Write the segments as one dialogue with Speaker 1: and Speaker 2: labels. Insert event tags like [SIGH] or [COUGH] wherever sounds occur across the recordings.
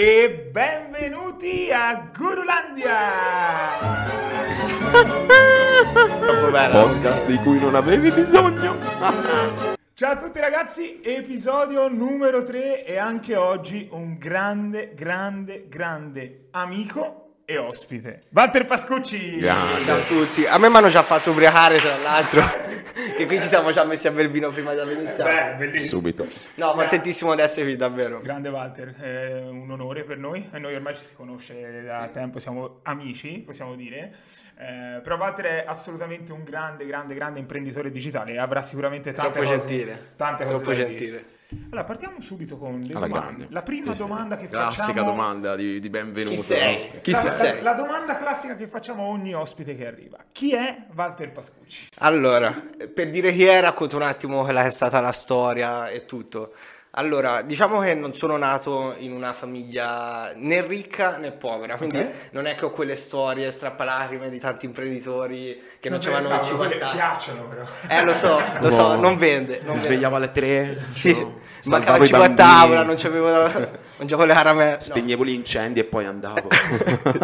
Speaker 1: E benvenuti a Gurulandia! Troppo bella la
Speaker 2: Podcast di cui non avevi bisogno.
Speaker 1: Ciao a tutti ragazzi, episodio numero 3 e anche oggi un grande, grande, grande amico e ospite, Walter Pascucci!
Speaker 2: Grande.
Speaker 3: Ciao a tutti, a me mi hanno già fatto ubriacare tra l'altro, [LAUGHS] che qui ci siamo già messi a bel vino prima di iniziare.
Speaker 1: Beh, Eh, bellissimo.
Speaker 2: Subito.
Speaker 3: No, contentissimo di essere qui davvero.
Speaker 1: Grande Walter, è un onore per noi, e noi ormai ci si conosce da tempo, siamo amici, possiamo dire, eh, però Walter è assolutamente un grande, grande, grande imprenditore digitale e avrà sicuramente tante
Speaker 3: Troppo
Speaker 1: cose,
Speaker 3: gentile.
Speaker 1: tante cose
Speaker 3: Troppo
Speaker 1: da dire.
Speaker 3: gentile.
Speaker 1: Allora, partiamo subito con le
Speaker 2: Alla
Speaker 1: domande.
Speaker 2: grande.
Speaker 1: La prima domanda che
Speaker 2: Classica
Speaker 1: facciamo...
Speaker 2: domanda di, di benvenuto.
Speaker 3: Chi sei?
Speaker 2: no?
Speaker 3: Chi
Speaker 1: la,
Speaker 3: sei?
Speaker 1: la- la domanda classica che facciamo a ogni ospite che arriva. Chi è Walter Pascucci?
Speaker 3: Allora, per dire chi è, racconto un attimo quella che è stata la storia e tutto. Allora, diciamo che non sono nato in una famiglia né ricca né povera, quindi
Speaker 1: Ok.
Speaker 3: non è che ho quelle storie strappalacrime di tanti imprenditori che non ci vanno
Speaker 1: Cavolo,
Speaker 3: 50
Speaker 1: quelle
Speaker 3: anni.
Speaker 1: piacciono però. [LAUGHS]
Speaker 3: Eh, lo so, lo
Speaker 2: No.
Speaker 3: so, non vende. Non vende.
Speaker 2: Mi svegliavo alle 3.
Speaker 3: Sì, mancava
Speaker 2: i
Speaker 3: il cibo a
Speaker 2: bambini.
Speaker 3: tavola, non c'avevo da... [LAUGHS] mangiavo le caramelle. No.
Speaker 2: Spegnevo gli incendi e poi [LAUGHS] andavo.
Speaker 3: [LAUGHS]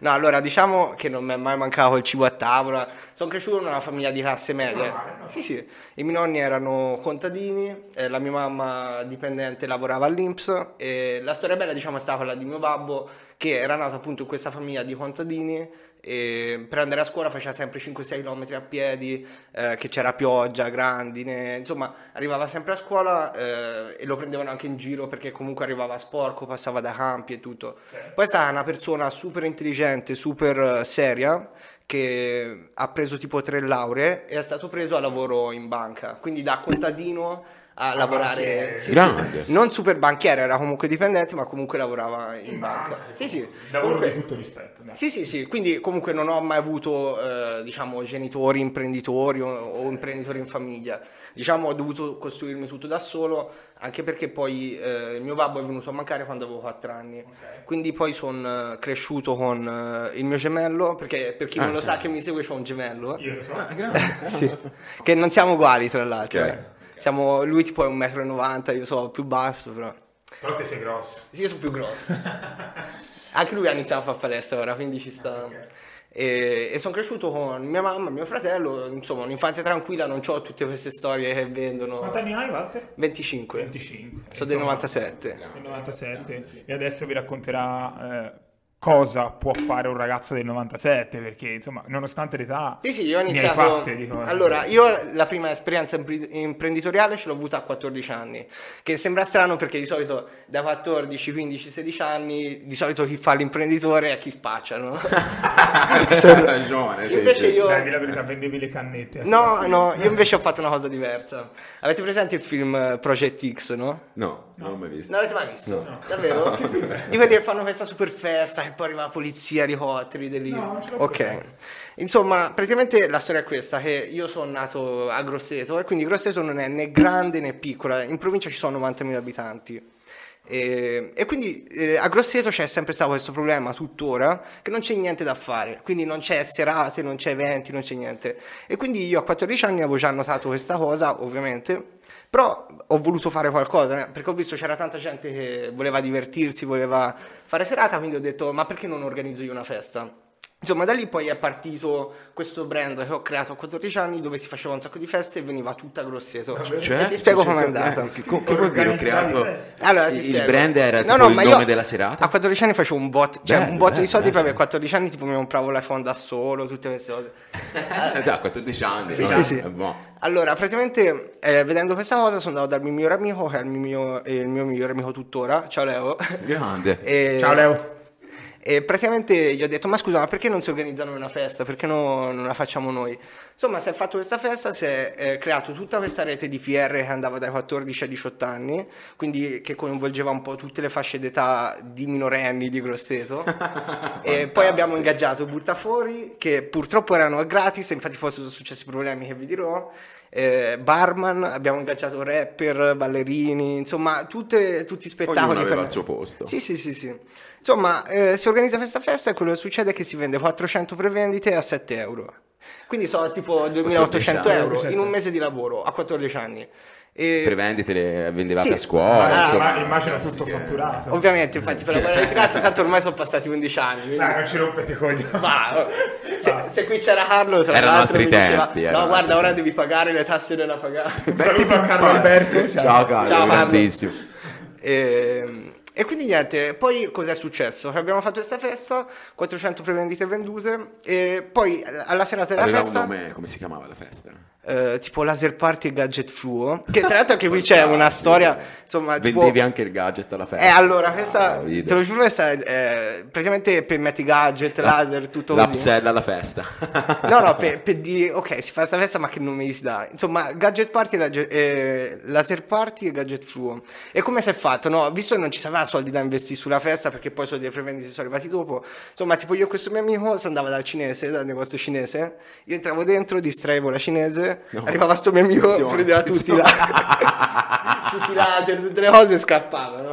Speaker 3: No, allora diciamo che non mi è mai mancato il cibo a tavola. Sono cresciuto in una famiglia di classe media. Sì, sì. I miei nonni erano contadini, eh, la mia mamma dipendente lavorava all'Inps e la storia bella diciamo è stata quella di mio babbo che era nato appunto in questa famiglia di contadini e per andare a scuola faceva sempre 5-6 km a piedi, eh, che c'era pioggia, grandine, insomma arrivava sempre a scuola eh, e lo prendevano anche in giro perché comunque arrivava sporco, passava da campi e tutto. Poi è stata una persona super intelligente, super eh, seria, che ha preso tipo tre lauree e è stato preso a lavoro in banca, quindi da contadino a lavorare
Speaker 1: banchiere.
Speaker 2: Grande.
Speaker 3: non super banchiere, era comunque dipendente, ma comunque lavorava in, banca. Sì, sì.
Speaker 1: Lavoro
Speaker 3: Comunque-
Speaker 1: di tutto rispetto. dai.
Speaker 3: sì, sì, sì, quindi comunque non ho mai avuto, eh, diciamo, genitori imprenditori o, o imprenditori in famiglia. Diciamo, ho dovuto costruirmi tutto da solo, anche perché poi eh, il mio babbo è venuto a mancare quando avevo 4 anni. Quindi poi sono cresciuto con eh, il mio gemello, perché per chi non lo sa che mi segue c'è un gemello,
Speaker 1: Io lo so. grande.
Speaker 3: [LAUGHS] sì, che non siamo uguali tra l'altro.
Speaker 2: Ok.
Speaker 3: eh. Siamo, lui tipo è 1,90 m, io sono più basso, però...
Speaker 1: Però te sei grosso. [LAUGHS]
Speaker 3: Sì, sono più grosso. Anche lui ha iniziato a fare palestra ora, quindi ci sta.
Speaker 1: Ah, ok.
Speaker 3: E, sono cresciuto con mia mamma, mio fratello, insomma, un'infanzia tranquilla, non ho tutte queste storie che vendono.
Speaker 1: Quanti anni hai Walter?
Speaker 3: 25.
Speaker 1: 25.
Speaker 3: Sono del
Speaker 1: Insomma,
Speaker 3: 97.
Speaker 1: Del 97. E adesso vi racconterà eh, cosa può fare un ragazzo del 97, perché insomma, nonostante l'età...
Speaker 3: Sì, sì, io ho
Speaker 1: ne hai
Speaker 3: iniziato.
Speaker 1: fatte di cose.
Speaker 3: allora, io la prima esperienza impre- imprenditoriale ce l'ho avuta a 14 anni, che sembra strano perché di solito da 14, 15, 16 anni, di solito chi fa l'imprenditore è chi
Speaker 1: [LAUGHS]
Speaker 3: spaccia, no?
Speaker 2: Ragione, sì,
Speaker 3: Invece
Speaker 2: sì.
Speaker 3: io
Speaker 1: Dai, di la verità, vendevi le cannette. a
Speaker 3: No, no, io invece ho fatto una cosa diversa. Avete presente il film eh, Project X, no?
Speaker 2: No, non l'ho mai visto.
Speaker 3: Non l'avete mai visto? Davvero? Di quelli che fanno questa super festa che poi arriva la polizia, elicotteri, delirio.
Speaker 1: No, non ce l'ho
Speaker 3: ok.
Speaker 1: presente.
Speaker 3: Insomma, praticamente la storia è questa, che io sono nato a Grosseto e quindi Grosseto non è né grande né piccola, in provincia ci sono 90.000 abitanti. E, e quindi eh, a Grosseto c'è sempre stato questo problema tuttora che non c'è niente da fare, quindi non c'è serate, non c'è eventi, non c'è niente. E quindi io a 14 anni avevo già notato questa cosa, ovviamente, però ho voluto fare qualcosa eh, perché ho visto c'era tanta gente che voleva divertirsi, voleva fare serata, quindi ho detto ma perché non organizzo io una festa? Insomma, da lì poi è partito questo brand che ho creato a 14 anni dove si faceva un sacco di feste e veniva tutta Grosseto.
Speaker 2: Cioè?
Speaker 3: e ti spiego com'è andata.
Speaker 2: Che, co- che vuol dire ho
Speaker 1: Organizzare
Speaker 2: creato...
Speaker 1: feste.
Speaker 3: Allora, ti
Speaker 2: il
Speaker 3: spiego.
Speaker 2: brand era tipo il
Speaker 3: ma
Speaker 2: nome
Speaker 3: io
Speaker 2: della serata?
Speaker 3: A 14 anni facevo un bot, cioè
Speaker 2: Bello,
Speaker 3: un botto
Speaker 2: bello,
Speaker 3: di soldi
Speaker 2: bello.
Speaker 3: per 14 anni tipo mi compravo l'iPhone da solo, tutte queste cose.
Speaker 2: Eh, da 14 anni.
Speaker 3: Sì,
Speaker 2: no?
Speaker 3: sì, sì.
Speaker 2: Eh, boh.
Speaker 3: Allora, praticamente eh, vedendo questa cosa sono andato dal mio migliore amico che è il mio, è il mio migliore amico tuttora, ciao Leo.
Speaker 2: Grande.
Speaker 3: E-
Speaker 1: Ciao Leo.
Speaker 3: E praticamente gli ho detto: Ma scusa, ma perché non si organizzano una festa? Perché no- non la facciamo noi? Insomma, si è fatto questa festa, si è eh, creato tutta questa rete di PR che andava dai 14 ai 18 anni, quindi che coinvolgeva un po' tutte le fasce d'età di minorenni di
Speaker 2: [LAUGHS]
Speaker 3: Grosseto. e poi abbiamo ingaggiato Buttafuori, che purtroppo erano gratis, infatti poi sono successi problemi che vi dirò. eh, barman, abbiamo ingaggiato rapper, ballerini, insomma, tutte- tutti spettacoli.
Speaker 2: Ognuno aveva
Speaker 3: per-
Speaker 2: il suo posto.
Speaker 3: sì, sì, sì, sì. Insomma, eh, si organizza questa festa e quello che succede è che si vende 400 prevendite a 7 euro. Quindi sono tipo 2800
Speaker 2: 14
Speaker 3: euro in un mese di lavoro a 14 anni. E-
Speaker 2: Prevendite le vendevate
Speaker 3: Sì. Ah,
Speaker 2: a scuola.
Speaker 1: Ma-
Speaker 2: insomma,
Speaker 1: ma- immagino Ah, tutto
Speaker 2: classiche.
Speaker 1: fatturato.
Speaker 3: Ovviamente, infatti, per lavorare in Francia, tanto ormai sono passati 11 anni. quindi-
Speaker 1: Dai, non ci rompete i coglioni.
Speaker 3: Ma, se, se qui c'era Carlo, tra
Speaker 2: Erano
Speaker 3: l'altro,
Speaker 2: altri
Speaker 3: mi diceva:
Speaker 2: tempi, erano
Speaker 3: No, guarda,
Speaker 2: altri
Speaker 3: ora
Speaker 2: tempi."
Speaker 3: devi pagare le tasse della pagare.
Speaker 1: Un saluto a Carlo Alberto. Ciao.
Speaker 2: Ciao Carlo,
Speaker 3: Ciao, Carlo.
Speaker 2: grandissimo.
Speaker 3: E, e quindi niente, poi cos'è successo? Che Abbiamo fatto questa festa, 400 prevendite vendute e poi alla serata della
Speaker 2: Aveva un
Speaker 3: festa,
Speaker 2: nome, come si chiamava la festa?
Speaker 3: eh, tipo laser party e gadget fluo, che tra l'altro anche qui c'è una storia, insomma, tipo...
Speaker 2: Ah, eh. Vendevi anche il gadget alla festa.
Speaker 3: Eh, allora, questa,
Speaker 2: Ah,
Speaker 3: te
Speaker 2: vedi.
Speaker 3: lo giuro, questa è eh, praticamente per metti gadget, laser, tutto
Speaker 2: La
Speaker 3: così.
Speaker 2: psella alla
Speaker 3: [LAUGHS]
Speaker 2: festa.
Speaker 3: No, no, per, per dire, ok, si fa questa festa, ma che nome gli si dà? Insomma, gadget party, lage- eh, laser party e gadget fluo. E come si è fatto? No, visto che non ci sarà soldi da investire sulla festa, perché poi i soldi dei prevendite sono arrivati dopo. Insomma, tipo io e questo mio amico, si andava dal cinese, dal negozio cinese, io entravo dentro, distraevo la cinese, arrivava sto mio amico,
Speaker 2: Attenzione,
Speaker 3: prendeva tutti, i la- [LAUGHS] tutti i laser, tutte le cose e scappava,
Speaker 2: [LAUGHS]
Speaker 3: no?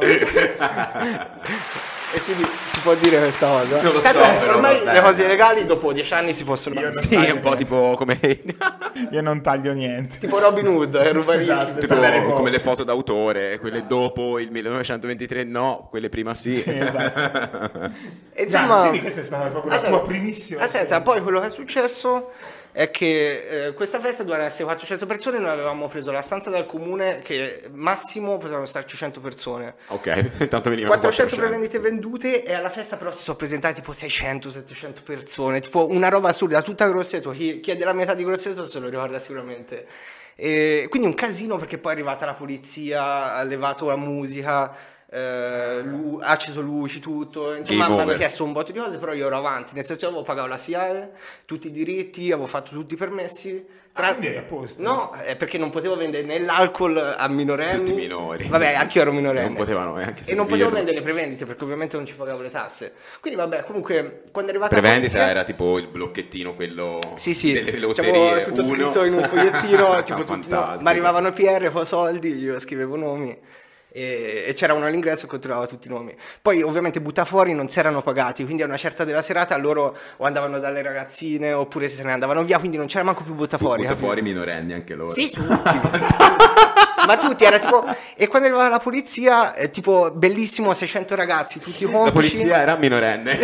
Speaker 3: E quindi si può dire questa cosa.
Speaker 2: Non lo
Speaker 3: Tanto
Speaker 2: so, però
Speaker 3: ormai
Speaker 2: vabbè.
Speaker 3: le cose legali dopo dieci anni si possono
Speaker 1: Io non
Speaker 2: sì, è un po' tipo come,
Speaker 1: [LAUGHS] Io non taglio niente.
Speaker 3: tipo Robin Hood e ruba ricchi.
Speaker 1: Esatto.
Speaker 2: tipo
Speaker 1: Parlare poco.
Speaker 2: come le foto d'autore, quelle dopo il 1923 no, quelle prima sì.
Speaker 1: [LAUGHS] Sì,
Speaker 3: [LAUGHS]
Speaker 1: esatto.
Speaker 3: E
Speaker 1: Dai,
Speaker 3: insomma
Speaker 1: quindi questa è stata proprio la
Speaker 3: aspetta,
Speaker 1: tua primissima
Speaker 3: aspetta poi quello che è successo è che eh, questa festa doveva essere 400 persone noi avevamo preso la stanza dal comune che massimo potevano starci 100 persone
Speaker 2: [LAUGHS] ok, tanto venivano
Speaker 3: 400 prevendite vendute e alla festa però si sono presentate tipo 600-700 persone, tipo una roba assurda, tutta Grosseto, chi, chi è della metà di Grosseto se lo ricorda sicuramente. E quindi un casino perché poi è arrivata la polizia, ha levato la musica, eh, lu- ha acceso luci, tutto, insomma
Speaker 2: Game
Speaker 3: mi hanno
Speaker 2: over.
Speaker 3: chiesto un botto di cose però io ero avanti, nel senso che avevo pagato la SIAE, tutti i diritti, avevo fatto tutti i permessi.
Speaker 1: Ah, quindi eri a posto.
Speaker 3: No, è perché non potevo vendere né l'alcol a minorenni.
Speaker 2: Tutti minori.
Speaker 3: Ehm, Vabbè, anche io ero minorenne.
Speaker 2: Non potevano neanche
Speaker 3: E non potevo
Speaker 2: servirlo.
Speaker 3: vendere le prevendite perché ovviamente non ci pagavo le tasse. Quindi vabbè, comunque quando è arrivata
Speaker 2: Prevendita
Speaker 3: la polizia-
Speaker 2: era tipo il blocchettino quello
Speaker 3: Sì, sì,
Speaker 2: delle
Speaker 3: c'avevo
Speaker 2: lotterie,
Speaker 3: tutto
Speaker 2: uno.
Speaker 3: scritto in un
Speaker 2: [LAUGHS]
Speaker 3: fogliettino, tipo tutti, no,
Speaker 2: Fantastico.
Speaker 3: ma arrivavano i PR, poi soldi, io scrivevo nomi e, e c'era uno all'ingresso che controllava tutti i nomi. Poi ovviamente butta fuori non si erano pagati, quindi a una certa della serata loro o andavano dalle ragazzine oppure se ne andavano via, quindi non c'era manco più butta fuori.
Speaker 2: Butta
Speaker 3: capito?
Speaker 2: fuori i minorenni anche loro.
Speaker 3: Sì, ma tutti era tipo e quando arrivava la polizia eh, tipo bellissimo 600 ragazzi tutti complici
Speaker 2: La polizia era minorenne.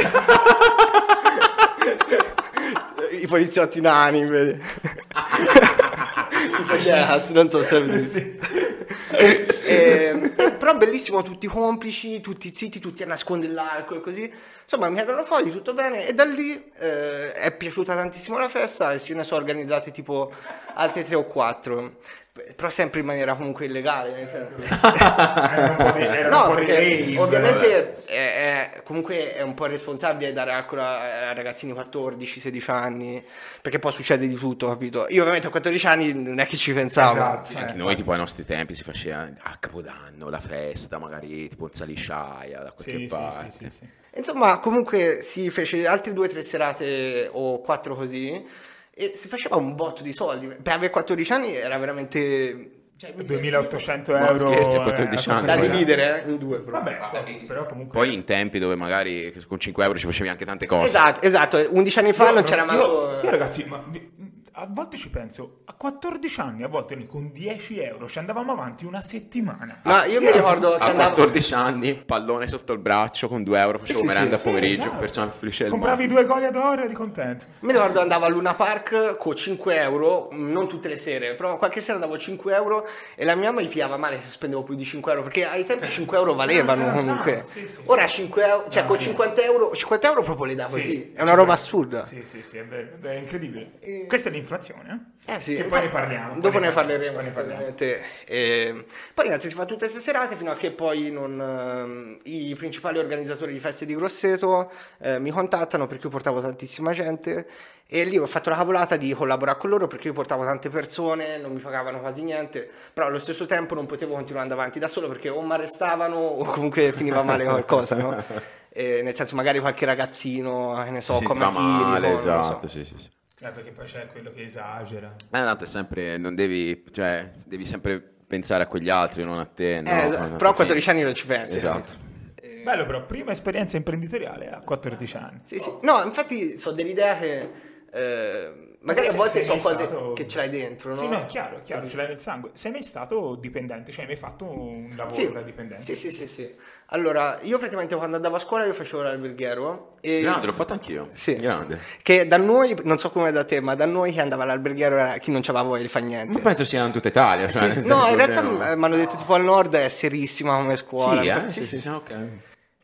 Speaker 3: eh, i poliziotti nani invece. tipo Jazz, Cioè, non so se avete visto. Eh, però bellissimo tutti complici tutti zitti tutti a nascondere l'alcol e così insomma mi erano fogli tutto bene e da lì eh, è piaciuta tantissimo la festa e se ne sono organizzate tipo altre tre o quattro però sempre in maniera comunque illegale nel senso-
Speaker 1: Eh, Era un po' di, era un
Speaker 3: No,
Speaker 1: po' di
Speaker 3: perché
Speaker 1: rave.
Speaker 3: ovviamente è, è- comunque è un po' irresponsabile dare ancora a ragazzini 14-16 anni, perché poi succede di tutto, capito? Io ovviamente a 14 anni non è che ci pensavo.
Speaker 1: Esatto, eh.
Speaker 2: Anche noi, tipo, ai nostri tempi si faceva a Capodanno la festa, magari tipo in salisciaia da qualche
Speaker 1: Sì, sì,
Speaker 2: parte.
Speaker 1: sì, sì, sì.
Speaker 3: Insomma, comunque si fece altre due o tre serate o quattro così e si faceva un botto di soldi. Per avere 14 anni era veramente... cioè,
Speaker 1: 2800
Speaker 2: Ma
Speaker 1: euro
Speaker 2: scherzi, a
Speaker 1: eh,
Speaker 2: 14
Speaker 1: a
Speaker 2: anni.
Speaker 3: Da
Speaker 1: 14
Speaker 3: dividere diciamo, eh, in due proprio.
Speaker 1: Vabbè, però comunque
Speaker 2: Poi in tempi dove magari con 5 euro ci facevi anche tante cose.
Speaker 3: Esatto, esatto, 11 anni fa
Speaker 1: Io-
Speaker 3: non c'era mai...
Speaker 1: io, io, ragazzi, ma mi- a volte ci penso, a 14 anni, a volte noi con 10 euro ci andavamo avanti una settimana.
Speaker 3: No, io mi ricordo che
Speaker 2: A
Speaker 3: andavo... Eh,
Speaker 2: 14 anni, pallone sotto il braccio, con 2 euro facevo
Speaker 1: Sì, sì,
Speaker 2: merenda a
Speaker 1: sì,
Speaker 2: pomeriggio,
Speaker 1: esatto.
Speaker 2: persona felice del
Speaker 1: Compravi
Speaker 2: mondo.
Speaker 1: due gol ad oro eri contento.
Speaker 3: Mi ricordo andavo a Luna Park con 5 euro, mm, non tutte le sere, però qualche sera andavo a 5 euro e la mia mamma mi pigliava male se spendevo più di 5 euro, perché ai tempi 5 euro valevano
Speaker 1: Ah,
Speaker 3: comunque.
Speaker 1: sì, sì.
Speaker 3: Ora 5 euro, cioè
Speaker 1: Ah,
Speaker 3: con
Speaker 1: sì.
Speaker 3: 50 euro, 50 euro proprio le davo
Speaker 1: Sì,
Speaker 3: così, è
Speaker 1: è
Speaker 3: una roba
Speaker 1: vero.
Speaker 3: assurda.
Speaker 1: Sì, sì, sì, è vero, è incredibile.
Speaker 3: Eh.
Speaker 1: Questa è l'inflazione. eh?
Speaker 3: Eh sì,
Speaker 1: Che
Speaker 3: infatti,
Speaker 1: poi ne parliamo. poi
Speaker 3: Dopo ne
Speaker 1: parliamo,
Speaker 3: parleremo.
Speaker 1: poi ne parliamo.
Speaker 3: sicuramente. Eh, poi ragazzi si fa tutte queste serate fino a che poi non, ehm, i principali organizzatori di feste di Grosseto eh, mi contattano perché io portavo tantissima gente e lì ho fatto la cavolata di collaborare con loro perché io portavo tante persone, non mi pagavano quasi niente, però allo stesso tempo non potevo continuare andare avanti da solo perché o mi arrestavano o comunque finiva male qualcosa, no? Eh, nel senso magari qualche ragazzino, che ne so,
Speaker 2: Si
Speaker 3: come
Speaker 2: sentiva male, esatto,
Speaker 3: so.
Speaker 2: sì, sì, sì.
Speaker 1: Eh, perché poi c'è quello che esagera.
Speaker 2: Ma tanto è sempre, non devi, cioè, devi sempre pensare a quegli altri, non a te. no?
Speaker 3: Eh, es-
Speaker 2: Quando-
Speaker 3: però a 14 anni non ci pensi.
Speaker 2: Esatto.
Speaker 1: Bello però, prima esperienza imprenditoriale a 14 anni.
Speaker 3: Sì, sì. No, infatti so dell'idea che eh, magari a
Speaker 1: Sei-
Speaker 3: volte
Speaker 1: sei
Speaker 3: sono
Speaker 1: mai
Speaker 3: cose
Speaker 1: stato-
Speaker 3: che ce l'hai dentro, no?
Speaker 1: Sì, no, è chiaro, è chiaro, ce l'hai nel sangue. Sei mai stato dipendente? Cioè, hai mai fatto un lavoro
Speaker 3: Sì.
Speaker 1: da dipendente?
Speaker 3: Sì, sì, sì, sì. Allora, io praticamente quando andavo a scuola io facevo l'alberghiero e...
Speaker 2: Grande, l'ho fatto anch'io.
Speaker 3: Sì.
Speaker 2: Grande.
Speaker 3: Che da noi, non so come da te, ma da noi chi andava all'alberghiero era chi non c'aveva voglia di fare niente.
Speaker 2: Ma penso sia in tutta Italia.
Speaker 3: Eh Sì,
Speaker 2: cioè,
Speaker 3: sì.
Speaker 2: nel
Speaker 3: no,
Speaker 2: senso
Speaker 3: in
Speaker 2: che-
Speaker 3: realtà eh, mi hanno detto tipo al nord è serissima come scuola.
Speaker 2: Sì, eh?
Speaker 3: Sì, sì.
Speaker 2: ok.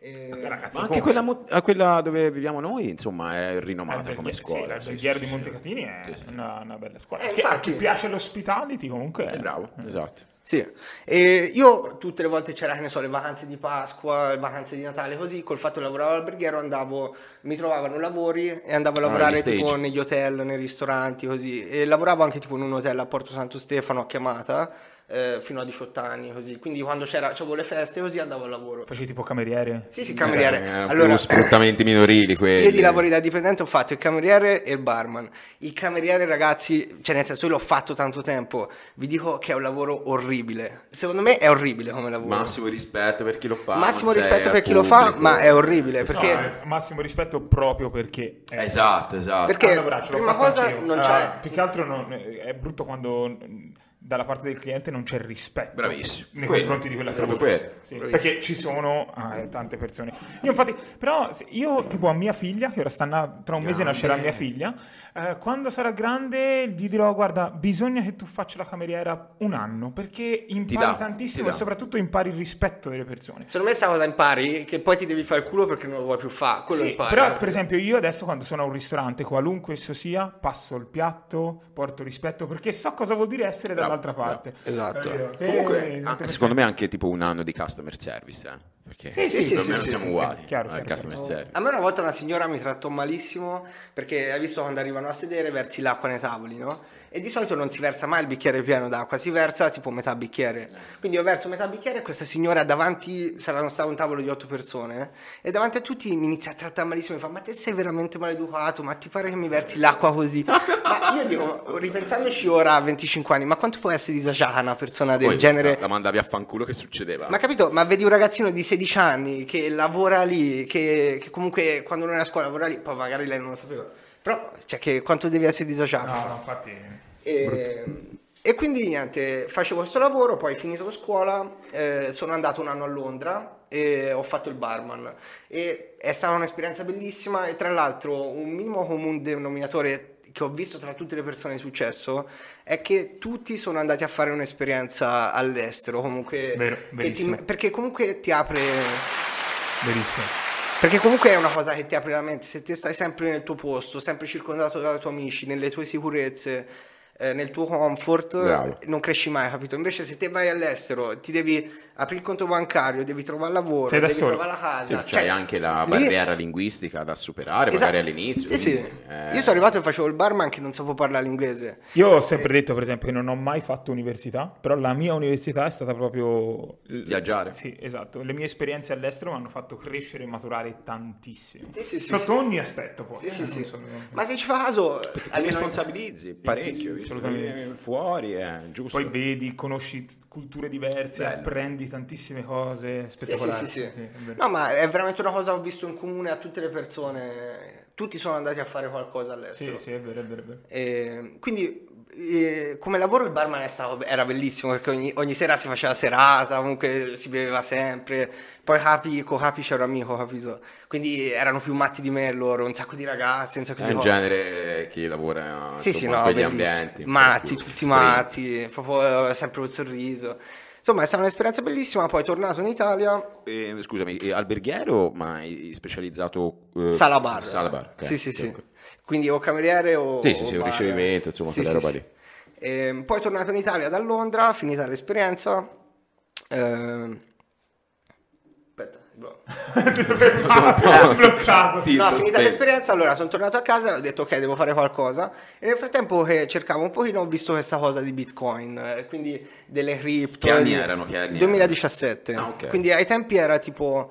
Speaker 1: Eh, Ragazzi,
Speaker 2: Ma
Speaker 1: comunque,
Speaker 2: anche quella, mo- eh, quella dove viviamo noi, insomma, è rinomata
Speaker 3: Eh,
Speaker 1: l'alberghi-
Speaker 2: come
Speaker 1: sì,
Speaker 2: scuola. Sì,
Speaker 1: l'alberghiero
Speaker 2: sì,
Speaker 1: di
Speaker 2: sì.
Speaker 1: Montecatini è
Speaker 2: Sì, sì, sì.
Speaker 1: Una, una bella scuola.
Speaker 3: Eh,
Speaker 1: Che- a chi
Speaker 3: infatti.
Speaker 1: piace l'ospitality comunque...
Speaker 2: Eh, bravo,
Speaker 3: Mm.
Speaker 2: esatto.
Speaker 3: Sì. E io tutte le volte c'era, che ne so, le vacanze di Pasqua, le vacanze di Natale, così, col fatto che lavoravo all'alberghiero andavo, mi trovavano lavori e andavo a
Speaker 2: Ah,
Speaker 3: lavorare
Speaker 2: gli stage.
Speaker 3: tipo negli hotel, nei ristoranti, così. E lavoravo anche tipo in un hotel a Porto Santo Stefano a chiamata, eh, fino a 18 anni, così. Quindi quando c'era, c'avevo le feste, così andavo al lavoro.
Speaker 1: Facevi tipo cameriere?
Speaker 3: Sì, sì, cameriere.
Speaker 2: Eh, erano
Speaker 3: allora,
Speaker 2: più sfruttamenti minorili quelli.
Speaker 3: Io di lavori da dipendente ho fatto il cameriere e il barman. Il cameriere, ragazzi, cioè nel senso io l'ho fatto tanto tempo, vi dico che è un lavoro orribile. Secondo me è orribile come lavoro.
Speaker 2: Massimo rispetto per chi lo fa.
Speaker 3: Massimo
Speaker 2: ma sei
Speaker 3: rispetto
Speaker 2: al
Speaker 3: per chi lo fa,
Speaker 2: pubblico.
Speaker 3: ma è orribile,
Speaker 2: Esatto.
Speaker 3: perché-
Speaker 1: No, eh, massimo rispetto proprio perché... eh,
Speaker 2: Esatto, esatto.
Speaker 3: Perché-
Speaker 1: Allora, braccio, l'ho
Speaker 3: prima
Speaker 1: fatto
Speaker 3: cosa,
Speaker 1: anch'io.
Speaker 3: non c'è-
Speaker 1: Eh, più che altro non- è brutto quando mh, dalla parte del cliente non c'è rispetto
Speaker 2: Bravissimo.
Speaker 1: nei
Speaker 2: Quello,
Speaker 1: confronti di quella
Speaker 2: proprio
Speaker 1: persona.
Speaker 2: quello.
Speaker 1: Sì,
Speaker 3: Bravissimo.
Speaker 1: perché ci sono eh, tante persone. Io infatti, però se- io tipo a mia figlia, che ora sta na- tra un mese nascerà mia figlia, eh, quando sarà grande gli dirò guarda, bisogna che tu faccia la cameriera un anno perché impari
Speaker 2: dà,
Speaker 1: tantissimo
Speaker 2: ti
Speaker 1: e
Speaker 2: dà.
Speaker 1: soprattutto impari il rispetto delle persone.
Speaker 3: Secondo me sta cosa impari che poi ti devi fare il culo perché non lo vuoi più fare. Quello
Speaker 1: Sì,
Speaker 3: impari.
Speaker 1: però per esempio io adesso quando sono a un ristorante, qualunque esso sia, passo il piatto, porto rispetto perché so cosa vuol dire essere
Speaker 2: Bravo,
Speaker 1: dall'altra
Speaker 2: bravo.
Speaker 1: parte.
Speaker 3: Esatto.
Speaker 1: Capito? Che-
Speaker 2: Comunque,
Speaker 1: tutte
Speaker 2: ah,
Speaker 1: persone-
Speaker 2: secondo me anche tipo un anno di customer service, eh. Perché
Speaker 1: Sì, sì,
Speaker 3: sì,
Speaker 2: più o
Speaker 3: sì,
Speaker 2: meno
Speaker 3: sì,
Speaker 2: siamo
Speaker 1: sì,
Speaker 2: uguali
Speaker 1: sì, chiaro,
Speaker 2: al
Speaker 1: chiaro,
Speaker 2: customer
Speaker 1: chiaro.
Speaker 2: service.
Speaker 3: A me una volta una signora mi trattò malissimo perché hai visto quando arrivano a sedere versi l'acqua nei tavoli, no? E di solito non si versa mai il bicchiere pieno d'acqua, si versa tipo metà bicchiere. Quindi io verso metà bicchiere e questa signora davanti saranno stato un tavolo di otto persone eh, e davanti a tutti mi inizia a trattare malissimo, mi fa "Ma te sei veramente maleducato, ma ti pare che mi versi l'acqua così?". ma io dico, ripensandoci ora a 25 anni, ma quanto può essere disagiata una persona del
Speaker 2: Poi
Speaker 3: genere?
Speaker 2: la- la mandavi a fanculo che succedeva.
Speaker 3: Ma capito? Ma vedi un ragazzino di 16 anni che lavora lì, che, che comunque quando non è a scuola lavora lì, poi magari lei non lo sapeva. Però, cioè, che quanto devi essere disagiato?
Speaker 1: No, no, infatti...
Speaker 3: E, Ehm, e quindi niente, facevo questo lavoro, poi finito scuola, eh, sono andato un anno a Londra e ho fatto il barman. E è stata un'esperienza bellissima e tra l'altro un minimo comune denominatore che ho visto tra tutte le persone di successo è che tutti sono andati a fare un'esperienza all'estero comunque
Speaker 1: Vero,
Speaker 3: che ti-
Speaker 1: verissimo.
Speaker 3: perché comunque ti apre
Speaker 1: Verissimo.
Speaker 3: perché comunque è una cosa che ti apre la mente, se te stai sempre nel tuo posto, sempre circondato dai tuoi amici, nelle tue sicurezze, eh, nel tuo comfort,
Speaker 2: Bravo.
Speaker 3: non cresci mai, capito? Invece se te vai all'estero, ti devi aprire il conto bancario, devi trovare lavoro,
Speaker 1: Sei da
Speaker 3: devi
Speaker 1: solo.
Speaker 3: trovare la
Speaker 2: Sì,
Speaker 3: casa. cioè,
Speaker 2: c'hai anche la
Speaker 3: Esatto, lì-
Speaker 2: barriera linguistica da superare, magari
Speaker 3: Esatto.
Speaker 2: all'inizio.
Speaker 3: Sì, sì.
Speaker 2: quindi, eh,
Speaker 3: Io sono arrivato e facevo il barman che non sapevo parlare l'inglese.
Speaker 1: Io ho sempre detto, per esempio, che non ho mai fatto università, però la mia università è stata proprio...
Speaker 2: Viaggiare.
Speaker 1: Sì, esatto. Le mie esperienze all'estero mi hanno fatto crescere e maturare tantissimo.
Speaker 3: Sì, sì, sì,
Speaker 1: Sotto
Speaker 3: sì.
Speaker 1: ogni aspetto poi.
Speaker 3: Sì,
Speaker 1: eh,
Speaker 3: sì,
Speaker 1: non
Speaker 3: sì.
Speaker 1: so-
Speaker 3: Ma se ci fa caso,
Speaker 2: Ti
Speaker 3: almeno-
Speaker 1: Sì,
Speaker 2: responsabilizzi
Speaker 1: sì,
Speaker 2: parecchio, visto che
Speaker 1: assolutamente.
Speaker 2: fuori è giusto.
Speaker 1: Poi vedi, conosci t- culture diverse,
Speaker 2: Bello.
Speaker 1: apprendi tantissime cose
Speaker 3: Sì, sì,
Speaker 1: spettacolari.
Speaker 3: sì, sì.
Speaker 1: è vero.
Speaker 3: No, ma è veramente una cosa che ho visto in comune a tutte le persone. Tutti sono andati a fare qualcosa
Speaker 1: Sì,
Speaker 3: all'estero.
Speaker 1: sì, è vero, è vero, è
Speaker 3: [LAUGHS]
Speaker 1: vero.
Speaker 3: E Ehm, quindi eh, come lavoro il barman è stato- era bellissimo perché ogni, ogni sera si faceva serata, comunque si beveva sempre. Poi Happy, con Happy c'era un amico, capito? Quindi erano più matti di me loro, un sacco di ragazzi, un sacco
Speaker 2: È
Speaker 3: di
Speaker 2: un
Speaker 3: cose.
Speaker 2: Eh, genere che lavora
Speaker 3: Sì, sì,
Speaker 2: insomma,
Speaker 3: no,
Speaker 2: in quegli
Speaker 3: bellissimo.
Speaker 2: ambienti.
Speaker 3: Matti,
Speaker 2: per cui
Speaker 3: tutti
Speaker 2: sprint.
Speaker 3: matti, proprio eh, sempre un sorriso. Insomma, è stata un'esperienza bellissima, poi tornato in Italia
Speaker 2: Eh, scusami, eh, alberghiero, ma è specializzato... eh,
Speaker 3: Sala bar.
Speaker 2: Sala bar. ok.
Speaker 3: Sì, sì, sì.
Speaker 2: Ok.
Speaker 3: Quindi o cameriere o...
Speaker 2: Sì, sì,
Speaker 3: o
Speaker 2: sì, un
Speaker 3: bar.
Speaker 2: ricevimento, insomma, quella roba lì.
Speaker 3: Ehm, poi tornato in Italia da Londra, finita l'esperienza. ehm, Aspetta, bro.
Speaker 1: Ah, Bloccato.
Speaker 2: Ti
Speaker 3: No, finita
Speaker 2: sospendi.
Speaker 3: l'esperienza, allora sono tornato a casa e ho detto ok, devo fare qualcosa. E nel frattempo che cercavo un pochino ho visto questa cosa di Bitcoin, eh, quindi delle cripto.
Speaker 2: Che anni
Speaker 3: di-
Speaker 2: erano, che anni erano?
Speaker 3: 2017.
Speaker 2: Ah, ok.
Speaker 3: Quindi ai tempi era tipo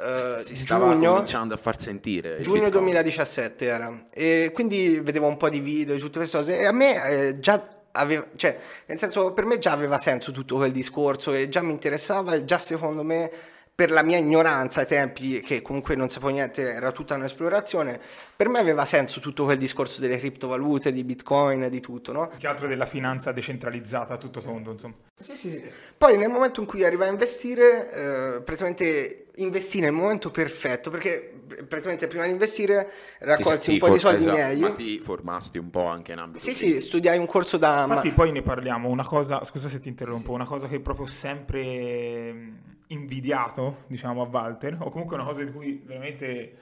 Speaker 3: eh,
Speaker 2: Si stava
Speaker 3: giugno,
Speaker 2: cominciando a far sentire. il
Speaker 3: Giugno
Speaker 2: Bitcoin.
Speaker 3: 2017 era. E quindi vedevo un po' di video e tutte queste cose. E a me eh, già aveva, cioè, nel senso, per me già aveva senso tutto quel discorso e già mi interessava e già secondo me per la mia ignoranza ai tempi, che comunque non sapevo niente, era tutta un'esplorazione, per me aveva senso tutto quel discorso delle criptovalute, di bitcoin, di tutto, no?
Speaker 1: Più che altro della finanza decentralizzata, tutto tondo, insomma.
Speaker 3: Sì, sì, sì. Poi nel momento in cui arriva a investire, eh, praticamente investì nel momento perfetto, perché praticamente prima di investire raccolsi un po' di soldi meglio.
Speaker 2: Ma ti formasti un po' anche in ambito.
Speaker 3: Sì, sì,
Speaker 2: tecnico.
Speaker 3: studiai un corso da... ma-
Speaker 1: Infatti poi ne parliamo, una cosa, scusa se ti interrompo, una cosa che è proprio sempre mh, invidiato, diciamo, a Walter, o comunque una cosa di cui veramente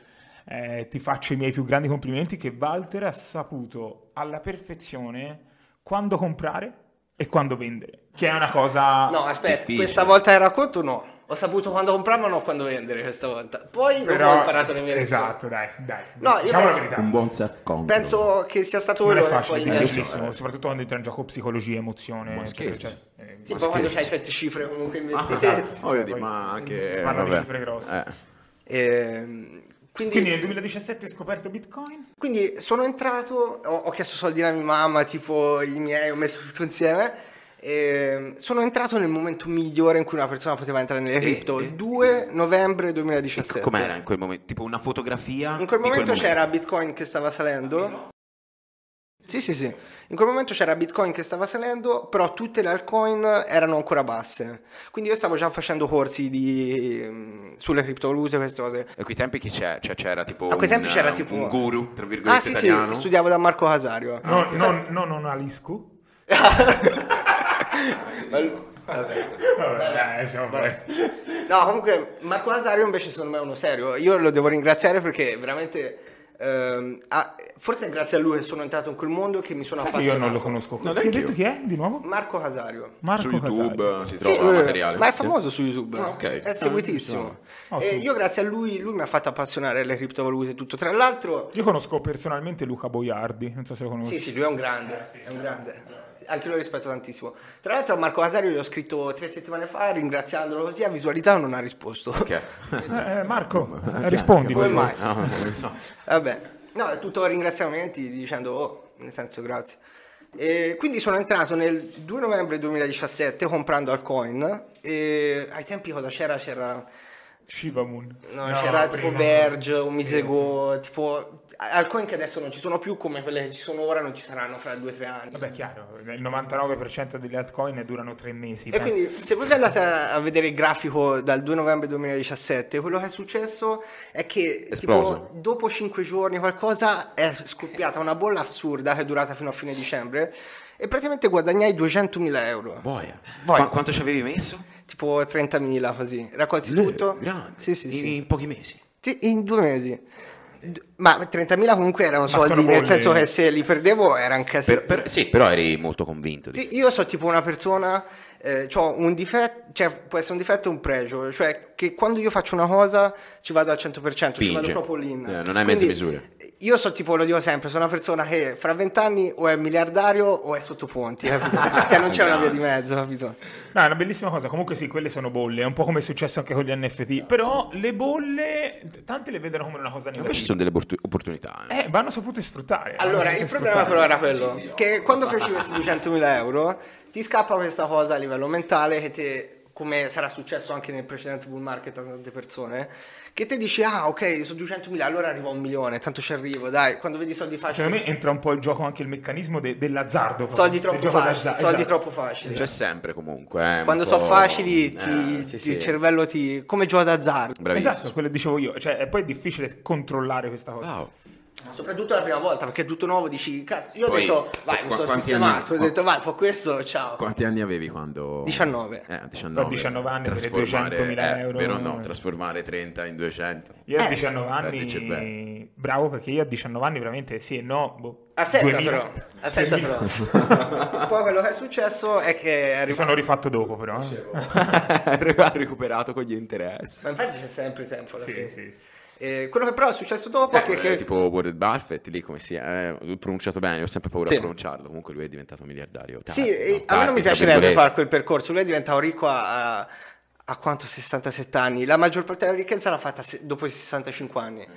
Speaker 1: eh, ti faccio i miei più grandi complimenti, che Walter ha saputo alla perfezione quando comprare e quando vendere, che è una cosa...
Speaker 3: No, aspetta,
Speaker 2: Difficile.
Speaker 3: questa volta il racconto no. Ho saputo quando comprare ma non quando vendere questa volta. Poi dopo ho imparato le mie lezioni.
Speaker 1: Esatto, dai, dai.
Speaker 3: No, io
Speaker 1: diciamo
Speaker 3: penso-
Speaker 1: la verità.
Speaker 2: Un buon self-control.
Speaker 3: Penso che sia stato
Speaker 1: Non è
Speaker 3: quello che
Speaker 1: facile, è
Speaker 3: poi eh. mi ha-
Speaker 1: difficilissimo, soprattutto quando entra in gioco psicologia, emozione,
Speaker 2: Ma
Speaker 1: eccetera,
Speaker 2: scherzi.
Speaker 1: eccetera. Eh,
Speaker 3: Sì,
Speaker 2: Ma
Speaker 3: poi quando
Speaker 2: scherzi.
Speaker 3: c'hai sette cifre comunque
Speaker 2: Ah,
Speaker 3: investite.
Speaker 2: esatto. Voglio dire,
Speaker 1: Poi
Speaker 2: ma anche...
Speaker 1: si parla di
Speaker 2: vabbè.
Speaker 1: cifre grosse.
Speaker 2: Eh.
Speaker 3: Ehm, quindi,
Speaker 1: Quindi nel 2017 hai scoperto Bitcoin?
Speaker 3: quindi sono entrato, ho, ho chiesto soldi alla mia mamma, tipo i miei, ho messo tutto insieme. ehm, sono entrato nel momento migliore in cui una persona poteva entrare nelle cripto,
Speaker 2: eh.
Speaker 3: 2 novembre
Speaker 2: E
Speaker 3: 2017.
Speaker 2: Com'era in quel momento? Tipo una fotografia?
Speaker 3: In quel
Speaker 2: di
Speaker 3: momento c'era Bitcoin che stava salendo. Sì, sì, sì. In quel momento c'era Bitcoin che stava salendo, però tutte le altcoin erano ancora basse. Quindi io stavo già facendo corsi di, mm, sulle criptovalute, queste cose.
Speaker 2: A quei tempi che c'è, cioè, c'era tipo
Speaker 3: A quei tempi
Speaker 2: un,
Speaker 3: c'era
Speaker 2: eh,
Speaker 3: tipo-
Speaker 2: un guru, tra virgolette,
Speaker 3: Ah, sì, sì,
Speaker 2: italiano.
Speaker 3: studiavo da Marco Casario.
Speaker 1: No, non, no, non
Speaker 3: [LAUGHS]
Speaker 1: Aliscu. Vabbè, dai, lasciamo perdere.
Speaker 3: No, comunque Marco Nasario invece secondo me è uno serio. Io lo devo ringraziare perché veramente ehm, ha- forse è grazie a lui che sono entrato in quel mondo che mi sono
Speaker 1: Sai che io
Speaker 3: appassionato.
Speaker 1: non lo conosco.
Speaker 2: No,
Speaker 1: Chi ha
Speaker 2: neanche
Speaker 1: detto
Speaker 2: io.
Speaker 1: chi è di nuovo?
Speaker 3: Marco Casario.
Speaker 1: Marco
Speaker 2: Su YouTube
Speaker 1: Casari.
Speaker 2: si
Speaker 3: Sì,
Speaker 2: trova
Speaker 3: eh,
Speaker 2: materiale.
Speaker 3: Ma è famoso su YouTube.
Speaker 2: Ah, ok.
Speaker 3: È
Speaker 2: Ah,
Speaker 3: seguitissimo.
Speaker 1: non so.
Speaker 3: E
Speaker 1: Ottimo.
Speaker 3: io grazie a lui, lui mi ha fatto appassionare alle criptovalute e tutto. Tra l'altro,
Speaker 1: Io conosco personalmente Luca Boiardi, non so se lo conosci.
Speaker 3: sì, sì, lui è un grande, è un grande. Anche lo rispetto tantissimo. Tra l'altro a Marco Casario gli ho scritto tre settimane fa ringraziandolo così, ha visualizzato e non ha risposto. [LAUGHS]
Speaker 2: Ok.
Speaker 1: Eh, eh, Marco, eh,
Speaker 2: Chiaro,
Speaker 1: rispondi.
Speaker 2: come
Speaker 1: per
Speaker 3: mai?
Speaker 1: favore.
Speaker 2: No, non so.
Speaker 3: Vabbè, no, è tutto ringraziamenti dicendo oh, nel senso grazie. E quindi sono entrato nel 2 novembre 2017 comprando altcoin e ai tempi cosa c'era? C'era,
Speaker 1: Shiva Moon.
Speaker 3: no, c'era tipo
Speaker 1: prima.
Speaker 3: Verge, Omisego, tipo altcoin che adesso non ci sono più come quelle che ci sono ora non ci saranno fra due o tre anni.
Speaker 1: Vabbè, chiaro, il 99% delle altcoin durano tre mesi.
Speaker 3: E
Speaker 1: penso.
Speaker 3: quindi se voi andate a a vedere il grafico dal 2 novembre 2017, quello che è successo è che tipo,
Speaker 2: Esploso.
Speaker 3: dopo 5 giorni qualcosa è scoppiata una bolla assurda che è durata fino a fine dicembre e praticamente guadagnai 200.000 euro,
Speaker 2: Boia.
Speaker 3: Boia.
Speaker 2: Qua- quanto ci avevi messo?
Speaker 3: tipo 30.000 così, raccolti tutto.
Speaker 2: Grande.
Speaker 3: Sì, sì,
Speaker 2: in,
Speaker 3: sì.
Speaker 2: in pochi mesi.
Speaker 3: Sì, In due mesi. D- Ma 30.000 comunque erano
Speaker 1: sono
Speaker 3: soldi, nel
Speaker 1: bolle.
Speaker 3: senso che se li perdevo era un casino.
Speaker 2: Per- per- sì, però eri molto convinto. Di...
Speaker 3: Sì, io so tipo una persona, eh, ho un difetto, cioè può essere un difetto e un pregio, cioè che quando io faccio una cosa ci vado al 100%, ci vado
Speaker 2: Spinge.
Speaker 3: proprio lì.
Speaker 2: Eh, non hai mezze misure.
Speaker 3: eh, Io so tipo, lo dico sempre, sono una persona che fra vent'anni o è miliardario o è sottoponti,
Speaker 2: [LAUGHS]
Speaker 3: capito? cioè non c'è una via di
Speaker 2: Esatto.
Speaker 3: mezzo, capito?
Speaker 1: No, è una bellissima cosa. Comunque sì, quelle sono bolle, è un po' come è successo anche con gli NFT. Però le bolle, t- tanti le vedono come una cosa
Speaker 2: Invece ci
Speaker 1: negativa.
Speaker 2: sono delle opportu- opportunità. eh.
Speaker 1: Eh, vanno sapute sfruttare. vanno
Speaker 3: Allora,
Speaker 1: sapute
Speaker 3: il problema
Speaker 1: sfruttare.
Speaker 3: però era quello che quando feci questi 200.000 euro ti scappa questa cosa a livello mentale che te, come sarà successo anche nel precedente bull market a tante persone, che te dici ah ok sono 200.000 allora arrivo a un milione, tanto ci arrivo dai, quando vedi soldi facili,
Speaker 1: Secondo me entra un po' il gioco anche il meccanismo de- dell'azzardo.
Speaker 3: soldi
Speaker 1: del
Speaker 3: troppo
Speaker 1: gioco
Speaker 3: facili,
Speaker 1: d'azzardo,
Speaker 3: soldi
Speaker 1: esatto.
Speaker 3: troppo facili.
Speaker 2: C'è sempre comunque. eh, un
Speaker 3: Eh, quando
Speaker 2: po'-
Speaker 3: sono facili ti-
Speaker 2: Cioè, Eh, sì,
Speaker 3: ti-
Speaker 2: sì.
Speaker 3: il cervello ti... come gioco d'azzardo.
Speaker 2: Bravissimo.
Speaker 1: Esatto, quello che dicevo io. Cioè, e poi è difficile controllare questa cosa.
Speaker 3: Ah,
Speaker 2: Wow.
Speaker 3: Soprattutto la prima volta perché è tutto nuovo dici cazzo, io ho
Speaker 2: Poi,
Speaker 3: detto vai mi
Speaker 2: qua-
Speaker 3: sono
Speaker 2: quanti
Speaker 3: sistemato,
Speaker 2: anni-
Speaker 3: ho detto vai fa questo, ciao.
Speaker 2: Quanti anni avevi quando?
Speaker 3: 19.
Speaker 2: Eh, 19.
Speaker 1: Poi 19 anni per
Speaker 2: Trasformare-
Speaker 1: 200.000
Speaker 2: eh,
Speaker 1: euro.
Speaker 2: Vero o no? Trasformare 30 in 200.
Speaker 1: [LAUGHS] Io
Speaker 3: Eh,
Speaker 1: a 19
Speaker 2: eh, dice bene.
Speaker 1: anni, bravo perché io a 19 anni veramente sì e no. Boh,
Speaker 3: Aspetta
Speaker 1: 2000.
Speaker 3: però, aspetta
Speaker 1: 2000. [LAUGHS]
Speaker 3: però. Poi quello che è successo è che è
Speaker 1: Mi
Speaker 3: arrivato...
Speaker 1: sono rifatto dopo però. eh.
Speaker 2: Ha recuperato con gli interessi.
Speaker 3: Ma infatti c'è sempre tempo alla fine.
Speaker 1: Sì, sì, sì.
Speaker 3: Eh, quello che però è successo dopo è che...
Speaker 2: Eh,
Speaker 3: che-
Speaker 2: tipo Warren Buffett lì come si è eh, pronunciato bene ho sempre paura
Speaker 3: Sì.
Speaker 2: a pronunciarlo comunque lui è diventato miliardario
Speaker 3: Sì,
Speaker 2: tardi,
Speaker 3: eh, a
Speaker 2: no,
Speaker 3: me non
Speaker 2: tardi,
Speaker 3: mi
Speaker 2: tra
Speaker 3: piacerebbe
Speaker 2: virgolette.
Speaker 3: fare quel percorso. Lui è diventato ricco a, a- a quanto? 67 anni. La maggior parte della ricchezza l'ha fatta se- dopo i 65 anni.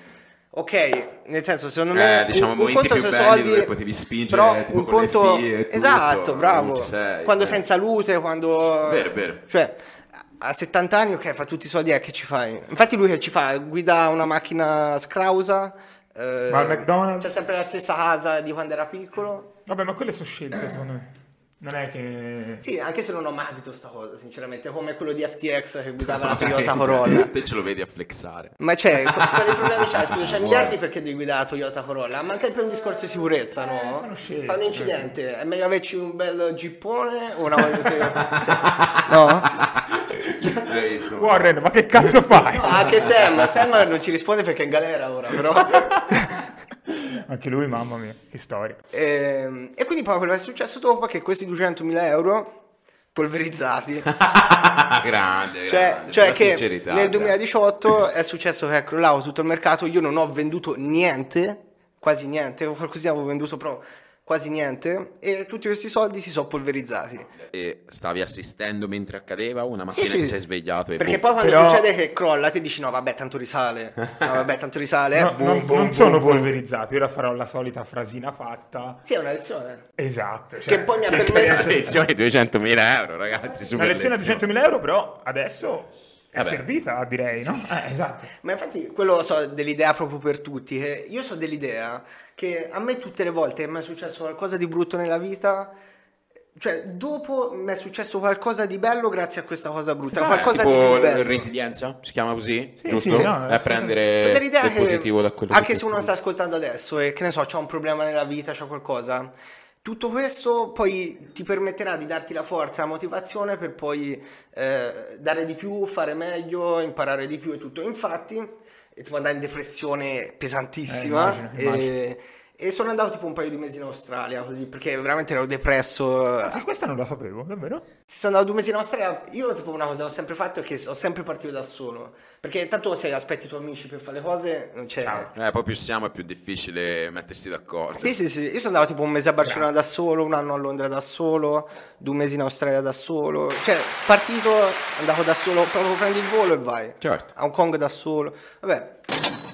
Speaker 3: Ok, nel senso, secondo me
Speaker 2: Eh, diciamo,
Speaker 3: un, un
Speaker 2: momenti
Speaker 3: conto
Speaker 2: più
Speaker 3: sono
Speaker 2: belli
Speaker 3: soldi,
Speaker 2: dove potevi spingere,
Speaker 3: però
Speaker 2: tipo,
Speaker 3: un
Speaker 2: con le
Speaker 3: conto
Speaker 2: fie e tutto,
Speaker 3: esatto,
Speaker 2: non
Speaker 3: bravo.
Speaker 2: ci sei,
Speaker 3: quando
Speaker 2: eh.
Speaker 3: sei in salute, quando
Speaker 2: Vero, vero.
Speaker 3: Cioè, a 70 anni, ok, fa tutti i soldi, eh, che ci fai? Infatti lui che ci fa? Guida una macchina scrausa. eh,
Speaker 1: Ma al McDonald's?
Speaker 3: C'è sempre la stessa casa di quando era piccolo.
Speaker 1: Vabbè, ma quelle sono scelte, secondo me. Non è che...
Speaker 3: Sì, anche se non ho mai capito sta cosa, sinceramente, come quello di FTX che guidava
Speaker 2: [LAUGHS]
Speaker 3: la
Speaker 2: Cioè.
Speaker 3: Toyota Corolla.
Speaker 2: Te ce lo vedi
Speaker 3: [LAUGHS]
Speaker 2: a flexare.
Speaker 3: Ma c'è, co- quali problemi c'hai? cioè, Scusa, c'hai miliardi perché devi guidare la Toyota Corolla, ma anche per un discorso di sicurezza,
Speaker 1: Eh, sono
Speaker 3: no?
Speaker 1: scelte.
Speaker 3: Fa un incidente, è meglio averci un bel gippone o una Toyota? no?
Speaker 2: L'hai visto?
Speaker 1: Warren, ma che cazzo fai?
Speaker 3: [LAUGHS] No, anche Ah, Sam, Sam non ci risponde perché è in galera ora, però.
Speaker 1: Anche lui, mamma mia, che storia.
Speaker 3: Ehm, e quindi poi quello che è successo dopo è che questi 200.000 euro polverizzati
Speaker 2: [LAUGHS] grande,
Speaker 3: cioè, cioè
Speaker 2: grande, per la
Speaker 3: che
Speaker 2: sincerità, cioè.
Speaker 3: nel
Speaker 2: dai.
Speaker 3: 2018 è successo che è crollato tutto il mercato, io non ho venduto niente, quasi niente, qualcosina avevo venduto però quasi niente e tutti questi soldi si sono polverizzati.
Speaker 2: E stavi assistendo mentre accadeva una mattina ti sei svegliato e boh.
Speaker 3: Perché
Speaker 2: boom.
Speaker 3: poi quando
Speaker 1: Però-
Speaker 3: succede che crolla ti dici no vabbè tanto
Speaker 1: [LAUGHS]
Speaker 3: risale, no vabbè tanto risale.
Speaker 1: No,
Speaker 3: Boh.
Speaker 1: non, non sono polverizzato, io ora farò la solita frasina fatta.
Speaker 3: Sì è una lezione.
Speaker 1: Esatto.
Speaker 3: Che poi mi ha
Speaker 2: [LAUGHS]
Speaker 1: esperienza- [LAUGHS]
Speaker 3: permesso-
Speaker 2: Attenzione, 200.000 euro, ragazzi. super
Speaker 1: Una lezione a
Speaker 2: lezione.
Speaker 1: 200.000 euro, però adesso è
Speaker 2: Vabbè.
Speaker 1: servita, direi, no? Eh, esatto.
Speaker 3: Ma infatti quello so dell'idea proprio per tutti, che io so dell'idea che a me tutte le volte che mi è successo qualcosa di brutto nella vita, cioè dopo mi è successo qualcosa di bello grazie a questa cosa brutta,
Speaker 2: Sai,
Speaker 3: qualcosa di
Speaker 2: tipo
Speaker 3: più bello.
Speaker 2: resilienza si chiama così
Speaker 1: Sì,
Speaker 2: giusto?
Speaker 1: sì, sì, no,
Speaker 2: è prendere
Speaker 1: Eh,
Speaker 3: Sono dell'idea
Speaker 2: il
Speaker 3: che
Speaker 2: positivo da quello
Speaker 3: anche
Speaker 2: che
Speaker 3: se uno sta ascoltando adesso e che ne so, c'ha un problema nella vita, c'ha qualcosa, tutto questo poi ti permetterà di darti la forza, la motivazione per poi eh, dare di più, fare meglio, imparare di più e tutto. Infatti, e tipo andare in depressione pesantissima.
Speaker 1: Eh, immagino, immagino.
Speaker 3: E, e sono andato tipo un paio di mesi in Australia così perché veramente ero depresso.
Speaker 1: Ah, sì, questa non la sapevo, davvero?
Speaker 3: Se sono andato due mesi in Australia, io tipo una cosa che ho sempre fatto è che ho sempre partito da solo. Perché tanto se aspetti i tuoi amici per fare le cose, non c'è.
Speaker 2: eh, poi più siamo è più difficile mettersi d'accordo
Speaker 3: Sì, sì, sì, io sono andato tipo un mese a Barcellona da solo, un anno a Londra da solo, due mesi in Australia da solo. Cioè, partito, andavo da solo, proprio prendi il volo e vai.
Speaker 2: Certo.
Speaker 3: A Hong Kong da solo. Vabbè.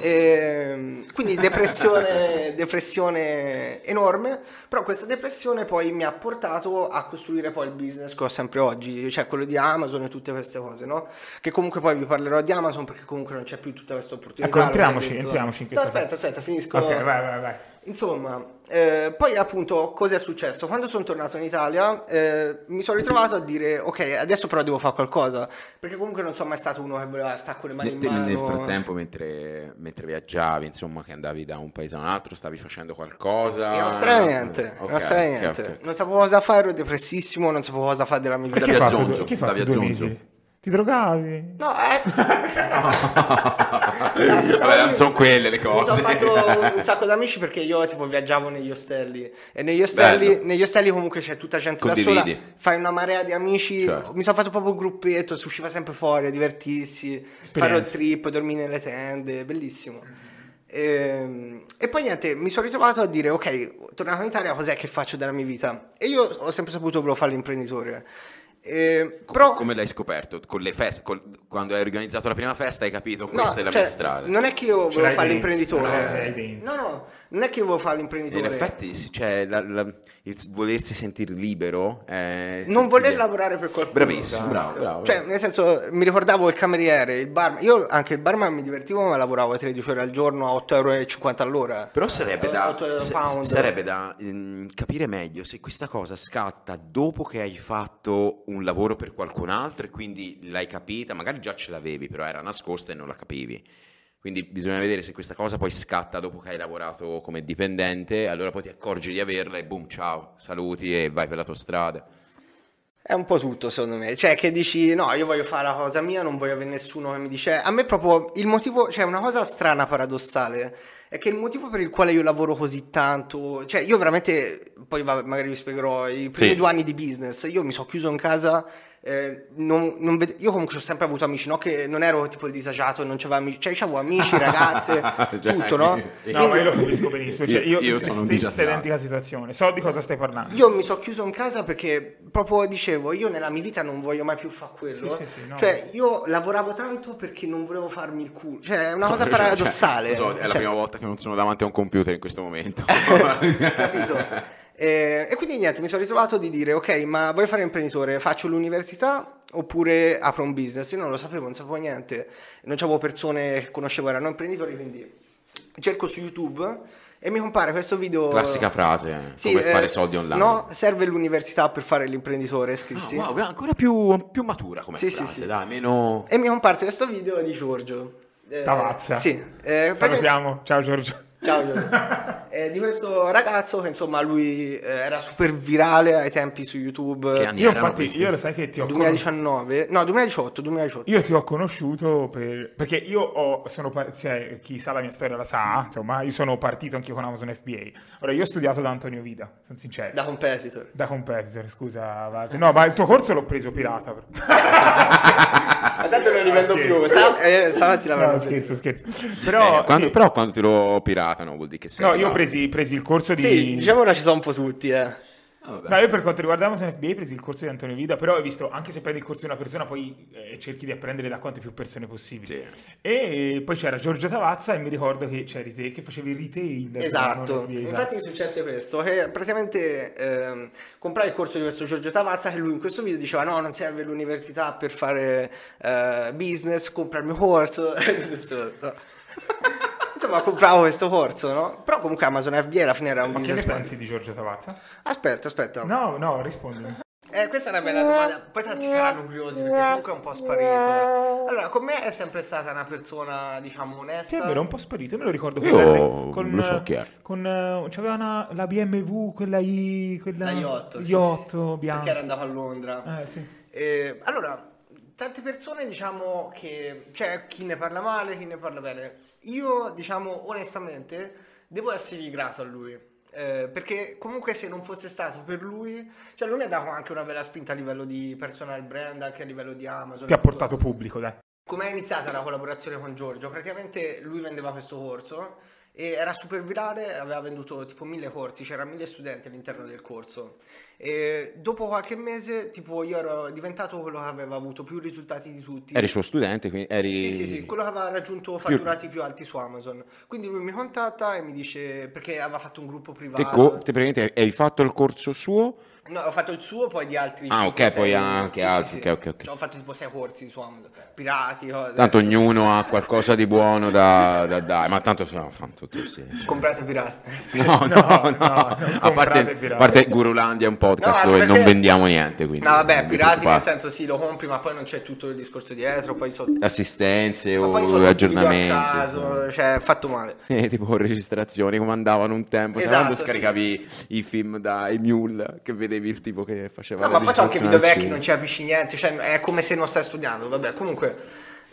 Speaker 3: Ehm, quindi depressione,
Speaker 1: [LAUGHS]
Speaker 3: depressione enorme, però questa depressione poi mi ha portato a costruire poi il business che ho sempre oggi, cioè quello di Amazon e tutte queste cose, no? Che comunque poi vi parlerò di Amazon perché comunque non c'è più tutta questa opportunità.
Speaker 1: Ecco,
Speaker 3: l'ho già
Speaker 1: entriamoci,
Speaker 3: detto.
Speaker 1: entriamoci in
Speaker 3: No,
Speaker 1: questa
Speaker 3: aspetta, aspetta, finisco.
Speaker 1: Ok, vai, vai, vai.
Speaker 3: Insomma, eh, poi appunto cosa è successo? Quando sono tornato in Italia eh, mi sono ritrovato a dire ok, adesso però devo fare qualcosa, perché comunque non sono mai stato uno che voleva stare con le mani
Speaker 2: nel,
Speaker 3: in
Speaker 2: te-
Speaker 3: mano.
Speaker 2: nel frattempo mentre, mentre viaggiavi insomma che andavi da un paese a un altro stavi facendo qualcosa
Speaker 3: In Australia niente, in
Speaker 2: Ah, Ok,
Speaker 3: Australia
Speaker 2: ok,
Speaker 3: niente. [LAUGHS]
Speaker 2: ok.
Speaker 3: Non sapevo cosa fare, ero depressissimo, non sapevo cosa fare della mia vita.
Speaker 1: Perché hai
Speaker 2: Davide
Speaker 1: fatto,
Speaker 2: Zonzo,
Speaker 1: due- che hai fatto
Speaker 2: Davide
Speaker 1: due
Speaker 2: Zonzo.
Speaker 1: mesi? Ti drogavi?
Speaker 3: No, eh, sì. No, Ah, si stava
Speaker 2: [LAUGHS] Eh, Vabbè,
Speaker 3: lì.
Speaker 2: non sono quelle le
Speaker 3: Mi sono
Speaker 2: cose [LAUGHS]
Speaker 3: fatto un sacco d'amici perché io tipo viaggiavo negli ostelli e negli ostelli,
Speaker 2: Bello.
Speaker 3: negli ostelli comunque c'è tutta gente da sola,
Speaker 2: Condividi.
Speaker 3: fai una marea di amici,
Speaker 2: Certo.
Speaker 3: mi sono fatto proprio un gruppetto, si usciva sempre fuori a divertirsi, fare road trip, dormire nelle tende, bellissimo. Ehm, E, poi niente, mi sono ritrovato a dire ok, tornato in Italia cos'è che faccio della mia vita? E io ho sempre saputo che volevo fare l'imprenditore. Ehm, però
Speaker 2: come l'hai scoperto? Con le feste, col- quando hai organizzato la prima festa hai capito
Speaker 3: No,
Speaker 2: questa è la
Speaker 3: cioè,
Speaker 2: mia strada.
Speaker 3: Non è che io
Speaker 1: Ce
Speaker 3: volevo
Speaker 1: l'hai
Speaker 3: fare
Speaker 1: dentro. No, ce l'hai
Speaker 3: l'imprenditore. eh.
Speaker 1: dentro.
Speaker 3: No, no, non è che io volevo fare l'imprenditore.
Speaker 2: In effetti, sì, cioè, la- la- il s- volersi sentire libero eh, è...
Speaker 3: non voler lavorare per qualcuno.
Speaker 2: Bravissimo, bravo, bravo.
Speaker 3: Cioè, nel senso, mi ricordavo il cameriere, il barman. Io anche il barman mi divertivo, ma lavoravo 13 ore al giorno a 8,50 euro all'ora. Eh,
Speaker 2: Però sarebbe da,
Speaker 3: Otto
Speaker 2: se-
Speaker 3: pound.
Speaker 2: sarebbe da, ehm, capire meglio se questa cosa scatta dopo che hai fatto un lavoro per qualcun altro e quindi l'hai capita, magari già ce l'avevi, però era nascosta e non la capivi. Quindi bisogna vedere se questa cosa poi scatta dopo che hai lavorato come dipendente, allora poi ti accorgi di averla e boom, ciao, saluti e vai per la tua strada.
Speaker 3: È un po' tutto, secondo me. Cioè, che dici, no, io voglio fare la cosa mia, non voglio avere nessuno che mi dice. A me, proprio il motivo, cioè, una cosa strana, paradossale, è che il motivo per il quale io lavoro così tanto, cioè, io veramente, poi va- magari vi spiegherò, i primi
Speaker 2: Sì.
Speaker 3: due anni di business, io mi sono chiuso in casa. eh, non- non ved- io comunque ho sempre avuto amici, no? Che non ero tipo il disagiato, non c'avevo amici, cioè, avevo
Speaker 2: [LAUGHS]
Speaker 3: amici, ragazze,
Speaker 2: Già,
Speaker 3: tutto, no?
Speaker 2: Cioè, sì.
Speaker 1: No, ma io lo capisco benissimo. Cioè, io,
Speaker 2: Io- io sono
Speaker 1: stessa
Speaker 2: un disastrato.
Speaker 1: identica situazione. So di cosa stai parlando.
Speaker 3: Io mi sono chiuso in casa perché proprio dicevo, io nella mia vita non voglio mai più fare quello.
Speaker 1: Sì, sì, sì, no.
Speaker 3: Cioè, io lavoravo tanto perché non volevo farmi il culo. Cioè, è una cosa paradossale.
Speaker 2: Cioè, lo so, è la
Speaker 3: Cioè, [LAUGHS]
Speaker 2: prima volta che non sono davanti a un computer in questo momento.
Speaker 3: capito? Eh, E, e quindi niente, mi sono ritrovato di dire, ok, ma voglio fare imprenditore, faccio l'università oppure apro un business? Io non lo sapevo, non sapevo niente, non avevo persone che conoscevo, erano imprenditori, quindi cerco su YouTube e mi compare questo video...
Speaker 2: Classica frase,
Speaker 3: Sì,
Speaker 2: come
Speaker 3: eh,
Speaker 2: fare soldi
Speaker 3: s-
Speaker 2: online.
Speaker 3: No, serve l'università per fare l'imprenditore, scrissi.
Speaker 2: Ah, wow, ancora più, più matura come
Speaker 3: Sì, sì,
Speaker 2: frase,
Speaker 3: sì. Eh,
Speaker 2: dai, meno...
Speaker 3: E mi è comparso questo video di Giorgio. Eh,
Speaker 1: Tavazza.
Speaker 3: Sì. eh, praticamente-
Speaker 1: Salutiamo, ciao Giorgio.
Speaker 3: Ciao
Speaker 1: [LAUGHS]
Speaker 3: Giorgio. Eh, di questo ragazzo che insomma lui eh, era super virale ai tempi su YouTube.
Speaker 2: Che anni
Speaker 1: Io
Speaker 2: erano
Speaker 1: infatti,
Speaker 2: questi?
Speaker 1: io lo sai che ti ho conosciuto.
Speaker 3: 2019, no 2018, 2018.
Speaker 1: Io ti ho conosciuto per- perché io ho- sono, par- cioè, chi sa la mia storia la sa, insomma, io sono partito anche con Amazon FBA. Ora, io ho studiato da Antonio Vida, sono sincero.
Speaker 3: Da competitor.
Speaker 1: Da competitor, scusa, Walter. No, ma il tuo corso l'ho preso pirata. però.
Speaker 3: [LAUGHS] Ma tanto non li
Speaker 1: Ah,
Speaker 3: vedo
Speaker 1: scherzo.
Speaker 3: più. Sa- eh, stamattina
Speaker 1: No,
Speaker 3: avrò preso.
Speaker 1: scherzo, scherzo.
Speaker 2: Bene,
Speaker 1: Però,
Speaker 2: Eh, quando-
Speaker 1: sì.
Speaker 2: però quando te lo piratano vuol dire che sei...
Speaker 1: no, io ho presi, presi il corso di...
Speaker 3: Sì, diciamo ora ci sono un po' tutti, eh.
Speaker 2: Ah, vabbè.
Speaker 1: No, io per quanto riguarda Amazon FBA ho preso il corso di Antonio Vida, però hai visto, anche se prendi il corso di una persona, poi eh, cerchi di apprendere da quante più persone possibili.
Speaker 2: Sì.
Speaker 1: E poi c'era Giorgio Tavazza e mi ricordo che c'eri te, che facevi il retail. per Amazon
Speaker 3: Esatto,
Speaker 1: FBA,
Speaker 3: infatti è successo questo, che praticamente ehm, comprai il corso di questo Giorgio Tavazza che lui in questo video diceva no, non serve l'università per fare eh, business, compra il mio corso. [LAUGHS] Questo- no. [LAUGHS] Insomma, compravo questo corso, no? Però comunque Amazon FBA alla fine era un
Speaker 1: Ma che ne
Speaker 3: business plan.
Speaker 1: pensi di Giorgio Tavazza?
Speaker 3: Aspetta, aspetta.
Speaker 1: No, no, rispondimi.
Speaker 3: Eh, questa è una bella domanda, poi tanti saranno curiosi perché comunque è un po' sparito. Allora, con me è sempre stata una persona, diciamo,
Speaker 1: Sì,
Speaker 3: onesta.
Speaker 1: è vero, è un po' sparito, me lo ricordo.
Speaker 2: Io
Speaker 1: quella-
Speaker 2: lo so chi è.
Speaker 1: Con, eh, c'aveva una, la BMW, quella I... Quella
Speaker 3: La Iotto, sì,
Speaker 1: Iotto,
Speaker 3: sì,
Speaker 1: bianca.
Speaker 3: Perché era andato a Londra.
Speaker 1: Eh, sì.
Speaker 3: Eh, allora, tante persone diciamo che c'è chi ne parla male, chi ne parla bene. Io, diciamo, onestamente, devo essergli grato a lui. eh, perché comunque se non fosse stato per lui, cioè lui mi ha dato anche una bella spinta a livello di personal brand, anche a livello di Amazon.
Speaker 1: Ti ha
Speaker 3: e tutto.
Speaker 1: portato pubblico, dai.
Speaker 3: Com'è iniziata la collaborazione con Giorgio? Praticamente lui vendeva questo corso e era super virale, aveva venduto tipo mille corsi, c'erano mille studenti all'interno del corso. E dopo qualche mese, tipo, io ero diventato quello che aveva avuto più risultati di tutti.
Speaker 2: Eri suo studente, quindi eri...
Speaker 3: Sì, sì, sì, quello che aveva raggiunto fatturati più alti su Amazon. Quindi lui mi contatta e mi dice perché aveva fatto un gruppo
Speaker 2: Te,
Speaker 3: privato.
Speaker 2: co- te praticamente hai fatto il corso suo?
Speaker 3: No, ho fatto il suo, poi di altri.
Speaker 2: Ah,
Speaker 3: cinque,
Speaker 2: ok, poi
Speaker 3: sei-
Speaker 2: anche
Speaker 3: sì, sì,
Speaker 2: altri,
Speaker 3: sì.
Speaker 2: ok, ok, ok.
Speaker 3: Cioè, ho fatto tipo sei corsi su Amazon, pirati, cose.
Speaker 2: Tanto ognuno ha qualcosa di buono da, da dare, ma tanto no, fanno tutti sì.
Speaker 3: Comprate pirati.
Speaker 2: No,
Speaker 3: [LAUGHS]
Speaker 1: no,
Speaker 2: no, no,
Speaker 1: non comprate
Speaker 2: a parte,
Speaker 1: pirati.
Speaker 2: a parte Gurulandia è un podcast
Speaker 3: No, anche
Speaker 2: dove non
Speaker 3: perché-
Speaker 2: vendiamo niente, quindi
Speaker 3: No, vabbè,
Speaker 2: non vi
Speaker 3: pirati nel
Speaker 2: preoccupate.
Speaker 3: senso sì, lo compri, ma poi non c'è tutto il discorso dietro, poi so
Speaker 2: assistenze
Speaker 3: ma
Speaker 2: o
Speaker 3: poi so tutto
Speaker 2: aggiornamenti.
Speaker 3: a caso, cioè, fatto male.
Speaker 2: [LAUGHS] Eh, tipo registrazioni come andavano un tempo, sai,
Speaker 3: Esatto,
Speaker 2: quando
Speaker 3: sì.
Speaker 2: scaricavi i film dai Mule che vedevi il tipo che faceva
Speaker 3: No,
Speaker 2: la
Speaker 3: ma poi so anche video
Speaker 2: registrazione al
Speaker 3: vecchi,
Speaker 2: cinema.
Speaker 3: non ci capisci niente, cioè, è come se non stai studiando, vabbè, comunque.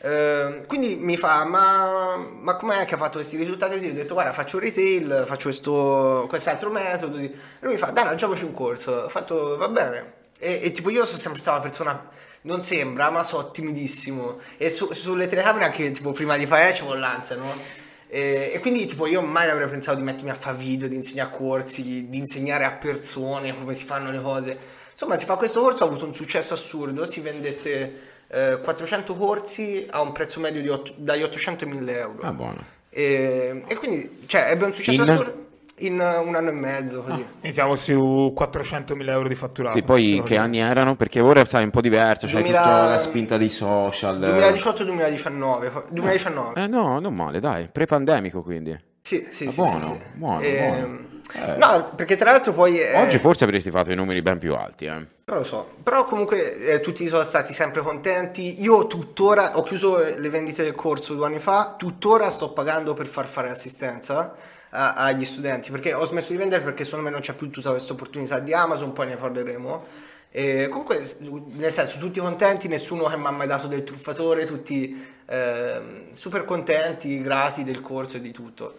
Speaker 3: ehm, quindi mi fa, ma, ma com'è che ha fatto questi risultati così? Ho detto, guarda, faccio retail, faccio questo, quest'altro metodo. così. E lui mi fa, dai, lanciamoci un corso. Ho fatto, va bene. E, e tipo io sono sempre stata una persona, non sembra, ma so timidissimo. E su- sulle telecamere anche tipo prima di fare eh, c'avevo l'ansia, no? E, e quindi tipo io mai avrei pensato di mettermi a fare video, di insegnare corsi, di insegnare a persone come si fanno le cose. Insomma, si fa questo corso, ha avuto un successo assurdo, si vendette eh, 400 corsi a un prezzo medio di otto- dagli 800 ai 1000 euro.
Speaker 2: Ah, buono.
Speaker 3: E, e quindi, cioè, ebbe un successo
Speaker 2: In?
Speaker 3: assurdo in eh, un anno e mezzo, così.
Speaker 1: E siamo su 400.000 euro di fatturato.
Speaker 2: Sì, poi che anni erano? Perché ora sai è un po' diverso, c'è
Speaker 3: 2000
Speaker 2: tutta la spinta dei social.
Speaker 3: 2018-2019, 2019.
Speaker 2: Ah, Eh no, non male, dai, pre-pandemico quindi.
Speaker 3: Sì, sì,
Speaker 2: Ah,
Speaker 3: sì,
Speaker 2: buono,
Speaker 3: sì, sì.
Speaker 2: buono,
Speaker 3: Ehm,
Speaker 2: buono. Eh.
Speaker 3: No, perché tra l'altro poi... eh,
Speaker 2: Oggi forse avresti fatto i numeri ben più alti, eh.
Speaker 3: Non lo so, però comunque eh, tutti sono stati sempre contenti. Io tuttora ho chiuso le vendite del corso due anni fa, tuttora sto pagando per far fare assistenza eh, a- agli studenti, perché ho smesso di vendere perché secondo me non c'è più tutta questa opportunità di Amazon, poi ne parleremo. E comunque, s- nel senso, tutti contenti, nessuno che mi ha mai dato del truffatore, tutti ehm, super contenti, grati del corso e di tutto.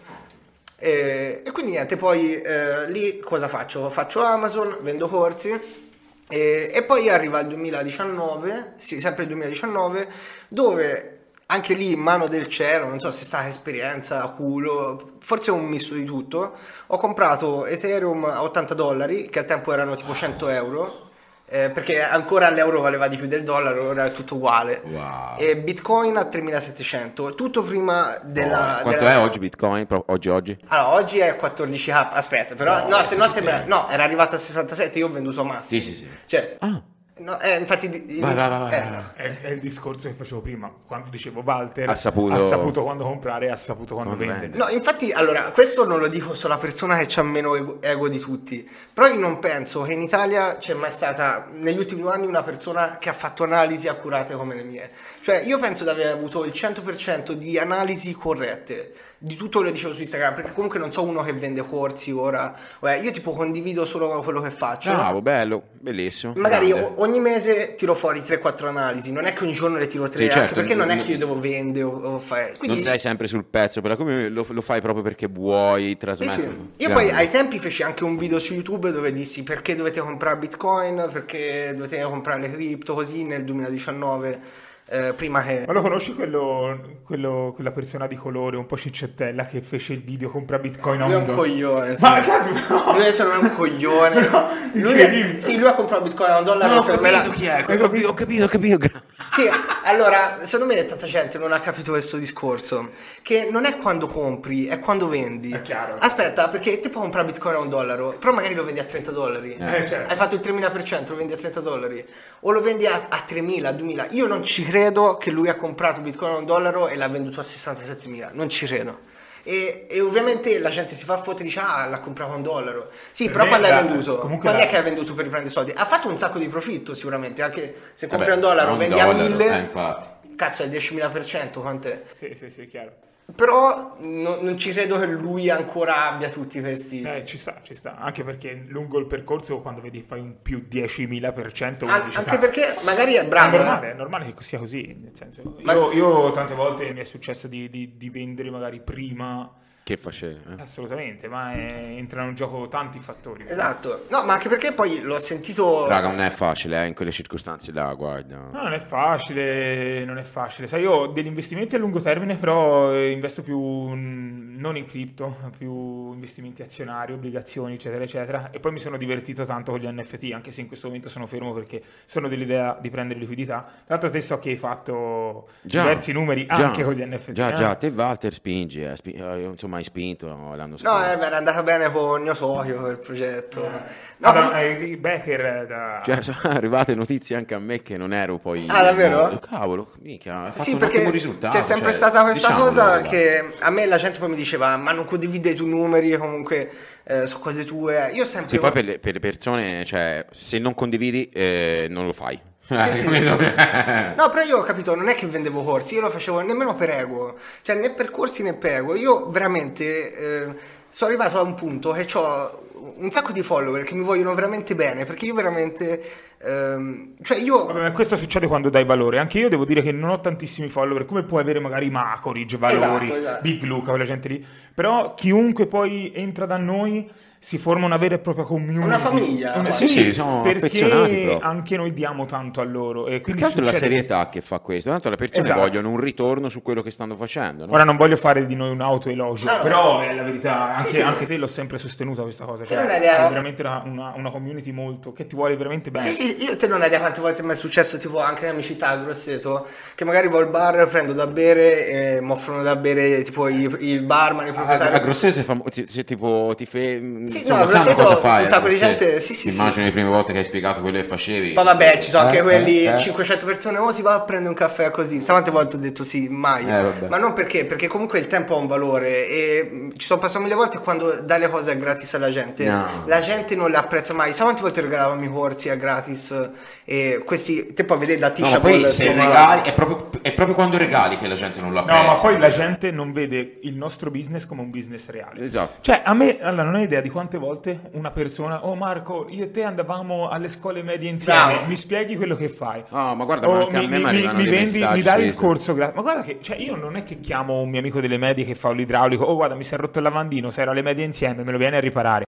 Speaker 3: E, e quindi niente, poi eh, lì cosa faccio? Faccio Amazon, vendo corsi e, e poi arriva il 2019, sì, sempre il 2019, dove anche lì in mano del cielo, non so se sta esperienza, culo, forse un misto di tutto, ho comprato Ethereum a 80 dollari, che al tempo erano tipo 100 euro. eh, eh, perché ancora l'euro valeva di più del dollaro, ora è tutto uguale.
Speaker 2: Wow.
Speaker 3: E Bitcoin a 3700, tutto prima della...
Speaker 2: Oh, quanto
Speaker 3: della-
Speaker 2: è oggi Bitcoin? Pro- Oggi, oggi?
Speaker 3: Allora, oggi è 14k, aspetta, però
Speaker 2: No,
Speaker 3: no, se no
Speaker 2: sì,
Speaker 3: sembra
Speaker 2: sì.
Speaker 3: no, era arrivato a 67, io ho venduto a massimo.
Speaker 2: Sì, sì, sì.
Speaker 3: Cioè,
Speaker 2: Ah,
Speaker 3: no, eh, infatti di-
Speaker 2: Vai, vai, vai, vai,
Speaker 3: eh,
Speaker 2: vai.
Speaker 3: no.
Speaker 1: È, è il discorso che facevo prima, quando dicevo Walter
Speaker 2: Ha saputo-
Speaker 1: quando comprare, ha saputo quando
Speaker 2: Quando
Speaker 1: vendere.
Speaker 2: vendere.
Speaker 3: No, infatti, allora, questo non lo dico solo a persona che ha meno ego, ego di tutti, però io non penso che in Italia c'è mai stata negli ultimi due anni una persona che ha fatto analisi accurate come le mie. Cioè, io penso di aver avuto il 100% di analisi corrette di tutto quello che dicevo su Instagram, perché comunque non so uno che vende corsi ora, Vabbè, io tipo condivido solo quello che faccio.
Speaker 2: bravo, bello, bellissimo.
Speaker 3: Cioè, Magari
Speaker 2: grande.
Speaker 3: o- ogni mese tiro fuori 3-4 analisi, non è che ogni giorno le tiro 3,
Speaker 2: Sì, certo,
Speaker 3: anche perché non è
Speaker 2: non-
Speaker 3: che io devo vendere o, o fare... Quindi-
Speaker 2: non sei sempre sul pezzo, però come lo, lo fai proprio perché vuoi
Speaker 3: Sì,
Speaker 2: trasmettere.
Speaker 3: sì. Io
Speaker 2: Grande.
Speaker 3: poi ai tempi feci anche un video su YouTube dove dissi perché dovete comprare Bitcoin, perché dovete comprare le cripto, così nel 2019, eh, prima che...
Speaker 1: Ma lo conosci quello, quello- quella persona di colore un po' ciccettella che fece il video compra Bitcoin a
Speaker 3: Lui è un
Speaker 1: uno?
Speaker 3: coglione. sì.
Speaker 1: Ma cazzo, [LAUGHS] no!
Speaker 3: Lui adesso non è
Speaker 1: [LAUGHS]
Speaker 3: un coglione.
Speaker 1: No,
Speaker 3: lui,
Speaker 1: incredibile.
Speaker 3: sì, lui ha comprato Bitcoin a un dollaro.
Speaker 2: No, ho
Speaker 3: secondo me
Speaker 2: capito
Speaker 3: la-
Speaker 2: chi è, ho capito, ho capito, ho capito. gra-
Speaker 3: Sì, allora, secondo me tanta gente non ha capito questo discorso, che non è quando compri, è quando vendi.
Speaker 1: È chiaro.
Speaker 3: Aspetta, perché tipo compra Bitcoin a un dollaro, però magari lo vendi a 30 dollari.
Speaker 1: Eh, certo.
Speaker 3: Hai fatto il 3000%, lo vendi a 30 dollari. O lo vendi a, a 3000, a 2000. Io non ci credo che lui ha comprato Bitcoin a un dollaro e l'ha venduto a 67.000. Non ci credo. E, e ovviamente la gente si fa foto e dice ah l'ha comprato a un dollaro sì
Speaker 1: Per
Speaker 3: però
Speaker 1: me
Speaker 3: quando
Speaker 1: la-
Speaker 3: hai venduto
Speaker 1: comunque
Speaker 3: quando
Speaker 1: la-
Speaker 3: è che hai venduto per riprendere soldi ha fatto un sacco di profitto sicuramente anche se
Speaker 1: Eh
Speaker 3: compri
Speaker 2: Vabbè,
Speaker 3: un dollaro
Speaker 2: un
Speaker 3: vendi a
Speaker 2: dollaro,
Speaker 3: 1000
Speaker 2: eh, infatti.
Speaker 3: cazzo è 10.000% quant'è
Speaker 1: Sì, sì, sì, chiaro.
Speaker 3: però no- non ci credo che lui ancora abbia tutti questi
Speaker 1: Eh, ci sta, ci sta. Anche perché lungo il percorso, quando vedi fai un più 10.000%,
Speaker 3: An-
Speaker 1: uno dice,
Speaker 3: Ah, anche
Speaker 1: "Cazzo,
Speaker 3: perché magari è
Speaker 1: È
Speaker 3: bravo eh.
Speaker 1: normale, è normale che sia così. Nel senso,
Speaker 3: Ma-
Speaker 1: io, io tante volte mi è successo di, di- di vendere magari prima,
Speaker 2: Che facevi? eh?
Speaker 1: assolutamente, ma è- entrano in gioco tanti fattori.
Speaker 3: esatto no ma anche perché poi l'ho sentito
Speaker 2: Raga, non è facile, eh, in quelle circostanze là, guarda.
Speaker 1: No, non è facile, non è facile. Sai, io degli investimenti a lungo termine, però eh, investo più mm, non in cripto, più investimenti azionari, obbligazioni, eccetera, eccetera. E poi mi sono divertito tanto con gli NFT, anche se in questo momento sono fermo perché sono dell'idea di prendere liquidità. Tra l'altro te so che hai fatto
Speaker 2: Già,
Speaker 1: diversi numeri
Speaker 2: già,
Speaker 1: anche con gli NFT.
Speaker 2: Già,
Speaker 1: eh?
Speaker 2: già, te Walter spingi, eh, spi- eh, io, insomma hai spinto no, l'anno scorso.
Speaker 3: no eh, beh, era andata bene con Gno Tokyo quel progetto
Speaker 2: Eh.
Speaker 1: No,
Speaker 3: no,
Speaker 1: no,
Speaker 3: comunque-
Speaker 1: eh, di Becker eh, da...
Speaker 2: Cioè, [LAUGHS] sono arrivate notizie anche a me che non ero poi.
Speaker 3: Ah, davvero?
Speaker 2: No, Cavolo, mica. Ha fatto
Speaker 3: Sì,
Speaker 2: un
Speaker 3: perché
Speaker 2: ottimo risultato.
Speaker 3: c'è sempre
Speaker 2: cioè,
Speaker 3: stata questa
Speaker 2: diciamolo,
Speaker 3: cosa
Speaker 2: ragazzi.
Speaker 3: che a me la gente poi mi diceva ma non condivide i tuoi numeri, comunque eh, sono cose tue. Io sempre...
Speaker 2: Sì, poi per le, per le persone, cioè, se non condividi, eh, non lo fai.
Speaker 3: Sì,
Speaker 2: [LAUGHS]
Speaker 3: sì. No, però io ho capito, non è che vendevo corsi, io lo facevo nemmeno per ego, cioè né per corsi né per ego. Io veramente eh, sono arrivato a un punto che ho un sacco di follower che mi vogliono veramente bene, perché io veramente... ehm, cioè io...
Speaker 1: Vabbè, ma questo succede quando dai valore. Anche io devo dire che non ho tantissimi follower, come può avere magari Macorige, Valori,
Speaker 3: Esatto, esatto.
Speaker 1: Big Luca, quella gente lì. Però chiunque poi entra da noi si forma una vera e propria community.
Speaker 3: Una famiglia,
Speaker 1: Una-
Speaker 2: Sì,
Speaker 1: sì,
Speaker 2: sì, siamo affezionati
Speaker 1: perché
Speaker 2: proprio.
Speaker 1: anche noi diamo tanto a loro. E quindi
Speaker 2: Più che altro è la
Speaker 1: succede
Speaker 2: serietà che fa questo. Tanto le persone
Speaker 1: Esatto.
Speaker 2: vogliono un ritorno su quello che stanno facendo.
Speaker 1: questo.
Speaker 2: no?
Speaker 1: Ora non voglio fare di noi un autoelogio,
Speaker 3: No, no.
Speaker 1: però è la verità,
Speaker 3: Sì,
Speaker 1: anche,
Speaker 3: sì.
Speaker 1: anche te l'ho sempre sostenuta questa cosa,
Speaker 3: Te
Speaker 1: cioè,
Speaker 3: non hai
Speaker 1: è
Speaker 3: idea.
Speaker 1: veramente una, una- una community molto che ti vuole veramente bene.
Speaker 3: Sì, sì, io te non hai idea quante volte mi è successo, tipo anche in amicità a Grosseto, che magari vado al bar, prendo da bere e mi offrono da bere tipo i- il barman, il
Speaker 2: A,
Speaker 3: proprietario.
Speaker 2: a Grosseto è famo- ti- se tipo ti fe-
Speaker 3: Ah,
Speaker 2: mm,
Speaker 3: Sì,
Speaker 2: insomma,
Speaker 3: no, a
Speaker 2: sanno
Speaker 3: Grosseto
Speaker 2: cosa fai.
Speaker 3: un
Speaker 2: a
Speaker 3: sacco di
Speaker 2: Grosseto.
Speaker 3: gente- sì, sì, sì,
Speaker 2: Immagino le prime volte che hai spiegato quello che facevi.
Speaker 3: Poi vabbè, ci sono anche
Speaker 2: Eh,
Speaker 3: quelli
Speaker 2: eh, eh.
Speaker 3: 500 persone, oh si va a prendere un caffè così. Sa quante volte ho detto sì, mai.
Speaker 2: Eh, vabbè.
Speaker 3: Ma non perché, perché comunque il tempo ha un valore e mh, ci sono passato mille volte quando dai le cose a gratis alla gente.
Speaker 2: No.
Speaker 3: La gente non le apprezza mai. Sa quante volte regalavamo i corsi a gratis e questi, te poi vedere da
Speaker 2: No,
Speaker 3: Tisha
Speaker 2: ma poi
Speaker 3: Paul
Speaker 2: se
Speaker 3: sono-
Speaker 2: regali, è proprio, è proprio quando regali che la gente non lo apprezza.
Speaker 1: No, ma poi la gente non vede il nostro business come un business reale.
Speaker 2: Esatto.
Speaker 1: Cioè, a me, allora, non ho idea di quante volte una persona, oh Marco, io e te andavamo alle scuole medie insieme,
Speaker 3: Bravo.
Speaker 1: mi spieghi quello che fai.
Speaker 2: Ah, ma guarda, ma anche a me mi arrivano dei
Speaker 1: vendi,
Speaker 2: messaggi
Speaker 1: mi dai
Speaker 2: su
Speaker 1: il
Speaker 2: Instagram.
Speaker 1: corso gratis. Ma guarda che, cioè, io non è che chiamo un mio amico delle medie che fa l'idraulico, oh guarda, mi si è rotto il lavandino, se era alle medie insieme, me lo viene a riparare.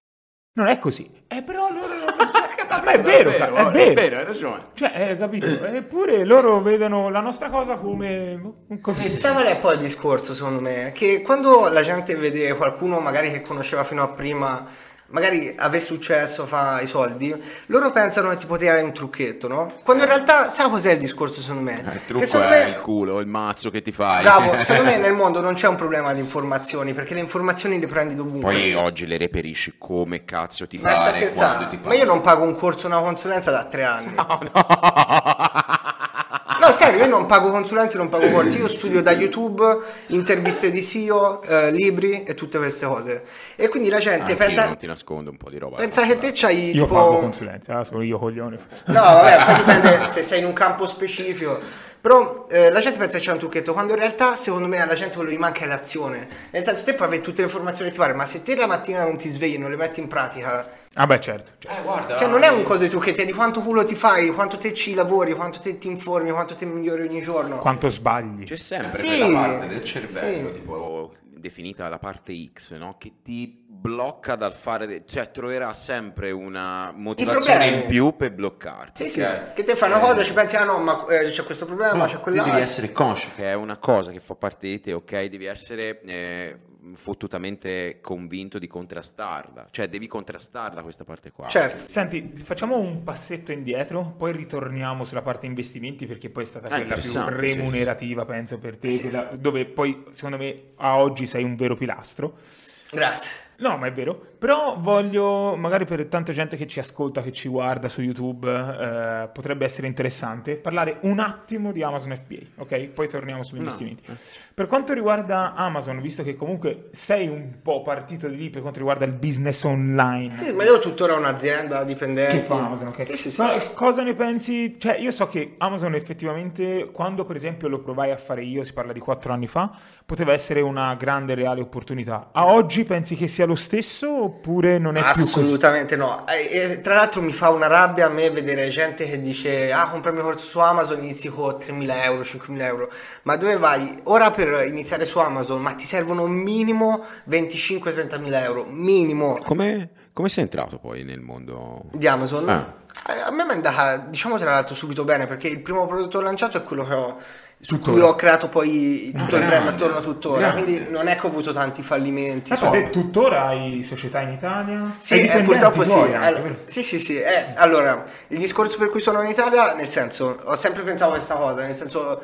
Speaker 1: Non è così. Eh, però loro
Speaker 2: [LAUGHS]
Speaker 1: non... cioè, ma è vero, ca- è vero.
Speaker 2: hai ragione.
Speaker 1: Cioè, eh, capito? Eppure loro vedono la nostra cosa come così.
Speaker 3: Sai qual è poi il discorso, secondo me? Che quando la gente vede qualcuno magari che conosceva fino a prima magari avesse successo, fa i soldi, loro pensano che ti poteva un trucchetto, no? Quando in realtà, sai cos'è il discorso secondo me?
Speaker 2: Il
Speaker 3: Che
Speaker 2: Eh. trucco
Speaker 3: secondo
Speaker 2: è
Speaker 3: me-
Speaker 2: il culo, il mazzo che ti fai. [LAUGHS]
Speaker 3: Bravo, secondo me nel mondo non c'è un problema di informazioni, perché le informazioni le prendi dovunque.
Speaker 2: Poi oggi le reperisci come cazzo ti
Speaker 3: ma
Speaker 2: pare.
Speaker 3: sta
Speaker 2: quando ti Ah,
Speaker 3: scherzando? Ma
Speaker 2: pare.
Speaker 3: io non pago un corso, una consulenza da tre anni.
Speaker 2: No, [LAUGHS] no.
Speaker 3: No, serio, io non pago consulenze, non pago corsi, io studio da YouTube, interviste di SEO, eh, libri e tutte queste cose. E quindi la gente
Speaker 1: Ah,
Speaker 2: Anch'io
Speaker 3: pensa,
Speaker 2: non ti nascondo un po' di roba.
Speaker 3: pensa che te c'hai
Speaker 1: Io
Speaker 3: tipo...
Speaker 1: pago consulenza, ah, sono io [LAUGHS] coglione.
Speaker 3: No, vabbè, poi dipende se sei in un campo specifico. Però eh, la gente pensa che c'è un trucchetto, quando in realtà secondo me alla gente quello che gli manca è l'azione. Nel senso, te puoi avere tutte le informazioni che ti pare, ma se te la mattina non ti svegli e non le metti in pratica,
Speaker 1: Ah beh, certo. certo.
Speaker 2: Eh, guarda.
Speaker 3: cioè non è un coso di trucchetti, è di quanto culo ti fai, quanto te ci lavori, quanto te ti informi, quanto te migliori ogni giorno.
Speaker 1: Quanto sbagli.
Speaker 2: C'è sempre
Speaker 3: Sì,
Speaker 2: quella parte del cervello,
Speaker 3: sì.
Speaker 2: tipo definita la parte X, no? Che ti blocca dal fare, de- cioè troverà sempre una motivazione
Speaker 3: problemi.
Speaker 2: in più per bloccarti.
Speaker 3: Sì, sì,
Speaker 2: ok?
Speaker 3: che te fai una
Speaker 2: Eh,
Speaker 3: cosa, ci pensi, ah no, ma eh, c'è questo problema,
Speaker 2: No,
Speaker 3: c'è
Speaker 2: tu
Speaker 3: quell'altro.
Speaker 2: devi essere conscio che è una cosa che fa parte di te, ok? Devi essere eh, fottutamente convinto di contrastarla, cioè devi contrastarla questa parte qua.
Speaker 3: Certo.
Speaker 1: Senti, facciamo un passetto indietro, poi ritorniamo sulla parte investimenti perché poi è stata
Speaker 2: Ah,
Speaker 1: quella più
Speaker 2: interessante, sì,
Speaker 1: remunerativa, penso, per te,
Speaker 3: Sì.
Speaker 1: quella dove poi secondo me a oggi sei un vero pilastro.
Speaker 3: Grazie.
Speaker 1: No, ma è vero. Però voglio, magari per tanta gente che ci ascolta, che ci guarda su YouTube, eh, potrebbe essere interessante parlare un attimo di Amazon FBA, ok? Poi torniamo sugli
Speaker 2: No.
Speaker 1: investimenti. Per quanto riguarda Amazon, visto che comunque sei un po' partito di lì per quanto riguarda il business online.
Speaker 3: Sì, ma io ho tuttora un'azienda dipendente.
Speaker 1: Che fa Amazon, ok?
Speaker 3: Sì, sì, sì.
Speaker 1: Ma cosa ne pensi? Cioè, io so che Amazon effettivamente, quando per esempio lo provai a fare io, si parla di quattro anni fa, poteva essere una grande reale opportunità. A oggi pensi che sia lo stesso oppure non è più così?
Speaker 3: Assolutamente no. E- e tra l'altro mi fa una rabbia a me vedere gente che dice ah compra il mio corso su Amazon inizi con 3.000 euro, 5.000 euro. Ma dove vai? Ora per iniziare su Amazon, ma ti servono minimo 25-30.000 euro, minimo
Speaker 2: Cioè, Come, come sei entrato poi nel mondo?
Speaker 3: di Amazon.
Speaker 2: Ah.
Speaker 3: A- A me mi è andata, diciamo tra l'altro, subito bene perché il primo prodotto lanciato è quello che ho, su
Speaker 1: Tuttora. Ah,
Speaker 3: cui ho creato poi tutto il brand
Speaker 2: grande,
Speaker 3: attorno a tuttora.
Speaker 2: grande.
Speaker 3: Quindi non è che ho avuto tanti fallimenti.
Speaker 1: Tanto
Speaker 3: so.
Speaker 1: se tuttora hai società in Italia?
Speaker 3: Sì, eh,
Speaker 1: Hai
Speaker 3: purtroppo
Speaker 1: dipendenti
Speaker 3: sì.
Speaker 1: tuoi anche,
Speaker 3: Allora,
Speaker 1: vero?
Speaker 3: sì, sì, sì. eh, allora, il discorso per cui sono in Italia, nel senso, ho sempre pensato questa cosa, nel senso,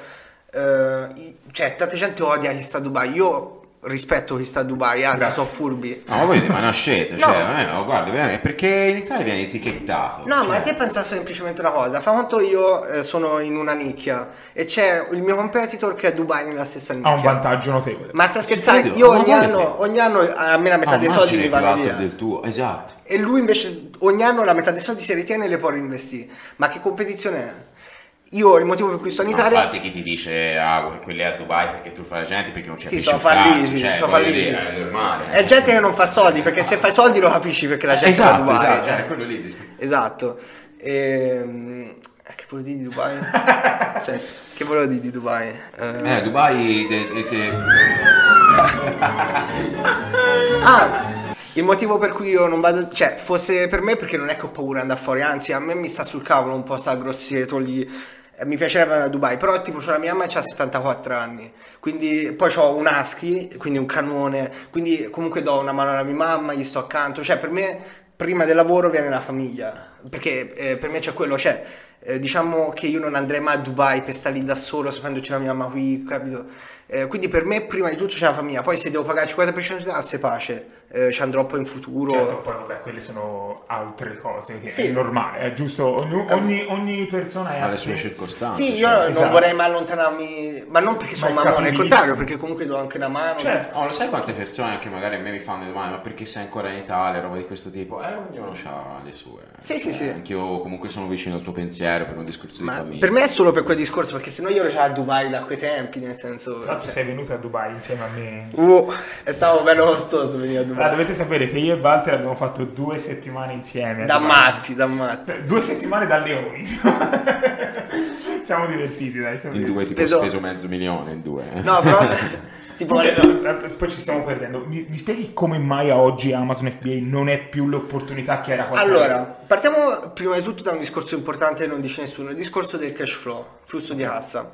Speaker 3: eh, i- cioè, tanta gente odia chi sta a Dubai, io rispetto chi sta a Dubai, anzi,
Speaker 1: Grazie.
Speaker 3: sono furbi.
Speaker 2: No, ma voi ma una scelta,
Speaker 3: No.
Speaker 2: cioè, non è- no, guarda, veramente, perché in Italia viene etichettato.
Speaker 3: No, ma
Speaker 2: cioè.
Speaker 3: te pensa semplicemente una cosa, fa quanto io eh, sono in una nicchia e c'è il mio competitor che è a Dubai nella stessa
Speaker 1: Ha un
Speaker 3: nicchia.
Speaker 1: vantaggio notevole.
Speaker 3: Ma sta scherzando,
Speaker 2: Oddio,
Speaker 3: io
Speaker 2: ma
Speaker 3: ogni
Speaker 2: guarda
Speaker 3: anno,
Speaker 2: te.
Speaker 3: ogni anno eh, a me la metà
Speaker 2: Ah,
Speaker 3: dei
Speaker 2: ma
Speaker 3: soldi
Speaker 2: ce n'è
Speaker 3: mi
Speaker 2: più
Speaker 3: vanno
Speaker 2: alto
Speaker 3: via.
Speaker 2: del tuo, esatto.
Speaker 3: E lui invece ogni anno la metà dei soldi si ritiene e le può reinvestire. Ma che competizione è? Io il motivo per cui sono in
Speaker 2: Ma
Speaker 3: Italia.
Speaker 2: Infatti chi ti dice ah, que- quelli a Dubai perché tu fai la gente perché non c'è
Speaker 3: sì,
Speaker 2: più
Speaker 3: sono falliti, sono falliti.
Speaker 2: cioè, è normale. eh.
Speaker 3: È gente che non fa soldi, perché se fai soldi lo capisci perché la gente
Speaker 2: esatto,
Speaker 3: fa Dubai.
Speaker 2: esatto,
Speaker 3: cioè.
Speaker 2: è quello lì. dici.
Speaker 3: Esatto. Ehm, che volevo dire di Dubai? Sì, che volevo dire di Dubai? Eh,
Speaker 2: Eh, Dubai de- de- de-
Speaker 3: Ah, il motivo per cui io non vado, cioè, fosse per me perché non è che ho paura di andare fuori, anzi, a me mi sta sul cavolo un po' sta grosseto lì. Eh, Mi piacerebbe andare a Dubai, però tipo c'ho la mia mamma che ha 74 anni, quindi poi ho un husky, quindi un cannone, quindi comunque do una mano alla mia mamma, gli sto accanto, cioè per me prima del lavoro viene la famiglia, perché eh, per me c'è quello, cioè eh, diciamo che io non andrei mai a Dubai per stare lì da solo sapendoci la mia mamma qui, capito? Eh, quindi per me prima di tutto c'è la famiglia, poi se devo pagare il 50% di tasse pace, eh, ci andrò poi in futuro.
Speaker 1: Certo, poi vabbè, quelle sono altre cose, che
Speaker 3: Sì.
Speaker 1: è normale, è giusto, ogni, ogni- ogni persona è
Speaker 2: ha
Speaker 1: a
Speaker 2: le sue
Speaker 1: sé.
Speaker 2: circostanze. cioè.
Speaker 3: Sì, io non
Speaker 1: Esatto.
Speaker 3: vorrei mai allontanarmi, ma non perché sono
Speaker 1: Ma è
Speaker 3: mammone, al
Speaker 1: capibilissimo.
Speaker 3: contrario, perché comunque do anche una mano.
Speaker 1: Certo.
Speaker 2: Oh, lo sai quante persone anche magari a me mi fanno le domande, ma perché sei ancora in Italia, roba di questo tipo? Eh, ognuno ha le sue.
Speaker 3: Sì, sì,
Speaker 2: Eh,
Speaker 3: sì.
Speaker 2: Anch'io comunque sono vicino al tuo pensiero per un discorso di
Speaker 3: Ma
Speaker 2: famiglia.
Speaker 3: per me è solo per quel discorso, perché sennò io ero già a Dubai da quei tempi, nel senso... cioè,
Speaker 1: Tra l'altro sei venuto a Dubai insieme a me.
Speaker 3: Uh, è stato bello costoso venire a
Speaker 1: Allora,
Speaker 3: Dubai.
Speaker 1: dovete sapere che io e Walter abbiamo fatto due settimane insieme.
Speaker 3: Da matti, da matti.
Speaker 1: Due settimane da leoni. [LAUGHS] Siamo divertiti, dai. siamo
Speaker 2: In
Speaker 1: divertiti.
Speaker 2: due tipo
Speaker 3: Speso-
Speaker 2: ho speso mezzo milione, in due. eh.
Speaker 3: No,
Speaker 2: [LAUGHS]
Speaker 3: però... tipo...
Speaker 1: Comunque, no, poi ci stiamo perdendo. Mi, mi spieghi come mai a oggi Amazon FBA non è più l'opportunità che era quattro anni
Speaker 3: Allora, partiamo prima di tutto da un discorso importante che non dice nessuno, il discorso del cash flow, flusso di cassa.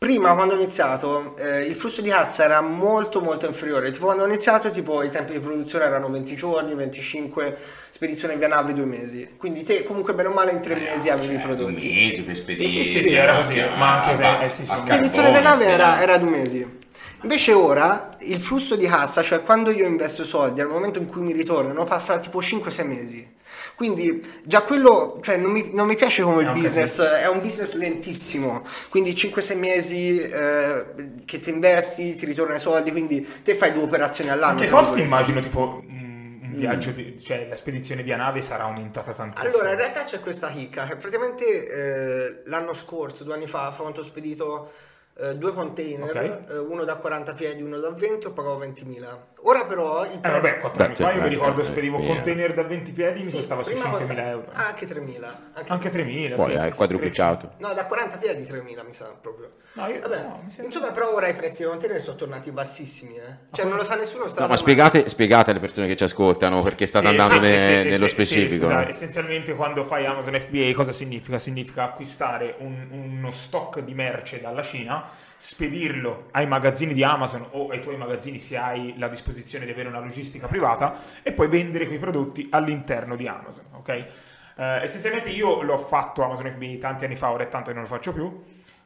Speaker 3: Prima, quando ho iniziato, eh, il flusso di cassa era molto molto inferiore. Tipo quando ho iniziato, tipo, i tempi di produzione erano 20 giorni, 25, spedizione via nave due mesi. Quindi te comunque bene o male in tre mesi avevi i prodotti.
Speaker 2: Mesi Cioè, per spedire. cioè,
Speaker 3: Sì, sì, sì,
Speaker 1: sì, era così, ma anche te, eh, sì, sì.
Speaker 3: La spedizione della nave era, era di un mese. Invece ora il flusso di cassa, cioè quando io investo soldi al momento in cui mi ritornano, passa tipo 5-6 mesi. Quindi già quello, cioè non mi, non mi piace come
Speaker 1: È un
Speaker 3: business, è un business lentissimo, quindi 5-6 mesi eh, che ti investi, ti ritornano i soldi, quindi te fai due operazioni all'anno.
Speaker 1: Anche i
Speaker 3: tra
Speaker 1: costi
Speaker 3: virgolette.
Speaker 1: immagino tipo mm, un viaggio, di- cioè la spedizione via nave sarà aumentata tantissimo.
Speaker 3: Allora, in realtà c'è questa chicca che praticamente eh, l'anno scorso, due anni fa, fa quanto ho spedito eh, due container,
Speaker 1: Ok.
Speaker 3: eh, uno da 40 piedi, uno da 20, ho pagato 20.000. Ora però il
Speaker 1: Eh
Speaker 3: prezzo-
Speaker 1: vabbè, 4
Speaker 2: Beh,
Speaker 1: anni
Speaker 2: te-
Speaker 1: fa io mi
Speaker 2: eh,
Speaker 1: ricordo
Speaker 2: eh,
Speaker 1: spedivo
Speaker 2: via.
Speaker 1: container da 20 piedi, mi
Speaker 3: sì,
Speaker 1: costava sui
Speaker 3: prima
Speaker 1: 5.000
Speaker 3: costa-
Speaker 1: euro.
Speaker 3: ah, Anche 3.000. Anche,
Speaker 1: Anche 3.000.
Speaker 2: Poi
Speaker 1: sì, sì,
Speaker 2: hai
Speaker 1: sì,
Speaker 2: quadruplicato.
Speaker 3: No, da 40 piedi 3.000 mi sa proprio.
Speaker 1: No, io-
Speaker 3: Vabbè,
Speaker 1: no, mi sembra-
Speaker 3: insomma, però ora i prezzi dei container sono tornati bassissimi. eh. Cioè, non lo sa nessuno. sta
Speaker 2: No,
Speaker 3: la
Speaker 2: ma
Speaker 3: sa
Speaker 2: spiegate, spiegate alle persone che ci ascoltano perché state
Speaker 1: Sì,
Speaker 2: andando
Speaker 1: sì,
Speaker 2: ne-
Speaker 1: sì,
Speaker 2: nello
Speaker 1: sì, sì,
Speaker 2: specifico. eh.
Speaker 1: scusa,
Speaker 2: no?
Speaker 1: essenzialmente quando fai Amazon FBA cosa significa? Significa acquistare un- uno stock di merce dalla Cina, spedirlo ai magazzini di Amazon o ai tuoi magazzini se hai la disposizione di avere una logistica privata e poi vendere quei prodotti all'interno di Amazon, ok? Eh, essenzialmente io l'ho fatto Amazon FBA tanti anni fa, ora è tanto che non lo faccio più.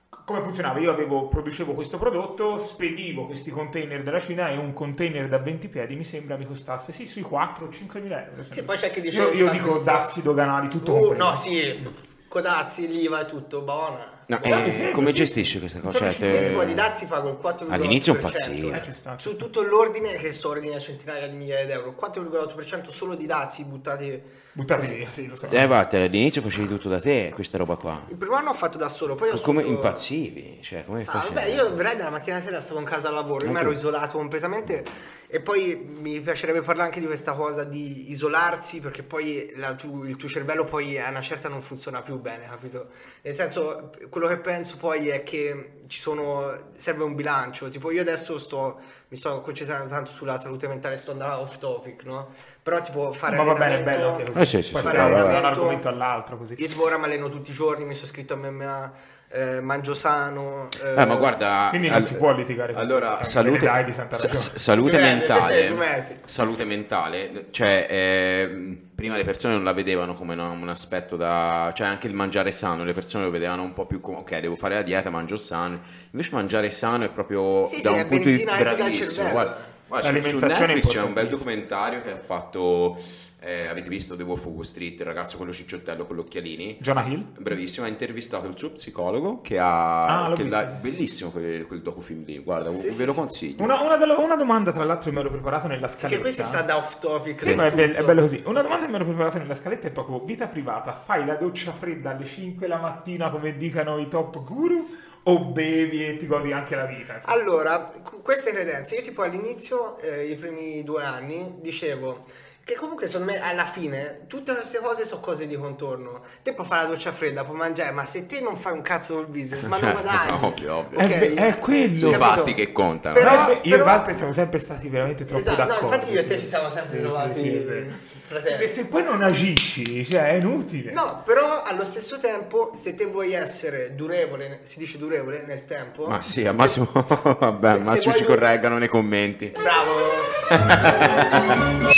Speaker 1: C- Come funzionava? Io avevo- producevo questo prodotto, spedivo questi container dalla Cina e un container da 20 piedi mi sembra mi costasse sì sui 4 o 5 mila euro.
Speaker 3: Sì, poi c'è chi dice
Speaker 1: Io,
Speaker 3: che si
Speaker 1: io
Speaker 3: fa
Speaker 1: dico
Speaker 3: spezzare.
Speaker 1: dazi doganali, tutto
Speaker 3: Uh,
Speaker 1: compreso.
Speaker 3: no, sì, codazzi, l'IVA e tutto, buona.
Speaker 2: No,
Speaker 1: Guarda,
Speaker 2: eh,
Speaker 1: sì,
Speaker 2: come
Speaker 1: sì.
Speaker 2: gestisci questa cosa?
Speaker 3: [LAUGHS]
Speaker 2: Cioè,
Speaker 3: Io tipo
Speaker 2: te-
Speaker 3: di dazi pago il 4,8%.
Speaker 2: All'inizio è un pazzino.
Speaker 1: Eh, ci sta, ci
Speaker 3: Su
Speaker 1: sta.
Speaker 3: tutto l'ordine che ordini a centinaia di migliaia di euro, 4,8% solo di dazi buttati.
Speaker 1: Buttati via, sì, lo so.
Speaker 2: Eh, vattene, all'inizio facevi tutto da te, questa roba qua.
Speaker 3: Il primo anno ho fatto da solo, poi ho
Speaker 2: Come
Speaker 3: assunto-
Speaker 2: impazzivi, cioè, come
Speaker 3: Ah,
Speaker 2: facevi?
Speaker 3: vabbè, io veramente dalla mattina alla sera stavo in casa al lavoro, io mi
Speaker 2: Anche
Speaker 3: ero
Speaker 2: io.
Speaker 3: isolato completamente e poi mi piacerebbe parlare anche di questa cosa di isolarsi perché poi la tu- il tuo cervello poi a una certa non funziona più bene, capito? Nel senso, quello che penso poi è che ci sono, serve un bilancio, tipo io adesso sto, mi sto concentrando tanto sulla salute mentale, sto andando off topic, no? Però tipo fare...
Speaker 1: Ma va bene, è
Speaker 3: allenamento-
Speaker 1: bello anche così.
Speaker 2: Eh, sì, sì,
Speaker 1: Poi
Speaker 2: sì,
Speaker 1: si
Speaker 2: sì,
Speaker 1: va da
Speaker 2: vabbè.
Speaker 1: un argomento all'altro così.
Speaker 3: Io tipo ora mi alleno tutti i giorni, mi sono iscritto a MMA, eh, mangio sano. eh,
Speaker 2: Eh, ma guarda,
Speaker 1: Quindi non
Speaker 2: al-
Speaker 1: si può litigare con
Speaker 2: Allora,
Speaker 1: tutti,
Speaker 2: salute,
Speaker 1: anche dai di Santa
Speaker 2: sa-
Speaker 1: Ragione.
Speaker 2: salute
Speaker 3: Dov'è? Dove sei? Dov'è?
Speaker 2: mentale. Salute mentale, cioè, ehm, prima le persone non la vedevano come una- un aspetto da. cioè, anche il mangiare sano, le persone lo vedevano un po' più come, ok, devo fare la dieta, mangio sano. Invece, mangiare sano è proprio
Speaker 3: Sì,
Speaker 2: da
Speaker 3: sì,
Speaker 2: un
Speaker 3: è
Speaker 2: punto di
Speaker 3: benzina anche dal
Speaker 2: bravissimo.
Speaker 3: cervello.
Speaker 2: Guarda, guarda, su- su
Speaker 1: L'alimentazione è
Speaker 2: Netflix c'è un bel
Speaker 1: importantissima.
Speaker 2: documentario che ha fatto. eh, avete visto The Wolf of Wall Street, il ragazzo con lo cicciottello con gli occhialini?
Speaker 1: Jonah Hill?
Speaker 2: Bravissimo, ha intervistato il suo psicologo che ha...
Speaker 1: Ah, l'ho
Speaker 2: che
Speaker 1: visto,
Speaker 2: l'ha-
Speaker 1: sì, sì.
Speaker 2: bellissimo quel, quel docufilm lì, guarda,
Speaker 3: Sì,
Speaker 2: ve
Speaker 3: sì,
Speaker 2: lo
Speaker 3: sì.
Speaker 2: consiglio.
Speaker 1: Una, una delle- una domanda tra l'altro che mi ero preparato nella scaletta.
Speaker 3: Che questo sta da off
Speaker 1: ah.
Speaker 3: topic.
Speaker 1: Sì,
Speaker 3: su
Speaker 1: ma è, bello, è
Speaker 3: tutto.
Speaker 1: bello così. Una domanda che mi ero preparata nella scaletta è proprio vita privata. Fai la doccia fredda alle 5 la mattina come dicono i top guru o bevi e ti godi anche la vita?
Speaker 3: Ah, Allora, cu- queste credenze, io tipo all'inizio, eh, i primi due anni, dicevo che comunque secondo me alla fine tutte queste cose sono cose di contorno. Te puoi fare la doccia fredda, puoi mangiare, ma se te non fai un cazzo col business,
Speaker 1: [LAUGHS]
Speaker 3: ma non guadagni.
Speaker 2: Ovvio, ovvio.
Speaker 3: Ok?
Speaker 1: È ve- è quello.
Speaker 2: Sono i
Speaker 3: Capito?
Speaker 2: fatti che contano.
Speaker 3: Però-
Speaker 1: Però io e
Speaker 3: però-
Speaker 1: Walter siamo sempre stati veramente troppo
Speaker 3: Esatto, no,
Speaker 1: d'accordo.
Speaker 3: infatti io e te
Speaker 1: sì.
Speaker 3: ci siamo sempre
Speaker 1: Sì,
Speaker 3: trovati,
Speaker 1: sì, sì, è vero.
Speaker 3: fratelli.
Speaker 1: E se poi non agisci, cioè è inutile.
Speaker 3: Eh. No, però allo stesso tempo, se te vuoi essere durevole, si dice durevole nel tempo.
Speaker 2: Ma sì, a Massimo, [LAUGHS] vabbè,
Speaker 3: se
Speaker 2: Massimo
Speaker 3: vuoi-
Speaker 2: ci correggano nei commenti. [LAUGHS]
Speaker 3: Bravo! no,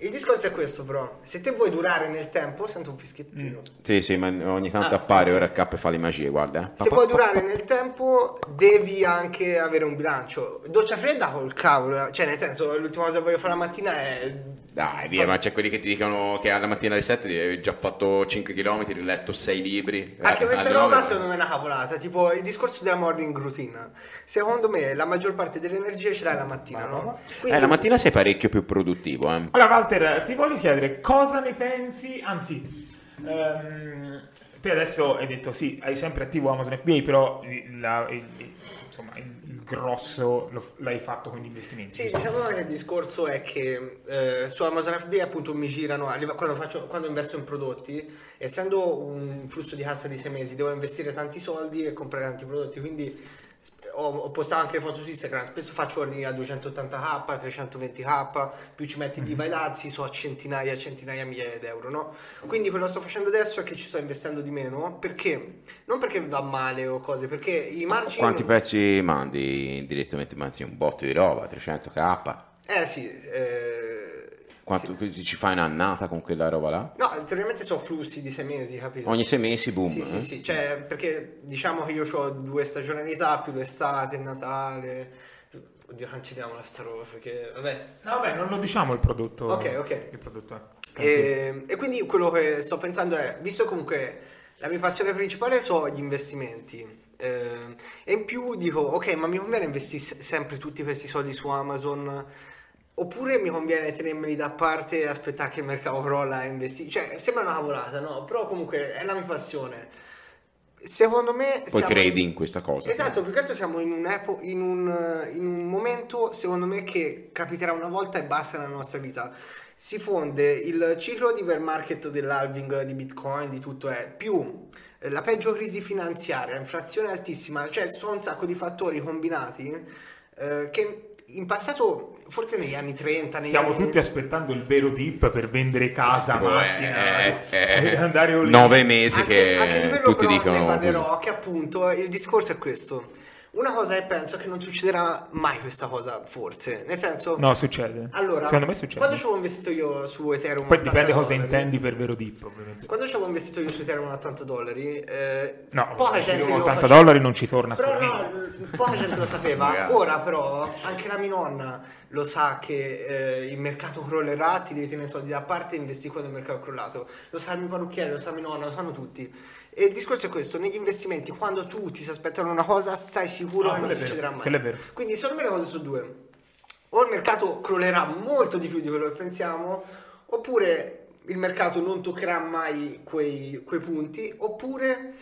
Speaker 3: il discorso è questo, però. Se te vuoi durare nel tempo, sento un fischiettino.
Speaker 2: Sì, sì, ma ogni tanto
Speaker 3: Ah.
Speaker 2: appare ora K e fa le magie, guarda. eh.
Speaker 3: Se vuoi durare nel tempo, devi anche avere un bilancio. Doccia fredda col cavolo. Cioè, nel senso, l'ultima cosa che voglio fare la mattina è.
Speaker 2: Dai, via, ma c'è quelli che ti dicono che alla mattina alle 7 hai già fatto 5 km, hai letto 6 libri.
Speaker 3: Anche
Speaker 2: Eh,
Speaker 3: Ah, questa
Speaker 2: alle
Speaker 3: roba
Speaker 2: nove-
Speaker 3: secondo me è una cavolata, tipo il discorso della morning routine. Secondo me la maggior parte dell'energia ce l'hai la mattina, no?
Speaker 2: Eh, la mattina sei parecchio più produttivo,
Speaker 3: Ah,
Speaker 2: eh.
Speaker 1: Allora, Walter, ti voglio chiedere cosa ne pensi? Anzi, ehm, te adesso hai detto sì, hai sempre attivo Amazon FBA, però il- la- il- il- insomma, il, il grosso lo f- l'hai fatto con gli investimenti.
Speaker 3: Sì, diciamo che il discorso è che eh, su Amazon FBA appunto mi girano, a live- quando, faccio- quando investo in prodotti, essendo un flusso di cassa di sei mesi, devo investire tanti soldi e comprare tanti prodotti, quindi sp- ho, ho postato anche le foto su Instagram, spesso faccio ordini a 280k, 320k, più ci metti di
Speaker 2: Mhm.
Speaker 3: vai dazi, so a centinaia, centinaia, migliaia di euro, no? Quindi quello che sto facendo adesso è che ci sto investendo di meno, perché? Non perché va male o cose, perché i margini...
Speaker 2: Quanti pezzi mandi direttamente? Ma sì, un botto di roba, 300k.
Speaker 3: Eh sì, eh,
Speaker 2: Quanto
Speaker 3: sì.
Speaker 2: ci fai un'annata con quella roba là?
Speaker 3: No, teoricamente sono flussi di sei mesi, capito?
Speaker 2: Ogni sei mesi, boom.
Speaker 3: Sì,
Speaker 2: eh?
Speaker 3: sì, sì, cioè, perché diciamo che io ho due stagionalità, più l'estate, il Natale. Oddio, cancelliamo la sta roba, perché vabbè.
Speaker 1: No, beh, non lo diciamo il prodotto.
Speaker 3: Ok, ok. Eh,
Speaker 1: Il prodotto è.
Speaker 2: Ah,
Speaker 3: Ehm, E, e quindi quello che sto pensando è, visto comunque la mia passione principale sono gli investimenti, eh, e in più dico, ok, ma mi conviene investire se- sempre tutti questi soldi su Amazon? Oppure mi conviene tenermeli da parte e aspettare che il mercato crolla e investire? Cioè, sembra una cavolata, no? Però comunque è la mia passione. Secondo me...
Speaker 2: Poi
Speaker 3: siamo-
Speaker 2: credi in questa cosa.
Speaker 3: Esatto, più che altro siamo in, un'epo- in un, in un momento, secondo me, che capiterà una volta e basta nella nostra vita. Si fonde il ciclo di bear market dell'halving di Bitcoin, di tutto è, più eh, la peggio crisi finanziaria, inflazione altissima, cioè sono un sacco di fattori combinati eh, che in passato, forse negli anni 30, negli
Speaker 1: Stiamo
Speaker 3: anni...
Speaker 1: tutti aspettando il vero dip per vendere casa,
Speaker 2: Boh,
Speaker 1: macchina,
Speaker 2: eh,
Speaker 1: [LAUGHS]
Speaker 2: eh,
Speaker 1: e andare all in.
Speaker 2: nove mesi
Speaker 3: anche,
Speaker 2: che
Speaker 3: anche a livello
Speaker 2: tutti
Speaker 3: però
Speaker 2: dicono
Speaker 3: ne parlerò
Speaker 2: così.
Speaker 3: che appunto il discorso è questo una cosa che penso è che non succederà mai questa cosa forse nel senso
Speaker 1: No, succede.
Speaker 3: allora
Speaker 1: Secondo me succede.
Speaker 3: quando ci avevo investito io su Ethereum
Speaker 1: Poi dipende
Speaker 3: 80
Speaker 1: cosa
Speaker 3: dollari,
Speaker 1: intendi per vero dip, ovviamente.
Speaker 3: quando ci avevo investito io su Ethereum 80 dollari eh,
Speaker 1: No,
Speaker 3: poca
Speaker 1: io
Speaker 3: gente
Speaker 1: 80
Speaker 3: lo faceva.
Speaker 1: dollari non ci torna
Speaker 3: però no,
Speaker 1: sicuramente.
Speaker 3: l- poca gente lo sapeva
Speaker 2: Ragazzi.
Speaker 3: ora però anche la mia nonna lo sa che eh, il mercato crollerà ti devi tenere i soldi da parte e investi quando il mercato è crollato lo sa il mio parrucchiere lo sa mia nonna lo sanno tutti e il discorso è questo negli investimenti quando tu ti si aspettano una cosa stai sicuro
Speaker 1: No,
Speaker 3: che non
Speaker 1: quello è vero,
Speaker 3: succederà mai
Speaker 1: quello è vero.
Speaker 3: quindi secondo me le cose sono due o il mercato crollerà molto di più di quello che pensiamo, oppure il mercato non toccherà mai quei, quei punti, oppure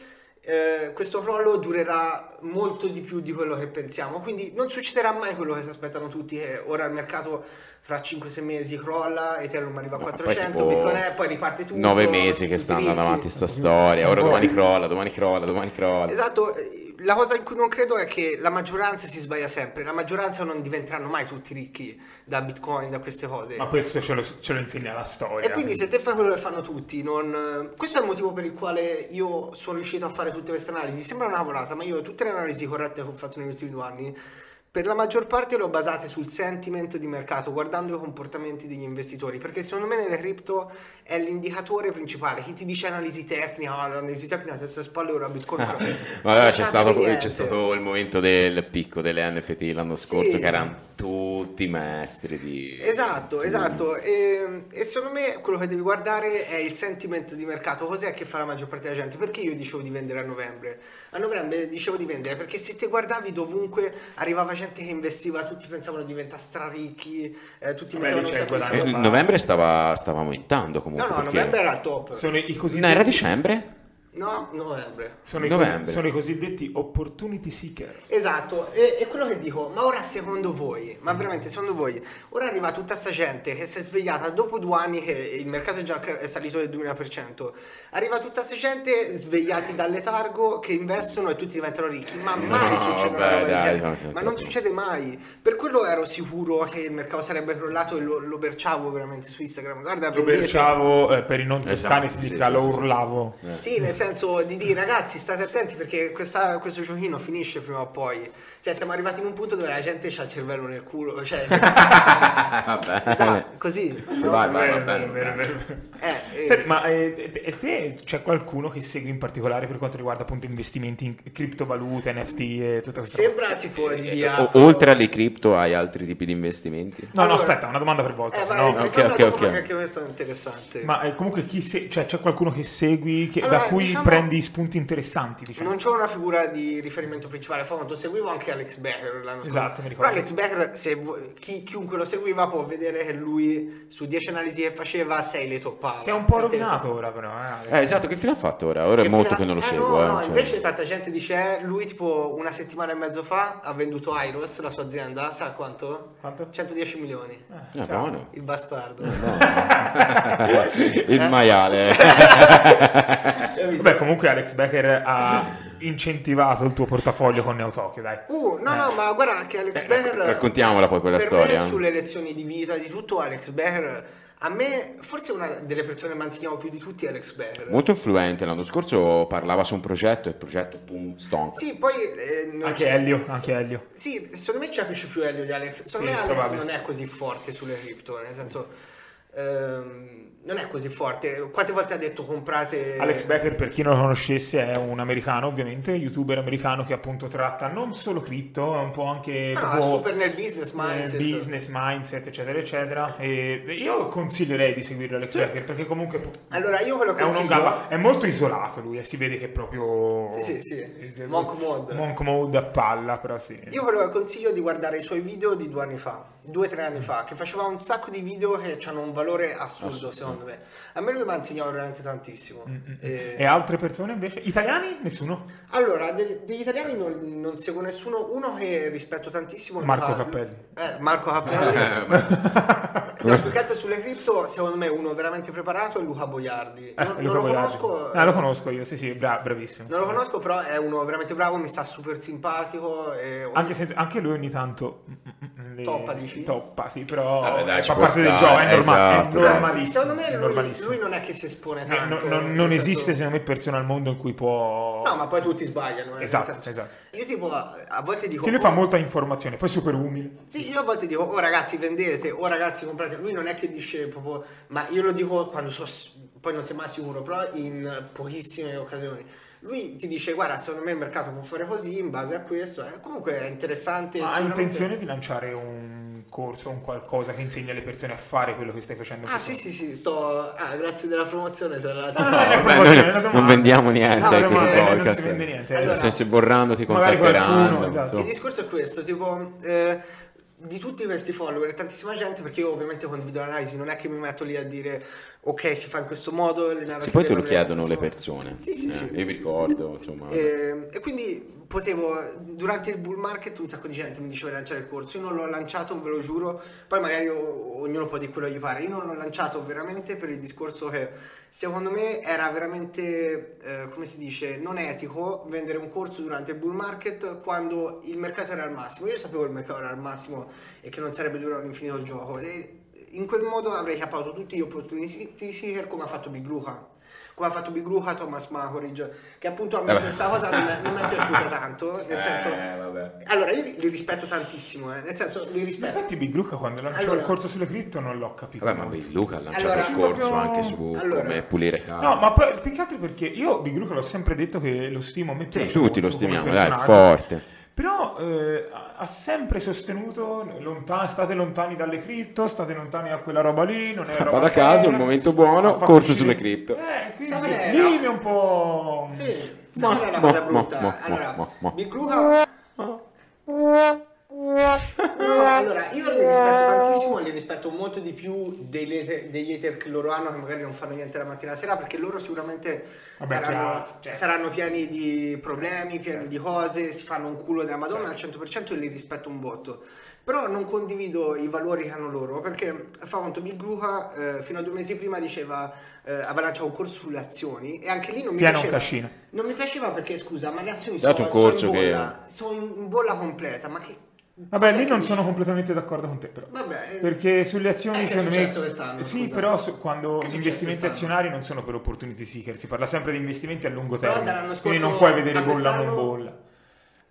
Speaker 3: eh, questo crollo durerà molto di più di quello che pensiamo. Quindi non succederà mai quello che si aspettano tutti, che ora il mercato fra 5-6 mesi crolla, Ethereum arriva a
Speaker 2: Ma poi
Speaker 3: 400,
Speaker 2: tipo
Speaker 3: Bitcoin è, poi riparte tutto.
Speaker 2: Nove mesi che
Speaker 3: tutti
Speaker 2: sta andando
Speaker 3: ricchi.
Speaker 2: avanti sta storia. Ora
Speaker 1: Boh.
Speaker 2: domani crolla, domani crolla, domani crolla.
Speaker 3: Esatto, eh, la cosa in cui non credo è che la maggioranza si sbaglia sempre, la maggioranza non diventeranno mai tutti ricchi da Bitcoin, da queste cose.
Speaker 1: Ma questo ce lo, ce lo insegna la storia.
Speaker 3: E quindi se te fai quello che fanno tutti, non... questo è il motivo per il quale io sono riuscito a fare tutte queste analisi. Sembra una volata, ma io tutte le analisi corrette che ho fatto negli ultimi due anni, per la maggior parte le ho basate sul sentiment di mercato, guardando i comportamenti degli investitori, perché secondo me nelle cripto è l'indicatore principale. Chi ti dice analisi tecnica, "Ah, l'analisi tecnica, se si spalle ora
Speaker 2: [LAUGHS]
Speaker 3: Bitcoin. però-"
Speaker 2: Ma allora
Speaker 3: Non
Speaker 2: c'è,
Speaker 3: c'è
Speaker 2: stato,
Speaker 3: niente.
Speaker 2: c'è stato il momento del picco delle NFT l'anno scorso
Speaker 3: Sì.
Speaker 2: che erano tutti maestri di...
Speaker 3: Esatto, esatto. E, e secondo me quello che devi guardare è il sentiment di mercato, cos'è che fa la maggior parte della gente? Perché io dicevo di vendere a novembre? A novembre dicevo di vendere perché se te guardavi dovunque arrivava gente che investiva, tutti pensavano di diventare straricchi, eh, tutti
Speaker 1: Vabbè,
Speaker 3: mettevano
Speaker 1: lì
Speaker 3: un
Speaker 1: c'è
Speaker 3: sacco di
Speaker 1: il
Speaker 2: Eh,
Speaker 3: soldi.
Speaker 1: guadagno.
Speaker 2: novembre stava, stava aumentando
Speaker 3: No,
Speaker 2: comunque.
Speaker 3: no,
Speaker 2: perché-
Speaker 3: novembre era il top.
Speaker 1: Sono i
Speaker 2: No,
Speaker 1: cosiddetti...
Speaker 2: era dicembre?
Speaker 3: No, novembre.
Speaker 1: sono i,
Speaker 2: Novembre.
Speaker 1: cosi- sono i cosiddetti opportunity seeker.
Speaker 3: Esatto, e, e quello che dico, ma ora secondo voi,
Speaker 2: Mm-hmm.
Speaker 3: ma veramente secondo voi, ora arriva tutta sta gente che si è svegliata dopo due anni che il mercato è già cre- è salito del 2000%, arriva tutta sta gente svegliati dal letargo che investono e tutti diventano ricchi, ma mai
Speaker 2: No,
Speaker 3: succede una
Speaker 2: vabbè,
Speaker 3: roba del
Speaker 2: dai,
Speaker 3: genere,
Speaker 2: no, no,
Speaker 3: ma
Speaker 2: no,
Speaker 3: non
Speaker 2: no.
Speaker 3: succede mai, per quello ero sicuro che il mercato sarebbe crollato e lo, lo berciavo veramente su Instagram, guarda,
Speaker 1: Lo
Speaker 3: vendete.
Speaker 1: berciavo eh, per i non
Speaker 2: Esatto,
Speaker 1: toscani, si
Speaker 2: sì,
Speaker 1: dica,
Speaker 2: sì,
Speaker 1: lo
Speaker 2: sì, sì.
Speaker 1: urlavo.
Speaker 2: Eh.
Speaker 3: Sì, nel senso di dire ragazzi state attenti perché questa- questo giochino finisce prima o poi. Cioè siamo arrivati in un punto dove la gente ha il cervello nel culo.
Speaker 2: [LAUGHS]
Speaker 3: Cioè, Eh,
Speaker 2: Vabbè. Eh.
Speaker 3: esatto, così. no?
Speaker 2: Vai, vai,
Speaker 1: Vero,
Speaker 2: va bene,
Speaker 1: vero,
Speaker 2: va
Speaker 1: vero, vero.
Speaker 3: Eh, eh,
Speaker 1: Senti, ma eh, e te- e te c'è qualcuno che segui in particolare per quanto riguarda appunto investimenti in criptovalute, NFT e tutta questa roba?
Speaker 3: sembra tipo di dia.
Speaker 2: O- oltre alle cripto hai altri tipi di investimenti?
Speaker 1: No, no,
Speaker 3: Allora-
Speaker 1: aspetta, una domanda per volta.
Speaker 3: Eh,
Speaker 1: se
Speaker 3: vai,
Speaker 1: no-
Speaker 2: ok,
Speaker 3: rifammi la
Speaker 2: ok,
Speaker 3: domanda
Speaker 2: ok.
Speaker 3: perché questo è interessante.
Speaker 1: Ma eh, comunque chi se- cioè, c'è qualcuno che segui, che- da
Speaker 3: Allora,
Speaker 1: cui
Speaker 3: diciamo-
Speaker 1: prendi spunti interessanti, diciamo.
Speaker 3: Non c'ho una figura di riferimento principale, fa conto, seguivo anche Alex Becker l'anno scorso.
Speaker 1: Esatto, mi ricordo.
Speaker 3: Però Alex Becker, se vu- chi- chiunque lo seguiva può vedere che lui lui su 10 analisi che faceva 6 le toppava.
Speaker 1: Si è un po'
Speaker 3: sette le
Speaker 1: rovinato
Speaker 3: toppava.
Speaker 1: ora però. eh.
Speaker 2: Eh, esatto, che fine ha fatto ora? Ora è molto
Speaker 3: fino
Speaker 2: che
Speaker 3: a-
Speaker 2: non lo
Speaker 3: eh,
Speaker 2: seguo.
Speaker 3: No,
Speaker 2: eh,
Speaker 3: no,
Speaker 2: cioè.
Speaker 3: invece tanta gente dice, eh, lui tipo una settimana e mezzo fa ha venduto Airos, la sua azienda, sa quanto?
Speaker 1: Quanto?
Speaker 3: 110 milioni.
Speaker 1: Eh,
Speaker 2: Eh,
Speaker 1: ciao.
Speaker 2: buono. [LAUGHS]
Speaker 3: Il bastardo.
Speaker 2: Eh,
Speaker 3: [LAUGHS] Eh.
Speaker 2: Il maiale.
Speaker 1: Vabbè, comunque Alex Becker ha incentivato il tuo portafoglio con Neo Tokyo, dai.
Speaker 3: Uh, no, no, ma guarda che Alex
Speaker 2: Eh,
Speaker 3: Becker...
Speaker 2: raccontiamola poi quella
Speaker 3: per
Speaker 2: storia.
Speaker 3: Me sulle lezioni di vita, di tutto, Alex Becker... A me, forse una delle persone che mi ha insegnato più di tutti è Alex Becker.
Speaker 2: Molto influente. L'anno scorso parlava su un progetto e il progetto, pum, stonk. [LAUGHS]
Speaker 3: Sì, poi... eh, non
Speaker 1: Anche
Speaker 3: c'è-
Speaker 1: Elio,
Speaker 3: sì,
Speaker 1: anche Elio.
Speaker 3: Sì, secondo me ci capisce più Elio di Alex. Secondo
Speaker 1: Sì,
Speaker 3: me Alex
Speaker 1: probabile.
Speaker 3: non è così forte sulle cripto, nel senso... ehm, non è così forte. Quante volte ha detto comprate...
Speaker 1: Alex Becker, per chi non lo conoscesse, è un americano, ovviamente, youtuber americano che appunto tratta non solo cripto, ma un po' anche
Speaker 3: Ah,
Speaker 1: proprio,
Speaker 3: super nel business mindset.
Speaker 1: business mindset, eccetera, eccetera. E io consiglierei di seguire Alex
Speaker 3: Sì.
Speaker 1: Becker perché comunque
Speaker 3: Allora, io ve lo
Speaker 1: è, un
Speaker 3: consiglio.
Speaker 1: gamba- è molto isolato lui, e si vede che è proprio
Speaker 3: Sì, sì, sì. Monk mode.
Speaker 1: Monk mode a palla, però sì.
Speaker 3: Io ve lo consiglio di guardare i suoi video di due anni fa, due o tre anni fa, che faceva un sacco di video che hanno un valore assurdo, secondo me. A me lui mi ha insegnato veramente tantissimo. Eh,
Speaker 1: Mm, E altre persone invece? Italiani?
Speaker 3: [LAUGHS]
Speaker 1: Nessuno.
Speaker 3: Allora, de- degli italiani non, non seguo nessuno, uno che rispetto tantissimo. è
Speaker 1: Marco
Speaker 3: Luca-
Speaker 1: Cappelli.
Speaker 3: Eh, Marco
Speaker 2: [LAUGHS]
Speaker 3: Cappelli. No, Cioè, più che altro sulle cripto, secondo me uno veramente preparato è Luca Boiardi.
Speaker 1: Eh,
Speaker 3: non,
Speaker 1: Luca
Speaker 3: non lo
Speaker 1: Boiardi.
Speaker 3: conosco.
Speaker 1: Ah,
Speaker 3: eh,
Speaker 1: lo conosco io, sì, sì, bra- bravissimo.
Speaker 3: non lo conosco, però è uno veramente bravo, mi sta super simpatico. e ogni-
Speaker 1: Anche, se- anche lui ogni tanto mm, mm, le-
Speaker 3: Toppa, dici?
Speaker 1: Toppa, sì, però
Speaker 2: Vabbè, dai, ci
Speaker 1: fa
Speaker 2: può
Speaker 1: parte del
Speaker 2: stare,
Speaker 1: gioco, è, norma-
Speaker 2: esatto,
Speaker 1: è
Speaker 2: dai.
Speaker 1: normalissimo.
Speaker 3: Anzi, secondo me
Speaker 1: è
Speaker 3: lui,
Speaker 1: normalissimo.
Speaker 3: lui non è che si espone
Speaker 1: Eh, no-
Speaker 3: tanto.
Speaker 1: non,
Speaker 3: nel
Speaker 1: non
Speaker 3: senso-
Speaker 1: esiste, secondo me, persona al mondo in cui può...
Speaker 3: No, ma poi tutti sbagliano. eh,
Speaker 1: Esatto,
Speaker 3: nel senso-
Speaker 1: esatto.
Speaker 3: Io tipo a a volte dico...
Speaker 1: Sì, lui fa
Speaker 3: "Oh,
Speaker 1: molta informazione, poi è super umile.
Speaker 3: Sì, io a volte dico, oh ragazzi vendete, oh ragazzi comprate. Lui non è che dice proprio, ma io lo dico quando so, poi non sei mai sicuro, però in pochissime occasioni. Lui ti dice, guarda, secondo me il mercato può fare così in base a questo. eh, comunque è interessante.
Speaker 1: Ha
Speaker 3: sicuramente-
Speaker 1: intenzione di lanciare un corso, un qualcosa che insegna alle persone a fare quello che stai facendo. in
Speaker 3: Ah
Speaker 1: questo
Speaker 3: sì sì
Speaker 1: momento.
Speaker 3: sì, sto... Ah, grazie della promozione tra
Speaker 1: [LAUGHS]
Speaker 3: l'altro.
Speaker 1: No, no, no,
Speaker 2: Vabbè,
Speaker 1: Forse
Speaker 2: noi
Speaker 1: è una domanda.
Speaker 2: non vendiamo niente
Speaker 3: No,
Speaker 2: in
Speaker 3: no,
Speaker 2: questo
Speaker 3: no, no,
Speaker 1: non
Speaker 2: podcast.
Speaker 1: si vende niente, eh.
Speaker 2: Nel senso,
Speaker 3: Allora,
Speaker 2: vorranno ti
Speaker 1: magari
Speaker 2: contatteranno.
Speaker 1: qualcuno, esatto.
Speaker 2: insomma.
Speaker 1: Oh.
Speaker 3: [LAUGHS] Il discorso è questo, tipo, eh, di tutti questi follower, tantissima gente, perché io ovviamente condivido l'analisi, non è che mi metto lì a dire, ok, si fa in questo modo, le narrative...
Speaker 2: Se poi te lo
Speaker 3: devono essere
Speaker 2: chiedono le
Speaker 3: in questo modo".
Speaker 2: persone.
Speaker 3: Sì, sì,
Speaker 2: Eh,
Speaker 3: sì.
Speaker 2: Io vi ricordo, insomma.
Speaker 3: Eh, E, quindi potevo, durante il bull market un sacco di gente mi diceva di lanciare il corso, io non l'ho lanciato, ve lo giuro, poi magari o- ognuno può di quello che gli pare, io non l'ho lanciato veramente per il discorso che secondo me era veramente, eh, come si dice, non etico vendere un corso durante il bull market quando il mercato era al massimo, io sapevo che il mercato era al massimo e che non sarebbe durato all'infinito il gioco e in quel modo avrei capato tutti gli opportunity seeker come ha fatto Big Luca. Come ha fatto Big Luca, Thomas Mahoridge, che appunto a me
Speaker 2: Eh, Vabbè.
Speaker 3: questa cosa non è- non mi è piaciuta tanto, nel senso...
Speaker 2: Eh, vabbè.
Speaker 3: Allora, io li, li rispetto tantissimo, eh, nel senso, li rispetto.
Speaker 1: Infatti Big Luca quando lanciò
Speaker 3: Allora-
Speaker 1: il corso sulle cripto non l'ho capito.
Speaker 2: Vabbè, ma
Speaker 1: molto.
Speaker 2: Big Luca ha lanciato
Speaker 3: Allora,
Speaker 2: il corso
Speaker 1: proprio-
Speaker 2: anche su
Speaker 3: Allora.
Speaker 2: come pulire casa.
Speaker 1: No, ma poi- più che altro perché io Big Luca l'ho sempre detto che lo stimo, a me
Speaker 2: Sì,
Speaker 1: piace
Speaker 2: tutti
Speaker 1: molto
Speaker 2: lo
Speaker 1: come
Speaker 2: stimiamo, dai,
Speaker 1: personaggio.
Speaker 2: forte.
Speaker 1: Però eh, ha ha sempre sostenuto, eh, lontan- state lontani dalle cripto, state lontani da quella roba lì, non è roba
Speaker 2: Vada a
Speaker 1: seria.
Speaker 2: caso, un momento buono,
Speaker 1: Ha fatto
Speaker 2: corso
Speaker 1: uscire-
Speaker 2: sulle cripto.
Speaker 1: Eh, quindi
Speaker 3: Sai qual è,
Speaker 1: lì
Speaker 3: no?
Speaker 1: mi è un po'...
Speaker 3: Sì, secondo me è una
Speaker 2: mo,
Speaker 3: cosa
Speaker 2: mo,
Speaker 3: brutta.
Speaker 2: mo,
Speaker 3: allora,
Speaker 2: mo, mo.
Speaker 3: Big Luca... No, allora, io li rispetto tantissimo, li rispetto molto di più dei lete- degli hater che loro hanno, che magari non fanno niente la mattina e la sera, perché loro sicuramente
Speaker 1: Vabbè,
Speaker 3: saranno, cioè,
Speaker 1: chiaro, certo.
Speaker 3: saranno pieni di problemi, pieni di cose, si fanno un culo della Madonna
Speaker 1: Certo.
Speaker 3: al 100% e li rispetto un botto. Però non condivido i valori che hanno loro, perché fa conto Big Luca eh, fino a due mesi prima diceva, eh, aveva lanciato un corso sulle azioni e anche lì non mi
Speaker 1: Piano un
Speaker 3: piaceva.
Speaker 1: cascino.
Speaker 3: Non mi piaceva perché, scusa, ma le azioni sono,
Speaker 2: Dato un corso
Speaker 3: sono in
Speaker 2: che-
Speaker 3: bolla, sono in bolla completa, ma che...
Speaker 1: Vabbè,
Speaker 3: cos'è
Speaker 1: lì
Speaker 3: che
Speaker 1: non
Speaker 3: dici?
Speaker 1: sono completamente d'accordo con te, però.
Speaker 3: Vabbè, eh,
Speaker 1: Perché sulle azioni,
Speaker 3: eh, che è
Speaker 1: secondo me.
Speaker 3: successo quest'anno,
Speaker 1: Sì,
Speaker 3: scusa?
Speaker 1: però su- quando
Speaker 3: Che è
Speaker 1: gli
Speaker 3: successo
Speaker 1: investimenti
Speaker 3: quest'anno?
Speaker 1: azionari non sono per opportunity seeker, si parla sempre di investimenti a lungo
Speaker 3: Però
Speaker 1: termine.
Speaker 3: dall'anno
Speaker 1: quindi
Speaker 3: scorso
Speaker 1: non puoi vedere
Speaker 3: a
Speaker 1: bolla o non
Speaker 3: quest'anno-
Speaker 1: bolla.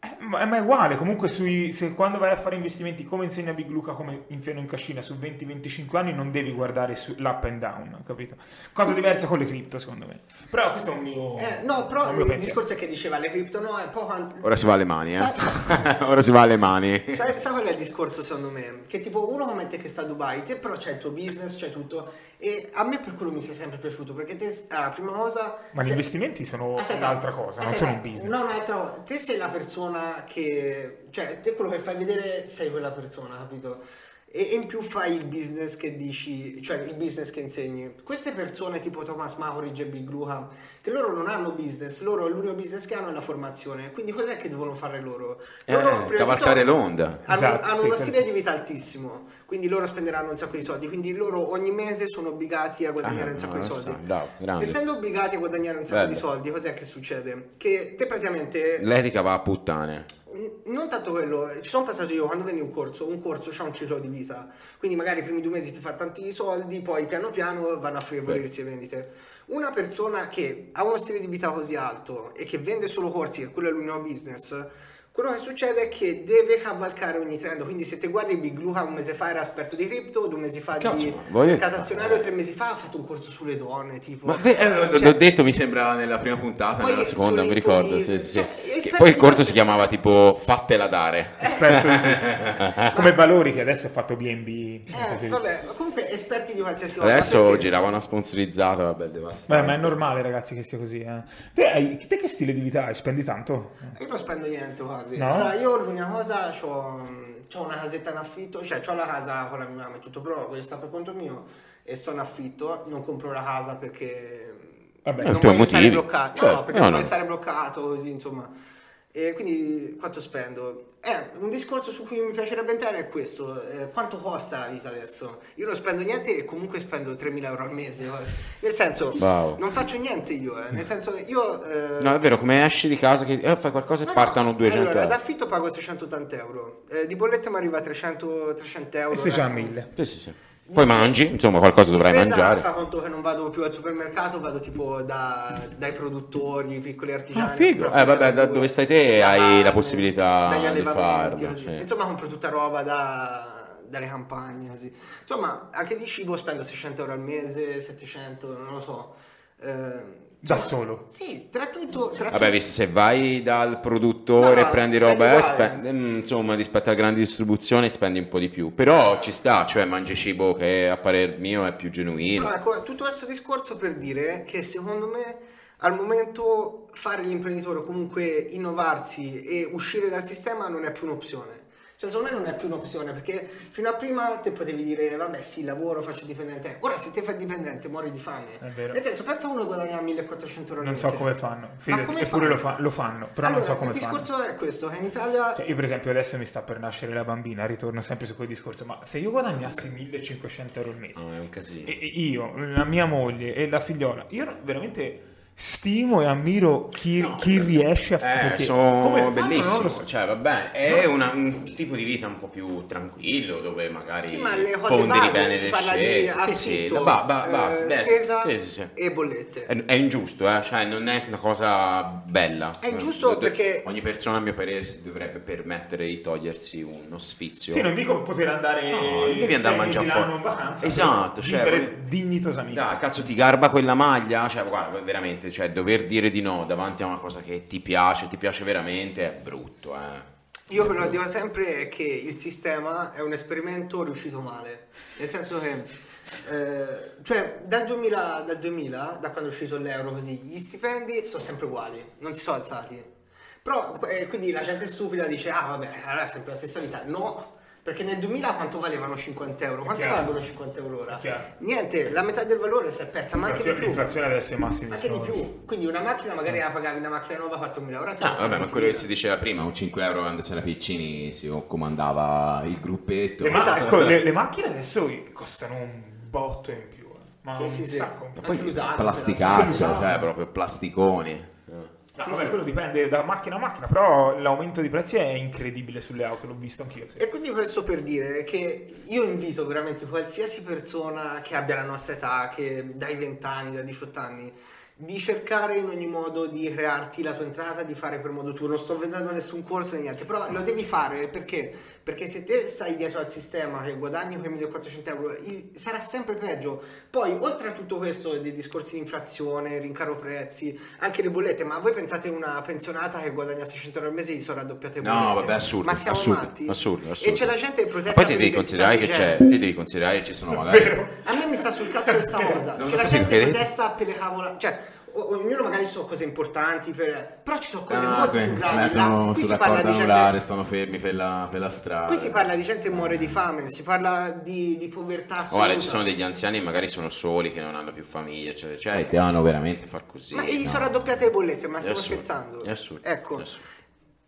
Speaker 1: Eh, ma ma è uguale, comunque sui- se quando vai a fare investimenti, come insegna Big Luca, come infiano in cascina, su 20-25 anni non devi guardare sull'up and down, capito? Cosa diversa con le cripto, secondo me. Però questo è un mio...
Speaker 3: Mm. Eh, no, però
Speaker 1: un
Speaker 3: il
Speaker 1: mio pensiero.
Speaker 3: discorso è che diceva le cripto no, e poi quando-
Speaker 2: Ora si va alle mani, eh.
Speaker 3: Sa-
Speaker 2: [LAUGHS]
Speaker 3: Eh,
Speaker 2: Ora si va alle mani.
Speaker 3: Sai, sai qual è il discorso secondo me? Che tipo uno mette che sta a Dubai, te però c'è il tuo business, c'è tutto. E a me per quello mi sei sempre piaciuto, perché te, la prima cosa...
Speaker 1: Ma gli
Speaker 3: se- Ah,
Speaker 1: investimenti sono
Speaker 3: Aspetta,
Speaker 1: un'altra cosa, non
Speaker 3: aspetta,
Speaker 1: sono un business.
Speaker 3: No, un'altra cosa. Te sei la persona che... Cioè, te quello che fai vedere sei quella persona, capito? E E, e in più fai il business che dici, cioè il business che insegni. Queste persone tipo Thomas Mahoridge e Big Luca, che loro non hanno business, loro l'unico business che hanno è la formazione. Quindi cos'è che devono fare loro? Loro, prima
Speaker 2: Eh,
Speaker 3: di
Speaker 2: cavalcare
Speaker 3: tutto,
Speaker 2: l'onda.
Speaker 3: hanno,
Speaker 1: Esatto,
Speaker 3: hanno
Speaker 1: sì,
Speaker 3: uno
Speaker 1: certo.
Speaker 3: stile di vita altissimo, quindi loro spenderanno un sacco di soldi, quindi loro ogni mese sono obbligati a guadagnare
Speaker 2: Ah,
Speaker 3: un sacco
Speaker 2: no,
Speaker 3: di
Speaker 2: lo
Speaker 3: soldi.
Speaker 2: so, bravo, grande.
Speaker 3: Essendo obbligati a guadagnare un sacco
Speaker 2: Bello.
Speaker 3: di soldi, cos'è che succede? Che te praticamente
Speaker 2: L'etica va a puttane.
Speaker 3: N- Non tanto quello, eh, ci sono passato io quando prendi un corso, un corso ha un ciclo di vita, quindi magari i primi due mesi ti fa tanti soldi, poi piano piano vanno a favorirsi le vendite. Una persona che ha uno stile di vita così alto e che vende solo corsi, che quello è l'unico business, quello che succede è che deve cavalcare ogni trend, quindi se te guardi Big Luca un mese fa era esperto di cripto, due mesi fa
Speaker 2: Cazzo,
Speaker 3: di
Speaker 2: ma voglio-
Speaker 3: mercato azionario, tre mesi fa ha fatto un corso sulle donne, tipo...
Speaker 2: Ma beh, eh, l'ho-
Speaker 3: Cioè,
Speaker 2: l'ho detto, mi sembra nella prima puntata,
Speaker 3: Poi
Speaker 2: nella seconda, mi ricordo.
Speaker 3: sull'infobis-
Speaker 2: sì, sì, sì.
Speaker 3: cioè,
Speaker 2: Che
Speaker 3: esperti
Speaker 2: poi il
Speaker 3: di
Speaker 2: corso
Speaker 3: tanti-
Speaker 2: si chiamava tipo Fattela dare.
Speaker 3: Eh,
Speaker 1: Esperto di
Speaker 2: [LAUGHS]
Speaker 1: tutto. Come valori che adesso ha fatto BNB.
Speaker 3: eh, vabbè, comunque esperti di qualsiasi cosa.
Speaker 2: Adesso
Speaker 3: perché-
Speaker 2: girava una sponsorizzata, vabbè,
Speaker 1: Beh,
Speaker 2: devastante.
Speaker 1: ma è normale, ragazzi, che sia così. eh. Te, hai- te che stile di vita hai? Spendi tanto?
Speaker 3: Eh, Io non spendo niente quasi.
Speaker 1: No?
Speaker 3: Allora, io l'unica cosa c'ho, c'ho una casetta in affitto, cioè c'ho la casa con la mia mamma e tutto, però voglio stare per conto mio e sto in affitto, non compro la casa perché
Speaker 1: Vabbè.
Speaker 2: Eh,
Speaker 3: non
Speaker 2: tu hai
Speaker 3: voglio stare
Speaker 2: motivi.
Speaker 3: bloccato. No,
Speaker 2: Certo,
Speaker 3: no, perché
Speaker 2: no,
Speaker 3: non
Speaker 2: no.
Speaker 3: voglio stare bloccato così, insomma. E quindi quanto spendo? Eh, un discorso su cui mi piacerebbe entrare è questo, eh, quanto costa la vita adesso? Io non spendo niente e comunque spendo 3.000 euro al mese, eh. nel senso
Speaker 2: Wow.
Speaker 3: non faccio niente io, eh. nel senso io... eh,
Speaker 2: No, è vero, come esci di casa che eh, fai qualcosa e
Speaker 3: No, no,
Speaker 2: partano 200
Speaker 3: allora,
Speaker 2: euro.
Speaker 3: d'affitto pago 680 euro, eh, di bolletta mi arriva 300, 300 euro.
Speaker 1: E sei già a
Speaker 3: adesso.
Speaker 1: 1000.
Speaker 2: Sì, sì, sì. Poi mangi, insomma, qualcosa dovrai
Speaker 3: Spesa
Speaker 2: mangiare.
Speaker 3: Fa conto che non vado più al supermercato, vado tipo da- dai produttori, piccoli artigiani.
Speaker 2: Ah, figo.
Speaker 3: però
Speaker 2: Eh, vabbè, da
Speaker 3: fai
Speaker 2: dove stai te
Speaker 3: da
Speaker 2: hai
Speaker 3: carne,
Speaker 2: la possibilità
Speaker 3: dagli
Speaker 2: di
Speaker 3: allevamenti,
Speaker 2: farlo,
Speaker 3: così.
Speaker 2: sì.
Speaker 3: Insomma, compro tutta roba da- dalle campagne, così. Insomma, anche di cibo spendo 600 euro al mese, 700, non lo so. Eh,
Speaker 1: Da
Speaker 3: insomma,
Speaker 1: solo.
Speaker 3: Sì, tra tutto... Tra
Speaker 2: Vabbè,
Speaker 3: tutto-
Speaker 2: visto se vai dal produttore
Speaker 3: No,
Speaker 2: e
Speaker 3: spendi
Speaker 2: prendi roba, eh,
Speaker 3: uguale.
Speaker 2: spe- mm, insomma, rispetto alla grande distribuzione spendi un po' di più. Però ci sta, cioè mangi cibo che a parer mio è più genuino.
Speaker 3: Allora, ecco, tutto questo discorso per dire che secondo me al momento fare l'imprenditore o comunque innovarsi e uscire dal sistema non è più un'opzione. Cioè, secondo me non è più un'opzione perché fino a prima te potevi dire vabbè sì, lavoro, faccio dipendente. Ora se te fai dipendente muori di fame.
Speaker 1: È vero.
Speaker 3: Nel senso, pensa a uno che guadagna 1400 euro al
Speaker 1: Non
Speaker 3: mese.
Speaker 1: so come fanno. Fidati,
Speaker 3: come
Speaker 1: eppure
Speaker 3: fanno?
Speaker 1: lo, fa- lo fanno, però
Speaker 3: Allora,
Speaker 1: non so come
Speaker 3: il
Speaker 1: fanno.
Speaker 3: discorso è questo, che in Italia...
Speaker 1: Cioè, io per esempio adesso mi sta per nascere la bambina, ritorno sempre su quel discorso, ma se io guadagnassi 1500 euro al mese,
Speaker 2: No, è un casino.
Speaker 1: e- e io, la mia moglie e la figliola, io veramente stimo e ammiro chi,
Speaker 2: No,
Speaker 1: chi
Speaker 2: perché-
Speaker 1: riesce a
Speaker 2: Eh,
Speaker 1: perché- come
Speaker 2: sono
Speaker 1: fanno, non
Speaker 2: bellissimo,
Speaker 1: lo so.
Speaker 2: cioè vabbè, è una- un tipo di vita un po' più tranquillo dove magari
Speaker 3: Sì, ma le cose
Speaker 2: ponderi
Speaker 3: base,
Speaker 2: bene
Speaker 3: si
Speaker 2: le
Speaker 3: parla di
Speaker 2: scelte.
Speaker 3: affitto,
Speaker 2: Sì, sì, la ba- ba-
Speaker 3: eh,
Speaker 2: base, beh,
Speaker 3: spesa
Speaker 2: sì, sì, sì.
Speaker 3: e bollette.
Speaker 2: È, è ingiusto, eh? cioè non è una cosa bella.
Speaker 3: È ingiusto
Speaker 2: Do- do-
Speaker 3: perché-
Speaker 2: ogni persona a mio parere si dovrebbe permettere di togliersi uno sfizio.
Speaker 1: Sì, non dico poter andare
Speaker 2: No, devi andare a
Speaker 1: sei
Speaker 2: mangiare
Speaker 1: mesi
Speaker 2: fuori.
Speaker 1: l'anno in vacanza,
Speaker 2: Esatto,
Speaker 1: però
Speaker 2: cioè,
Speaker 1: vivere
Speaker 2: voglio-
Speaker 1: dignitosamente.
Speaker 2: Dai, cazzo, ti garba quella maglia? Cioè, guarda, veramente, cioè, dover dire di no davanti a una cosa che ti piace, ti piace veramente, è brutto, eh.
Speaker 3: Io quello che dico sempre è che il sistema è un esperimento riuscito male, nel senso che, eh, cioè, dal 2000, dal 2000, da quando è uscito l'euro così, gli stipendi sono sempre uguali, non si sono alzati. Però, eh, quindi la gente stupida dice, ah vabbè, allora è sempre la stessa vita. No, perché nel 2000 quanto valevano 50 euro? Quanto
Speaker 1: chiaro.
Speaker 3: valgono 50 euro ora?
Speaker 1: È chiaro.
Speaker 3: Niente, la metà del valore si è persa, ma anche di
Speaker 1: L'inflazione,
Speaker 3: più.
Speaker 1: l'inflazione adesso è massima
Speaker 3: Anche di più. Quindi una macchina magari la pagavi una macchina nuova a 4.000 euro. te la
Speaker 2: Ah,
Speaker 3: costa
Speaker 2: vabbè, ma quello
Speaker 1: eh.
Speaker 3: 20.000.
Speaker 2: che si diceva prima, un 5 euro quando c'era Piccini si comandava il gruppetto.
Speaker 1: Ma
Speaker 3: Esatto.
Speaker 1: ecco,
Speaker 2: Eh.
Speaker 1: le, le macchine adesso costano un botto in più. eh. Ma
Speaker 3: Sì,
Speaker 1: un
Speaker 3: sì, sì.
Speaker 1: sacco. Eh,
Speaker 2: Ma
Speaker 1: No,
Speaker 2: poi
Speaker 3: Anche usate,
Speaker 2: plasticati,
Speaker 1: però.
Speaker 2: cioè proprio plasticoni.
Speaker 3: Sì,
Speaker 1: vabbè,
Speaker 3: sì.
Speaker 1: quello dipende da macchina a macchina, però l'aumento di prezzi è incredibile sulle auto, l'ho visto anch'io. sì.
Speaker 3: E quindi questo per dire che io invito veramente qualsiasi persona che abbia la nostra età, che dai 20 anni, dai 18 anni, di cercare in ogni modo di crearti la tua entrata, di fare per modo tuo. Non sto vedendo nessun corso né niente, però lo devi fare perché? Perché se te stai dietro al sistema che guadagni quei 1400 euro, il- sarà sempre peggio. Poi, oltre a tutto questo dei discorsi di inflazione, rincaro prezzi, anche le bollette, ma voi pensate una pensionata che guadagna 600 euro al mese gli sono raddoppiate le
Speaker 2: No,
Speaker 3: bollette?
Speaker 2: vabbè, assurdo,
Speaker 3: Ma siamo
Speaker 2: assurdo,
Speaker 3: matti?
Speaker 2: assurdo,
Speaker 3: E
Speaker 2: assurdo.
Speaker 3: c'è la gente che
Speaker 2: Ma
Speaker 3: protesta
Speaker 2: poi ti
Speaker 3: per
Speaker 2: devi
Speaker 3: l'identità
Speaker 2: considerare
Speaker 3: di
Speaker 2: che c'è,
Speaker 3: genere.
Speaker 2: ti devi considerare che ci sono magari...
Speaker 1: Vero?
Speaker 3: A me mi sta sul cazzo questa cosa.
Speaker 2: Non
Speaker 3: Che
Speaker 2: lo
Speaker 3: la
Speaker 2: so
Speaker 3: gente
Speaker 2: perché.
Speaker 3: protesta per le cavola. Cioè, o- ognuno magari so cose importanti, per- però ci sono cose
Speaker 4: Ah,
Speaker 3: molto
Speaker 4: qui
Speaker 3: più
Speaker 4: si
Speaker 3: gravi. là.
Speaker 4: mettono
Speaker 3: qui,
Speaker 4: sulla
Speaker 3: si parla
Speaker 4: corda
Speaker 3: di
Speaker 4: anulare,
Speaker 3: gente,
Speaker 4: stanno fermi per la, per la strada.
Speaker 3: qui si parla di gente che muore di fame, si parla di, di povertà
Speaker 2: Oh, guarda,
Speaker 3: assoluta.
Speaker 2: ci sono degli anziani che magari sono soli, che non hanno più famiglia, eccetera, eccetera, e devono veramente far così.
Speaker 3: ma gli
Speaker 2: no?
Speaker 3: sono raddoppiate le bollette, ma
Speaker 2: È
Speaker 3: stiamo
Speaker 2: assurdo,
Speaker 3: scherzando.
Speaker 2: È assurdo.
Speaker 3: Ecco.
Speaker 2: è assurdo.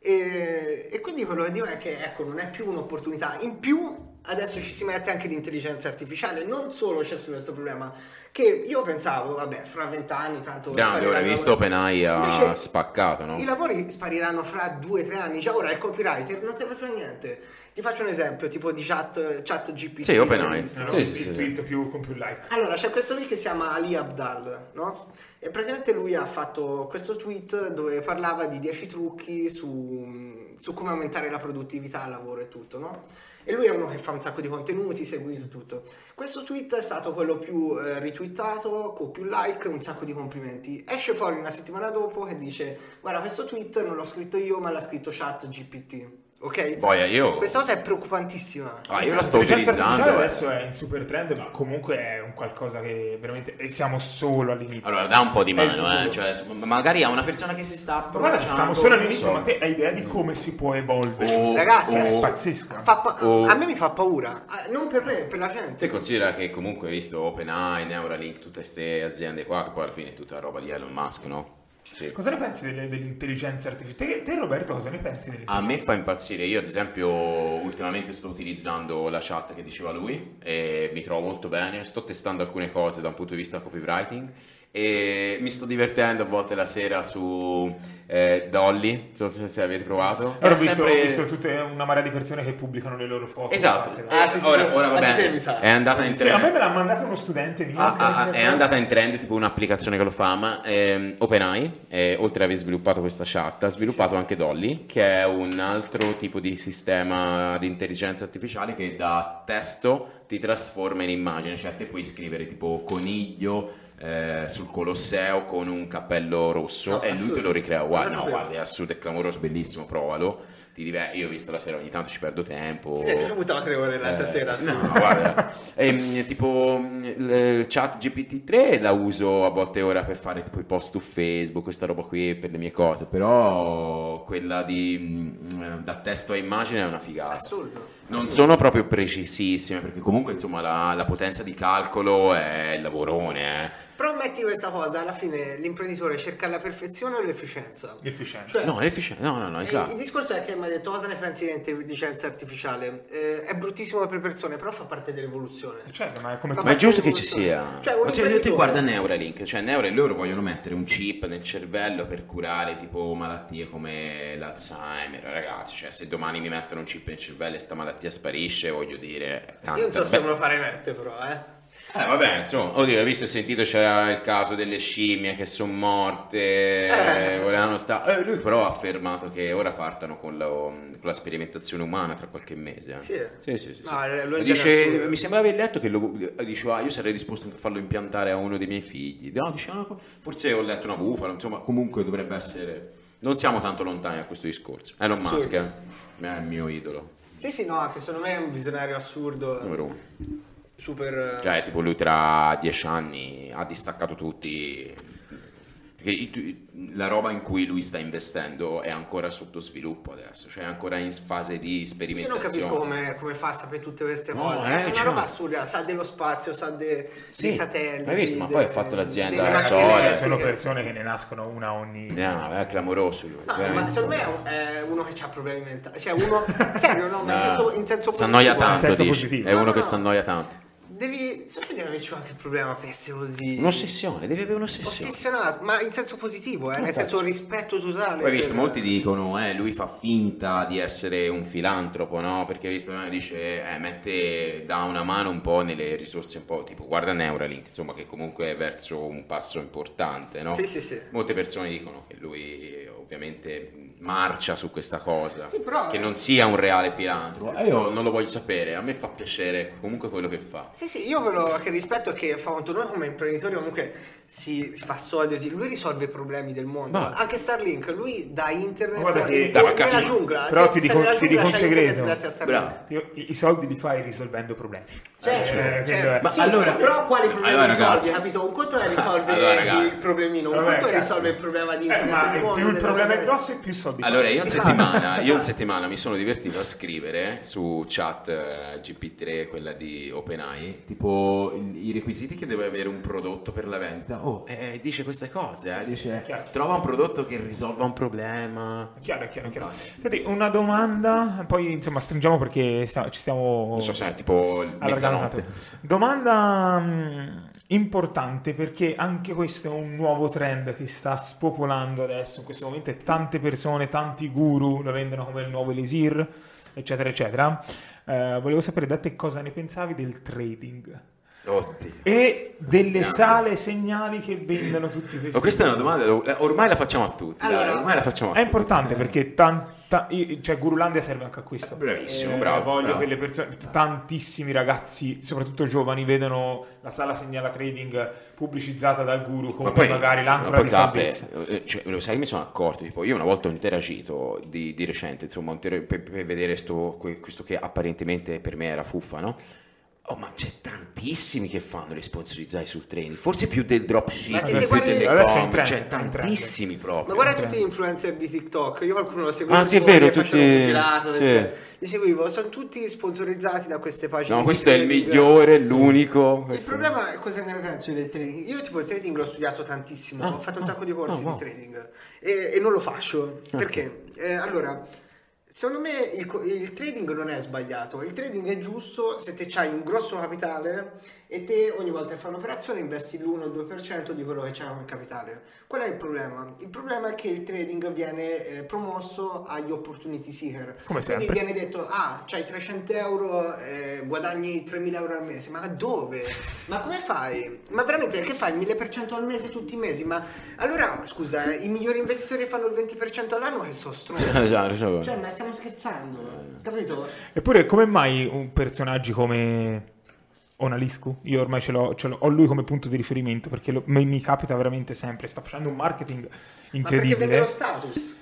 Speaker 3: E, e quindi quello che dico è che ecco, non è più un'opportunità. In più adesso ci si mette anche l'intelligenza artificiale, non solo c'è solo questo problema, che io pensavo, vabbè, fra vent'anni tanto...
Speaker 2: Grande,
Speaker 3: spariranno-
Speaker 2: ora hai visto OpenAI ha
Speaker 3: Invece
Speaker 2: spaccato, no?
Speaker 3: I lavori spariranno fra due o tre anni, già ora il copywriter non serve più a niente. Ti faccio un esempio, tipo di chat, chat GPT.
Speaker 2: Sì, OpenAI.
Speaker 3: Sì.
Speaker 1: No,
Speaker 2: Sì, sì,
Speaker 1: il
Speaker 2: sì.
Speaker 1: tweet più, con più like.
Speaker 3: Allora, c'è questo lì che si chiama Ali Abdal, no? E praticamente lui ha fatto questo tweet dove parlava di 10 trucchi su, su come aumentare la produttività al lavoro e tutto, no? E lui è uno che fa un sacco di contenuti, seguito e tutto. Questo tweet è stato quello più eh, retweetato, con più like, un sacco di complimenti. Esce fuori una settimana dopo che dice, guarda, questo tweet non l'ho scritto io, ma l'ha scritto chat GPT, ok?
Speaker 2: Boia, io...
Speaker 3: Questa cosa è preoccupantissima.
Speaker 2: Ah, io
Speaker 1: Sì,
Speaker 2: la sto
Speaker 1: l'intelligenza
Speaker 2: utilizzando.
Speaker 1: artificiale
Speaker 2: eh.
Speaker 1: adesso è in super trend, ma comunque è un qualcosa che veramente e siamo solo all'inizio.
Speaker 2: Allora, dà un po' di
Speaker 1: È il
Speaker 2: mano, eh.
Speaker 1: futuro.
Speaker 2: Cioè, s- magari a una persona che si sta
Speaker 1: Ma guarda, che siamo
Speaker 2: approcciando,
Speaker 1: solo
Speaker 2: non
Speaker 1: all'inizio,
Speaker 2: so.
Speaker 1: ma te hai idea di come si può evolvere?
Speaker 2: Oh,
Speaker 3: Ragazzi,
Speaker 1: è
Speaker 3: oh,
Speaker 1: pazzesco.
Speaker 3: Fa pa-
Speaker 2: Oh.
Speaker 3: A me mi fa paura, Ah, non per me, per la gente.
Speaker 2: Te considera che comunque hai visto OpenAI, Neuralink, tutte queste aziende qua, che poi alla fine è tutta roba di Elon Musk, no? Sì.
Speaker 1: Cosa ne pensi delle- dell'intelligenza artificiale? Te, te, Roberto, cosa ne pensi
Speaker 2: A
Speaker 1: dell'intelligenza
Speaker 2: me fa impazzire, io ad esempio ultimamente sto utilizzando la chat che diceva lui e mi trovo molto bene, sto testando alcune cose da un punto di vista copywriting e mi sto divertendo a volte la sera su eh, Dolly, non so se avete provato.
Speaker 1: Allora, ho
Speaker 2: È
Speaker 1: visto,
Speaker 2: sempre-
Speaker 1: Eh, ho visto tutta una marea di persone che pubblicano le loro foto.
Speaker 2: Esatto,
Speaker 1: fatte da-
Speaker 3: Ah, sì, sì,
Speaker 2: ora,
Speaker 3: sì.
Speaker 2: ora va
Speaker 3: A te
Speaker 2: bene,
Speaker 3: mi sa.
Speaker 2: è andata in
Speaker 1: Sì, a me
Speaker 2: trend,
Speaker 1: me l'ha mandato uno studente mio.
Speaker 2: Ah,
Speaker 1: che-
Speaker 2: ah, ah,
Speaker 1: che-
Speaker 2: è andata in trend tipo un'applicazione che lo fa, ma ehm, OpenAI, eh, oltre ad aver sviluppato questa chat, ha sviluppato anche Dolly, che è un altro tipo di sistema di intelligenza artificiale che da testo ti trasforma in immagine, cioè te puoi scrivere tipo coniglio eh, sul Colosseo con un cappello rosso
Speaker 3: No,
Speaker 2: e lui te
Speaker 3: assurdo.
Speaker 2: lo ricrea
Speaker 3: Non
Speaker 2: uguale.
Speaker 3: lo
Speaker 2: No,
Speaker 3: sapevo.
Speaker 2: guarda, è assurdo, è clamoroso, bellissimo, provalo. Ti diver- io ho visto la sera, ogni tanto ci perdo tempo.
Speaker 3: Sì, ci ho buttato tre ore l'altra
Speaker 2: Eh,
Speaker 3: sera. su. [LAUGHS]
Speaker 2: No, guarda, ehm, tipo mm, il chat GPT-3 la uso a volte ora per fare tipo i post su Facebook, questa roba qui per le mie cose, però quella di mm, eh, da testo a immagine è una figata.
Speaker 3: Assurdo.
Speaker 2: Non sono proprio precisissime perché comunque insomma la, la potenza di calcolo è il lavorone, eh.
Speaker 3: Però metti questa cosa, alla fine l'imprenditore cerca la perfezione o l'efficienza.
Speaker 1: L'efficienza.
Speaker 3: Cioè,
Speaker 2: No, è efficiente. No, no, no,
Speaker 3: eh,
Speaker 2: esatto.
Speaker 3: Il discorso è che mi ha detto cosa ne pensi di intelligenza artificiale? Eh, è bruttissimo per persone, però fa parte dell'evoluzione.
Speaker 1: Certo, ma è come
Speaker 3: Ma-
Speaker 1: tu.
Speaker 2: Ma è giusto che ci
Speaker 3: Cioè,
Speaker 2: sia.
Speaker 3: un
Speaker 2: Ma ti,
Speaker 3: imprenditore-
Speaker 2: ti guarda Neuralink, cioè Neuralink loro vogliono mettere un chip nel cervello per curare tipo malattie come l'Alzheimer, ragazzi, cioè se domani mi mettono un chip nel cervello e sta malattia sparisce, voglio dire tanto.
Speaker 3: Io non so se
Speaker 2: Ah, eh, Beh,
Speaker 3: me lo farei mette, però, eh.
Speaker 2: eh, vabbè, insomma, oddio, hai visto e sentito c'era il caso delle scimmie che sono morte,
Speaker 3: Eh.
Speaker 2: volevano sta- eh, lui però ha affermato che ora partano con la, um, con la sperimentazione umana tra qualche mese. eh.
Speaker 3: Sì.
Speaker 2: sì, sì. sì,
Speaker 3: No,
Speaker 2: sì.
Speaker 3: lui è già
Speaker 2: dice,
Speaker 3: assurdo.
Speaker 2: mi sembrava aver letto che lo, dice, ah, io sarei disposto anche a farlo impiantare a uno dei miei figli. No, dice, ah, forse ho letto una bufala, insomma, comunque dovrebbe essere... Non siamo tanto lontani a questo discorso. Elon
Speaker 3: Assurdo.
Speaker 2: Musk eh, è il mio idolo,
Speaker 3: Sì, sì, no, che secondo me è un visionario assurdo.
Speaker 2: numero uno.
Speaker 3: Super... eh,
Speaker 2: Cioè, tipo, lui tra dieci anni ha distaccato tutti. Perché i- tu- la roba in cui lui sta investendo è ancora sotto sviluppo adesso, cioè è ancora in fase di
Speaker 3: Sì,
Speaker 2: sperimentazione.
Speaker 3: non capisco come, come fa a sapere tutte queste
Speaker 2: No,
Speaker 3: cose.
Speaker 2: eh,
Speaker 3: è una
Speaker 2: cioè.
Speaker 3: roba assurda, sa dello spazio, sa de- dei satelliti.
Speaker 2: hai visto? Ma
Speaker 3: de-
Speaker 2: poi ha fatto l'azienda
Speaker 3: delle
Speaker 2: la
Speaker 3: macchine
Speaker 2: sola.
Speaker 1: Cioè,
Speaker 3: elettriche.
Speaker 1: sono persone che ne nascono una ogni.
Speaker 2: No, è clamoroso lui.
Speaker 3: No, ma
Speaker 2: veramente.
Speaker 3: secondo me è un- è uno che ha problemi mentali. Cioè, uno. [LAUGHS] serio, no, ma in
Speaker 2: No,
Speaker 3: senso, in senso positivo.
Speaker 2: si annoia
Speaker 3: eh.
Speaker 1: In
Speaker 2: tanto,
Speaker 1: senso
Speaker 2: dici.
Speaker 1: positivo.
Speaker 2: è
Speaker 3: No,
Speaker 2: uno
Speaker 3: no,
Speaker 2: che
Speaker 3: no.
Speaker 2: si annoia tanto.
Speaker 3: Devi. Secondo me deve averci anche il problema per essere così.
Speaker 2: Un'ossessione, deve avere un'ossessione.
Speaker 3: Ossessionato, ma in senso positivo, eh, nel senso rispetto totale.
Speaker 2: Poi hai visto,
Speaker 3: per-
Speaker 2: molti dicono, eh, lui fa finta di essere un filantropo, no? Perché hai visto, eh, dice, eh, mette, dà una mano un po' nelle risorse, un po' tipo, guarda Neuralink, insomma, che comunque è verso un passo importante, no?
Speaker 3: Sì, sì, sì.
Speaker 2: Molte persone dicono che lui eh, ovviamente marcia su questa cosa,
Speaker 3: Sì, però-
Speaker 2: che non sia un reale filantropo. Eh, io non lo voglio sapere, a me fa piacere comunque quello che fa.
Speaker 3: Sì, sì, io quello che rispetto è che Favantonoi come imprenditore comunque si, si fa soldi, si- lui risolve i problemi del mondo.
Speaker 2: Ma-
Speaker 3: Anche Starlink, lui da internet
Speaker 1: Guarda che-
Speaker 3: e-
Speaker 1: Dai,
Speaker 2: ma
Speaker 3: nella
Speaker 2: cazzo,
Speaker 3: giungla.
Speaker 1: però
Speaker 3: se-
Speaker 1: ti
Speaker 3: se
Speaker 1: dico-
Speaker 3: nella
Speaker 1: ti
Speaker 3: giungla
Speaker 1: dico un
Speaker 3: c'è internet
Speaker 1: segreto.
Speaker 3: Grazie a Starlink.
Speaker 2: Bravo.
Speaker 1: Io- I i soldi li fai risolvendo problemi.
Speaker 3: Certo,
Speaker 1: Eh,
Speaker 3: certo.
Speaker 1: quello è-
Speaker 2: Ma
Speaker 3: Sì,
Speaker 2: allora-
Speaker 3: però quali problemi
Speaker 2: allora,
Speaker 3: risolvi,
Speaker 2: ragazzi.
Speaker 3: capito? Un conto è risolvere
Speaker 2: Allora, ragazzi.
Speaker 3: il problemino, un
Speaker 1: Vabbè,
Speaker 3: conto è
Speaker 1: cazzo.
Speaker 3: risolvere il problema
Speaker 1: Eh,
Speaker 3: di internet.
Speaker 1: ma
Speaker 3: del mondo,
Speaker 1: più il
Speaker 3: della
Speaker 1: problema è
Speaker 3: società.
Speaker 1: grosso e più i soldi.
Speaker 2: Allora,
Speaker 1: fai.
Speaker 2: io in
Speaker 1: [LAUGHS]
Speaker 2: settimana, io in settimana mi sono divertito a scrivere su chat eh, GP3, quella di OpenAI, tipo il- i requisiti che deve avere un prodotto per la vendita. Oh, eh, dice queste cose, eh, dice,
Speaker 1: chiaro.
Speaker 2: trova un prodotto che risolva un problema.
Speaker 1: Chiaro, chiaro, chiaro.
Speaker 2: Fantastico.
Speaker 1: Senti, una domanda, poi insomma stringiamo perché sta- ci stiamo...
Speaker 2: Non so se è tipo
Speaker 1: allargando
Speaker 2: mezzanotte.
Speaker 1: tanto. Domanda mh, importante perché anche questo è un nuovo trend che sta spopolando adesso, in questo momento e tante persone, tanti guru lo vendono come il nuovo Elisir, eccetera, eccetera. Eh, volevo sapere da te cosa ne pensavi del trading
Speaker 2: Oddio.
Speaker 1: e delle
Speaker 2: Andiamo.
Speaker 1: sale segnali che vendono tutti questi.
Speaker 2: Oh, questa è una domanda, ormai la facciamo a tutti. dai,
Speaker 3: Allora,
Speaker 2: ormai la facciamo a
Speaker 1: È
Speaker 2: tutti.
Speaker 1: importante perché tanta, i- cioè Gurulandia serve anche a questo.
Speaker 2: Bravissimo,
Speaker 1: Eh,
Speaker 2: bravo,
Speaker 1: Voglio
Speaker 2: bravo.
Speaker 1: che le persone, tantissimi ragazzi, soprattutto giovani, vedano la sala segnala trading pubblicizzata dal guru come
Speaker 2: Ma poi,
Speaker 1: magari l'ancora
Speaker 2: ma poi
Speaker 1: di
Speaker 2: Gabe,
Speaker 1: salvezza.
Speaker 2: eh, cioè, lo sai che mi sono accorto, tipo, io una volta ho interagito di, di recente, insomma, ho inter- per, per vedere sto- que- questo che apparentemente per me era fuffa, no? Oh, ma c'è tantissimi che fanno le sponsorizzate sul trading, forse più del
Speaker 3: Ma
Speaker 2: dropshipping,
Speaker 3: senti,
Speaker 2: più
Speaker 3: guarda-
Speaker 2: delle
Speaker 1: adesso è in
Speaker 2: com,
Speaker 1: trend, è
Speaker 2: c'è
Speaker 1: in trend.
Speaker 2: tantissimi
Speaker 3: Ma
Speaker 2: proprio.
Speaker 1: guarda-
Speaker 3: guarda tutti gli influencer di TikTok, io qualcuno lo seguivo,
Speaker 2: Ah, sì, è
Speaker 3: su
Speaker 2: vero,
Speaker 3: che facevano
Speaker 2: tutti-
Speaker 3: un girato,
Speaker 2: sì.
Speaker 3: adesso- li seguivo, sono tutti sponsorizzati da queste pagine.
Speaker 2: No,
Speaker 3: di
Speaker 2: questo è il
Speaker 3: trading.
Speaker 2: migliore, l'unico.
Speaker 3: Il
Speaker 2: questo- [LAUGHS]
Speaker 3: problema è cosa ne penso io del trading. Io tipo il trading l'ho studiato tantissimo,
Speaker 2: Ah,
Speaker 3: ho fatto un
Speaker 2: ah,
Speaker 3: sacco di corsi
Speaker 2: ah, wow.
Speaker 3: di trading e, e non lo faccio. Perché? Eh, allora, secondo me il, co- il trading non è sbagliato, il trading è giusto se te hai un grosso capitale e te ogni volta che fai un'operazione investi l'1 o il 2% di quello che c'è come capitale. Qual è il problema? Il problema è che il trading viene eh, promosso agli opportunity seeker.
Speaker 1: Come
Speaker 3: Quindi
Speaker 1: sempre.
Speaker 3: viene detto, ah, c'hai 300 euro, eh, guadagni 3.000 euro al mese, ma dove? Ma come fai? Ma veramente che fai il 1000% al mese tutti i mesi? Ma allora, scusa, eh, i migliori investitori fanno il 20% all'anno che sono
Speaker 2: [LAUGHS]
Speaker 3: stronzi.
Speaker 2: Già, già,
Speaker 3: cioè, ma stiamo scherzando, capito?
Speaker 1: Eppure, come mai un personaggio come Onaliscu? Io ormai ce l'ho, ce l'ho- ho lui come punto di riferimento perché lo- mi, mi capita veramente sempre. Sta facendo un marketing
Speaker 3: Ma perché vede
Speaker 1: incredibile.
Speaker 3: lo status?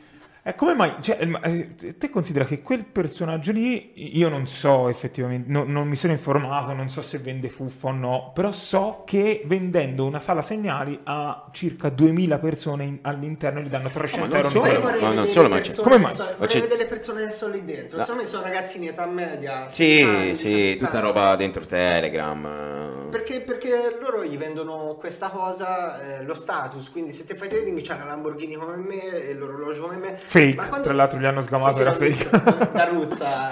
Speaker 1: E come mai? Cioè, ma, eh, te considera che quel personaggio lì, io non so effettivamente, no- non mi sono informato, non so se vende fuffa o no, però so che vendendo una sala segnali a circa 2000 persone in- all'interno gli danno 300
Speaker 2: non
Speaker 1: euro
Speaker 2: solo,
Speaker 1: ogni
Speaker 3: Poi
Speaker 1: volta.
Speaker 3: vorrei
Speaker 2: ma non
Speaker 3: vedere
Speaker 2: solo,
Speaker 3: le
Speaker 2: ma c'è-
Speaker 3: persone
Speaker 1: come
Speaker 3: che
Speaker 1: mai?
Speaker 3: so-
Speaker 2: Ma c'è-
Speaker 3: vorrei vedere le persone che sono lì dentro.
Speaker 2: La-
Speaker 3: Secondo me sono ragazzi in età media.
Speaker 2: Sì,
Speaker 3: 16,
Speaker 2: sì,
Speaker 3: 17
Speaker 2: tutta
Speaker 3: anni.
Speaker 2: roba dentro Telegram. eh.
Speaker 3: Perché, perché loro gli vendono questa cosa, eh, lo status, quindi se te fai trading c'è la Lamborghini come me e l'orologio come me.
Speaker 1: Fake,
Speaker 3: Ma
Speaker 1: tra l'altro gli hanno sgamato, era
Speaker 3: l'ho
Speaker 1: fake.
Speaker 3: visto, Da
Speaker 1: [LAUGHS]
Speaker 3: Ruzza.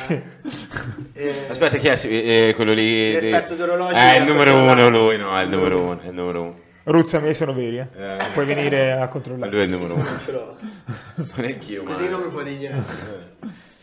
Speaker 3: Eh,
Speaker 2: Aspetta, chi è? Eh, eh, quello lì.
Speaker 3: L'esperto
Speaker 2: di-
Speaker 3: d'orologi
Speaker 2: Eh, il
Speaker 3: era
Speaker 2: numero
Speaker 3: quello là.
Speaker 2: uno, lui, no, è il numero uno, è il numero uno.
Speaker 1: Ruzza, me sono veri, eh.
Speaker 2: Eh.
Speaker 1: puoi venire a
Speaker 2: Ma
Speaker 1: controllare.
Speaker 2: Lui è il numero
Speaker 3: [LAUGHS]
Speaker 2: uno.
Speaker 3: non ce l'ho.
Speaker 2: Non è io,
Speaker 3: Così non mi può dire niente.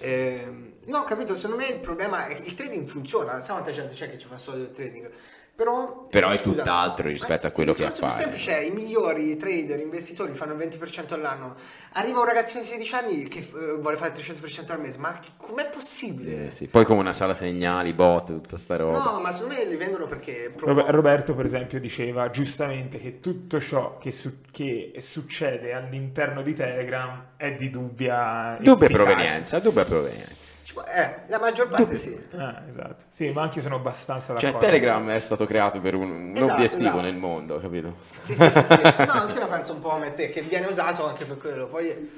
Speaker 3: Ehm, no, capito, secondo me il problema è che il trading funziona, sa quanta gente c'è che ci fa soldi del trading, però...
Speaker 2: Però è tutt'altro rispetto
Speaker 3: ma
Speaker 2: a quello
Speaker 3: il
Speaker 2: che
Speaker 3: discorso più
Speaker 2: appare.
Speaker 3: semplice è i migliori trader, investitori fanno il 20% all'anno, arriva un ragazzo di 16 anni che eh, vuole fare il 300% al mese, ma che- com'è possibile?
Speaker 2: Eh, sì. Poi come una sala segnali, bot, tutta sta roba.
Speaker 3: No, ma secondo me li vendono perché...
Speaker 1: Robe- Roberto, per esempio, diceva giustamente che tutto ciò che, su- che succede all'interno di Telegram è di dubbia
Speaker 2: Dubbia
Speaker 1: efficacia.
Speaker 2: provenienza, dubbia provenienza.
Speaker 3: Eh, la maggior parte sì.
Speaker 1: Ah, esatto. Sì, ma anche io sono abbastanza
Speaker 2: Cioè,
Speaker 1: d'accordo.
Speaker 2: Telegram è stato creato per un, un
Speaker 3: Esatto,
Speaker 2: obiettivo
Speaker 3: esatto.
Speaker 2: nel mondo, capito?
Speaker 3: Sì, sì, sì, sì. No, anche io la penso un po' come te, che viene usato anche per quello. Poi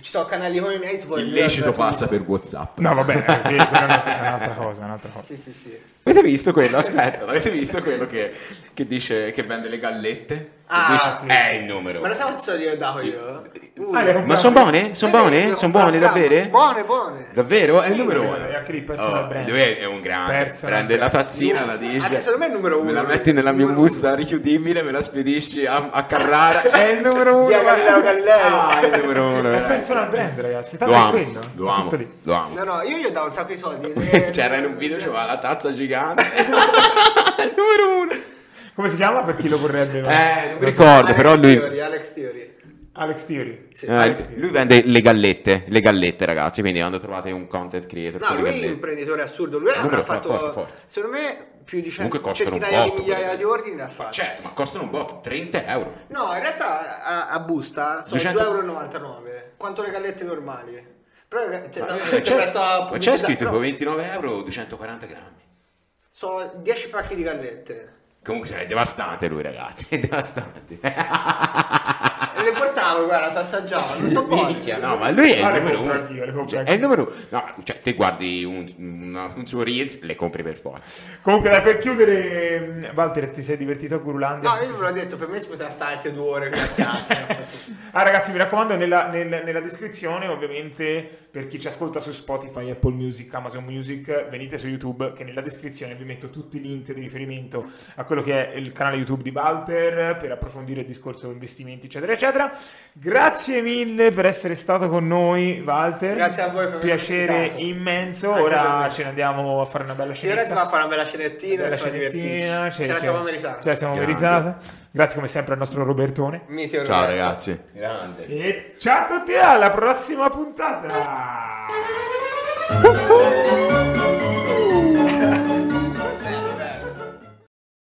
Speaker 3: ci sono canali come me, tipo
Speaker 2: Il lecito passa per WhatsApp.
Speaker 1: No, vabbè, eh, quella è un'altra- è un'altra cosa, è un'altra cosa.
Speaker 3: Sì, sì, sì.
Speaker 2: Avete visto quello? Aspetta, avete visto quello che, che dice che vende le gallette?
Speaker 3: Ah,
Speaker 2: E dice,
Speaker 3: sì.
Speaker 2: È il numero.
Speaker 3: Ma lo sai quanto soldi io davo io? Uno.
Speaker 1: Ah, le comp-
Speaker 2: Ma sono Eh, buone? Sono
Speaker 3: Eh,
Speaker 2: buone?
Speaker 3: io
Speaker 2: Sono buone
Speaker 3: compravo-
Speaker 2: davvero?
Speaker 3: Buone, buone.
Speaker 2: Davvero? È il numero uno. Oh,
Speaker 1: Eh, anche lì, personal brand.
Speaker 2: Lui è un grande.
Speaker 1: Personal
Speaker 2: Prende la
Speaker 1: brand.
Speaker 2: tazzina, la
Speaker 3: Numero-
Speaker 2: dice.
Speaker 3: anche secondo me è il numero
Speaker 2: Me
Speaker 3: uno,
Speaker 2: la
Speaker 3: lui.
Speaker 2: metti nella mia
Speaker 3: Numero
Speaker 2: busta richiudibile, me la spedisci a, a
Speaker 3: [LAUGHS]
Speaker 2: Carrara. è il numero uno.
Speaker 3: Via
Speaker 2: guarda.
Speaker 3: Galileo Galilei.
Speaker 2: Ah, è il numero uno.
Speaker 1: È
Speaker 2: veramente.
Speaker 1: personal brand, ragazzi. Tanto
Speaker 2: Lo
Speaker 1: è
Speaker 2: amo,
Speaker 1: quello.
Speaker 2: lo
Speaker 1: è
Speaker 2: amo,
Speaker 1: tutto lì.
Speaker 2: lo amo. [LAUGHS]
Speaker 3: No, eh, no, io gli davo un sacco di soldi.
Speaker 2: C'era Cioè, in un video, c'era la tazza gigante. È il numero uno.
Speaker 1: Come si chiama per chi lo vorrebbe?
Speaker 2: Eh, non mi ricordo, però lui...
Speaker 3: Theory, Alex Theory.
Speaker 1: Alex Theory.
Speaker 3: Sì.
Speaker 2: Eh, lui vende le gallette, le gallette ragazzi, quindi quando trovate un content creator
Speaker 3: No,
Speaker 2: con le
Speaker 3: lui è un
Speaker 2: gallette.
Speaker 3: imprenditore assurdo. Lui
Speaker 2: Numero
Speaker 3: ha
Speaker 2: fa-
Speaker 3: fatto.
Speaker 2: forte, forte.
Speaker 3: Secondo me più di
Speaker 2: Comunque
Speaker 3: cento,
Speaker 2: costano un
Speaker 3: centinaia di
Speaker 2: botto,
Speaker 3: migliaia
Speaker 2: quelli.
Speaker 3: di ordini l'ha fatto.
Speaker 2: Cioè, ma costano un po', 30 euro.
Speaker 3: No, in realtà a, a busta sono
Speaker 2: 200
Speaker 3: 2,99€, quanto le gallette normali. Però cioè,
Speaker 2: Ma,
Speaker 3: no,
Speaker 2: eh,
Speaker 3: c'è questa
Speaker 2: ma c'è
Speaker 3: pubblicità,
Speaker 2: scritto
Speaker 3: però
Speaker 2: tipo 29 euro 240 grammi.
Speaker 3: Sono 10 pacchi di gallette.
Speaker 2: Comunque cioè, è devastante lui, ragazzi. [LAUGHS] È devastante.
Speaker 3: E le portavo, guarda, si assaggiavano, non so
Speaker 2: Minchia,
Speaker 3: poi.
Speaker 2: no, ma lui è
Speaker 1: Ah,
Speaker 2: il
Speaker 1: le
Speaker 2: numero
Speaker 1: compro
Speaker 2: uno.
Speaker 1: anch'io, le compro
Speaker 2: Cioè, è
Speaker 1: anch'io.
Speaker 2: il numero uno. No, cioè, te guardi un, un- un suo Reels, le compri per forza.
Speaker 1: Comunque, dai, per chiudere, mh, Walter, ti sei divertito a Gurulandia?
Speaker 3: No, io ve l'ho detto, per me si poteva stare altre due ore con la chiacchiera.
Speaker 1: Ah, ragazzi, mi raccomando, nella, nel- nella descrizione, ovviamente, per chi ci ascolta su Spotify, Apple Music, Amazon Music, venite su YouTube, che nella descrizione vi metto tutti i link di riferimento a quello che è il canale YouTube di Walter per approfondire il discorso investimenti, eccetera, eccetera. Grazie mille per essere stato con noi, Walter.
Speaker 3: Grazie a voi per avermi
Speaker 1: Piacere
Speaker 3: ospitato.
Speaker 1: immenso.
Speaker 3: Anche per
Speaker 1: Ora
Speaker 3: me.
Speaker 1: ce ne andiamo a fare una bella
Speaker 3: Sì, ora si va
Speaker 1: scenetta.
Speaker 3: a fare una bella scenettina,
Speaker 1: Bella
Speaker 3: si va a divertirci.
Speaker 1: scenettina,
Speaker 3: Ce la
Speaker 1: c'è-
Speaker 3: siamo
Speaker 1: Ce la
Speaker 3: meritata.
Speaker 1: siamo
Speaker 2: Grande.
Speaker 1: meritate. Grazie come sempre al nostro Robertone.
Speaker 3: Meteor
Speaker 2: Ciao,
Speaker 3: Roberto.
Speaker 2: ragazzi.
Speaker 4: Grande.
Speaker 1: E ciao a tutti, alla prossima puntata!